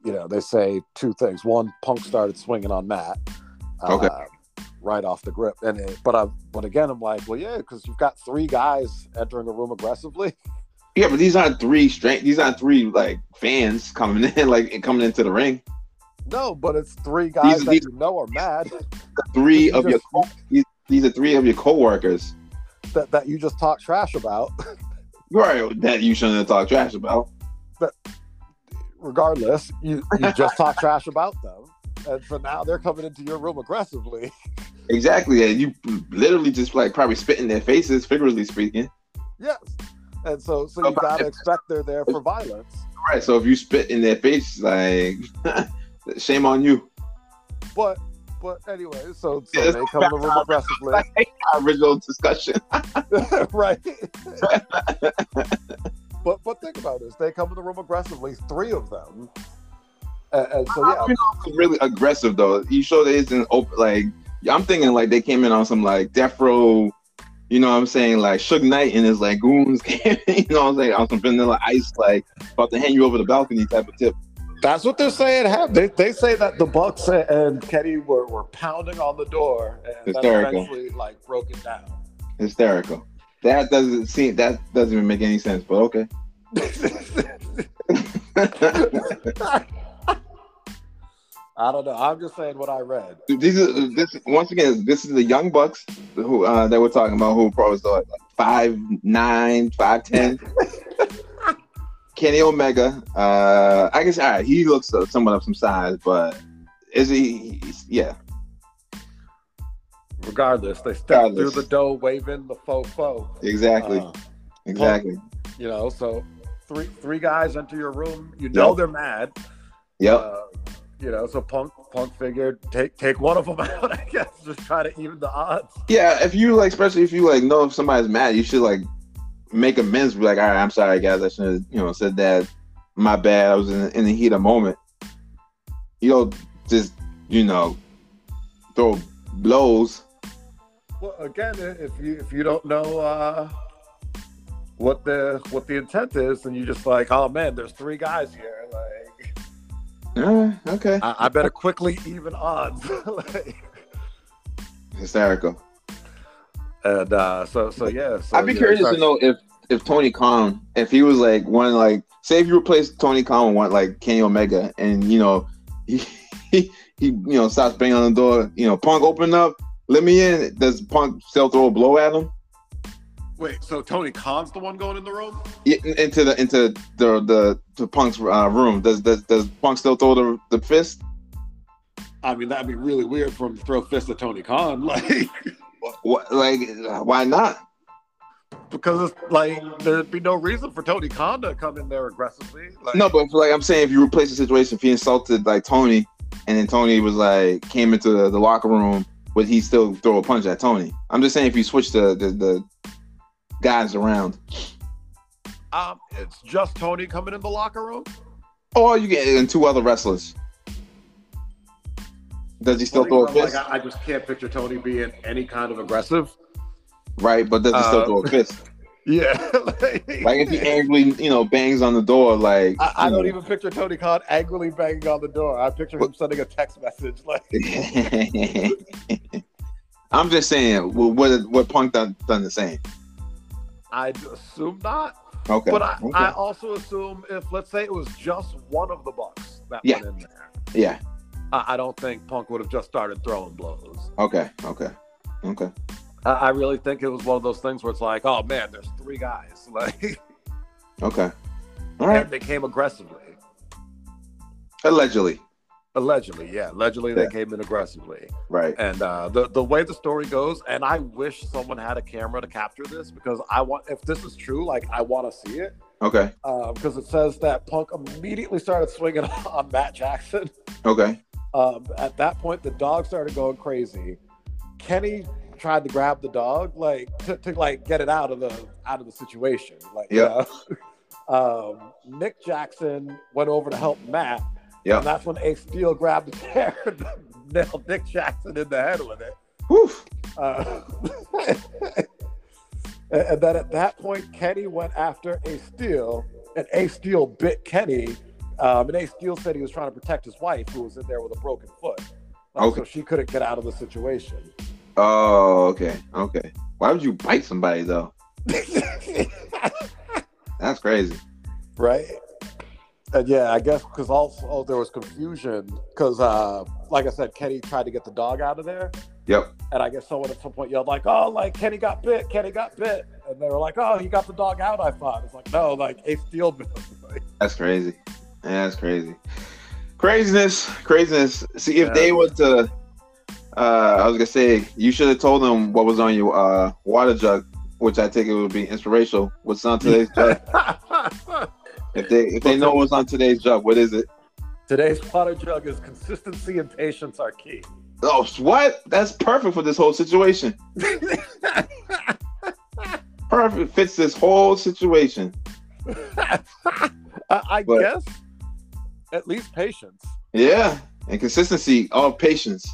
you know, they say two things. One, Punk started swinging on Matt. uh, Okay. Right off the grip, and it, but I, but again, I'm like, well, yeah, because you've got three guys entering the room aggressively. Yeah, but these aren't three straight. These aren't three like fans coming in, like and coming into the ring. No, but it's three guys These- that these- you know are mad Three You of your just- co- these, these are three of your coworkers, that, that you just talk trash about. right? That you shouldn't have talked trash about. regardless, you, you just talk trash about them. And so now they're coming into your room aggressively. Exactly. And you literally just like probably spit in their faces, figuratively speaking. Yes. And so so you gotta expect they're there for violence. Right. So if you spit in their face, like shame on you. But but anyway, so, so Yes. they come in the room aggressively. Our original discussion. right. but but think about this. They come in the room aggressively, three of them. And, and so yeah, really aggressive though. You sure they isn't open? Like I'm thinking, like they came in on some like death row. You know what I'm saying? Like Suge Knight and his like goons came. in, You know what I'm saying? On some vanilla ice, like about to hang you over the balcony type of tip. That's what they're saying happened. They, they say that the Bucks and, and Kenny were, were pounding on the door and then Hysterical. eventually like broke it down. Hysterical. That doesn't seem. That doesn't even make any sense. But okay. I don't know. I'm just saying what I read. These are this once again. This is the young bucks who uh, that we're talking about. Who probably saw like five nine, five ten. Kenny Omega. Uh, I guess all right. He looks uh, somewhat of some size, but is he? he's- yeah. Regardless, they stepped Regardless. through the door waving the faux faux. Exactly. Uh, exactly. you know, so three three guys enter your room. You know Yep. they're mad. Yep. Uh, you know, so Punk Punk figured take take one of them out. I guess just try to even the odds. yeah. If you like, especially if you like know if somebody's mad, you should like make amends, be like, all right, I'm sorry, guys, I should have, you know, said that. My bad. I was in, in the heat of moment. You don't just, you know, throw blows. Well, again, if you if you don't know uh, what the what the intent is, then you just like, oh man, there's three guys here. Like, All right, okay. I, I better quickly even odds. like, Hysterical. and uh, so so yeah. So, I'd be yeah, curious so- to know if if Tony Khan, if he was like one like, say if you replace Tony Khan with one like Kenny Omega, and you know, he he, he you know stops banging on the door, you know, Punk open up, let me in. Does Punk still throw a blow at him Wait, so Tony Khan's the one going in the room? Yeah, in- into the into the the to Punk's uh, room? Does does does Punk still throw the the fist? I mean, that'd be really weird for him to throw fists at Tony Khan. Like, What, like why not? Because it's like there'd be no reason for Tony Khan to come in there aggressively. Like, No, but like I'm saying, if you replace the situation, if he insulted like Tony, and then Tony was like came into the, the locker room, would he still throw a punch at Tony? I'm just saying, if you switch the the, the guys around, um, it's just Tony coming in the locker room. or you get and two other wrestlers, does he still throw a Like, fist? I, I just can't picture Tony being any kind of aggressive. Right, but does he still Uh, throw a fist? Yeah, Like if he angrily, you know, bangs on the door, like I, I you don't know. even picture Tony Khan angrily banging on the door. I picture him sending a text message like, I'm just saying, what what, what Punk done, done the same? "I'd assume not," Okay, but I, okay. I also assume if let's say it was just one of the Bucks that Yeah. went in there, yeah, I, I don't think Punk would have just started throwing blows. okay, okay, okay. I, I really think it was one of those things where it's like, "Oh man, there's three guys," like, Okay. All right. and they came aggressively. Allegedly. Allegedly, yeah, allegedly Yeah. they came in aggressively. Right. and uh, the the way the story goes, and I wish someone had a camera to capture this because I want if this is true, like I want to see it Okay. because it says that Punk immediately started swinging on Matt Jackson. Okay. Um, at that point, the dog started going crazy. Kenny tried to grab the dog, like to, to like get it out of the out of the situation. Like, Yeah. you know? um, Nick Jackson went over to help Matt. Yeah. and that's when Ace Steel grabbed the chair and nailed Nick Jackson in the head with it. Whew. Uh, and and then at that point, Kenny went after Ace Steel, and Ace Steel bit Kenny. Um, and Ace Steel said he was trying to protect his wife, who was in there with a broken foot. Uh, Okay. So she couldn't get out of the situation. Oh, okay. Okay. Why would you bite somebody though? That's crazy. right? And yeah, I guess because also oh, there was confusion because, uh, like I said, Kenny tried to get the dog out of there. Yep. And I guess someone at some point yelled like, "Oh, like Kenny got bit, Kenny got bit," and they were like, "Oh, he got the dog out." I thought it's like, no, like Ace Steel bit. him." Like, That's crazy. That's crazy. Craziness. Craziness. See if Yeah. they were to uh I was gonna say you should have told them what was on your uh water jug, which I think it would be inspirational. What's on today's jug? If they if they know what's on today's jug, what is it? Today's water jug is consistency and patience are key. Oh what? That's perfect for this whole situation. Perfect. Fits this whole situation. I, I But- guess at least patience. Yeah, and consistency of patience.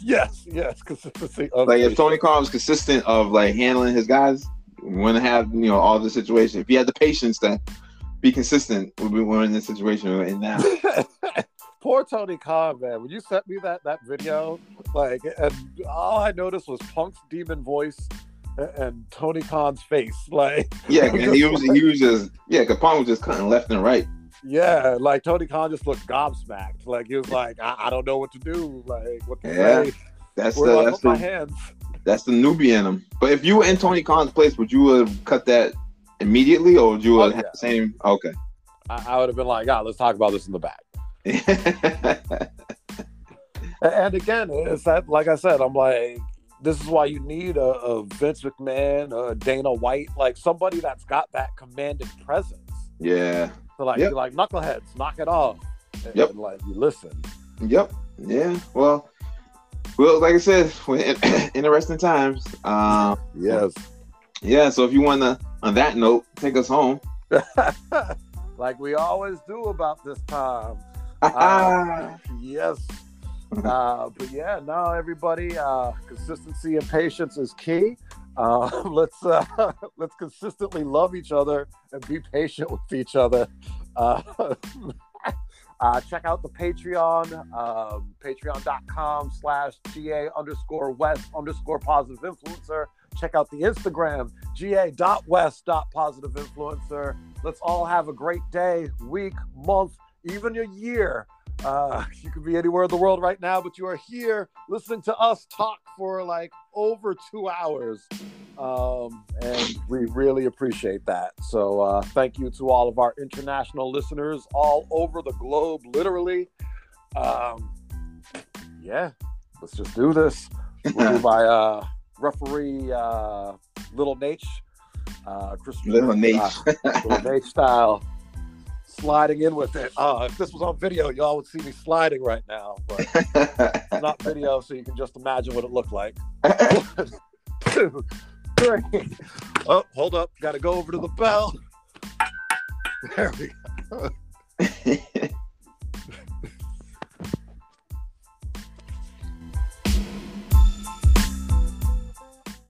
yes, yes, consistency. Of Like if patience. Tony Khan was consistent of like handling his guys, wouldn't have you know all the situation. If he had the patience to be consistent, would be we're in this situation we're in now. Poor Tony Khan, man. When you sent me that that video, like, and all I noticed was Punk's demon voice a- and Tony Khan's face. Like, Yeah, and he was he was just yeah, Capone was just cutting left and right. yeah, like Tony Khan just looked gobsmacked. Like he was like, I, I don't know what to do. Like, what to Yeah, say? That's Where do the I that's put my the, hands? that's the newbie in him. But if you were in Tony Khan's place, would you have cut that immediately, or would you Oh, have yeah. the same? Okay. I, I would have been like, ah, let's talk about this in the back. A- And again, it's that like I said, I'm like, this is why you need a, a Vince McMahon, a Dana White, like somebody that's got that commanding presence. yeah. So like, Yep. you're like knuckleheads, knock it off. And, Yep. and, like you listen. Yep. Yeah. Well, well, like I said, we're in- interesting times. Um, Yes. yeah. So if you want to On that note, take us home. like we always do about this time. Ah, Yes. Uh, but yeah, no, everybody, uh, consistency and patience is key. Uh, let's uh, let's consistently love each other and be patient with each other. Uh, uh, check out the Patreon, um, patreon.com slash GA underscore West underscore positive influencer. Check out the Instagram, GA.West.positive influencer. Let's all have a great day, week, month, even a year. Uh, you could be anywhere in the world right now, but you are here listening to us talk for like over two hours. Um, and we really appreciate that. So, uh, thank you to all of our international listeners all over the globe, literally. Um, yeah, let's just do this. We'll do my uh, referee, uh, Little Nate, uh, Christopher little Nate. uh, little Nate style, sliding in with it. Uh, if this was on video, y'all would see me sliding right now, but it's not video, so you can just imagine what it looked like. One, two, three. Oh, hold up. Got to go over to the bell. There we go.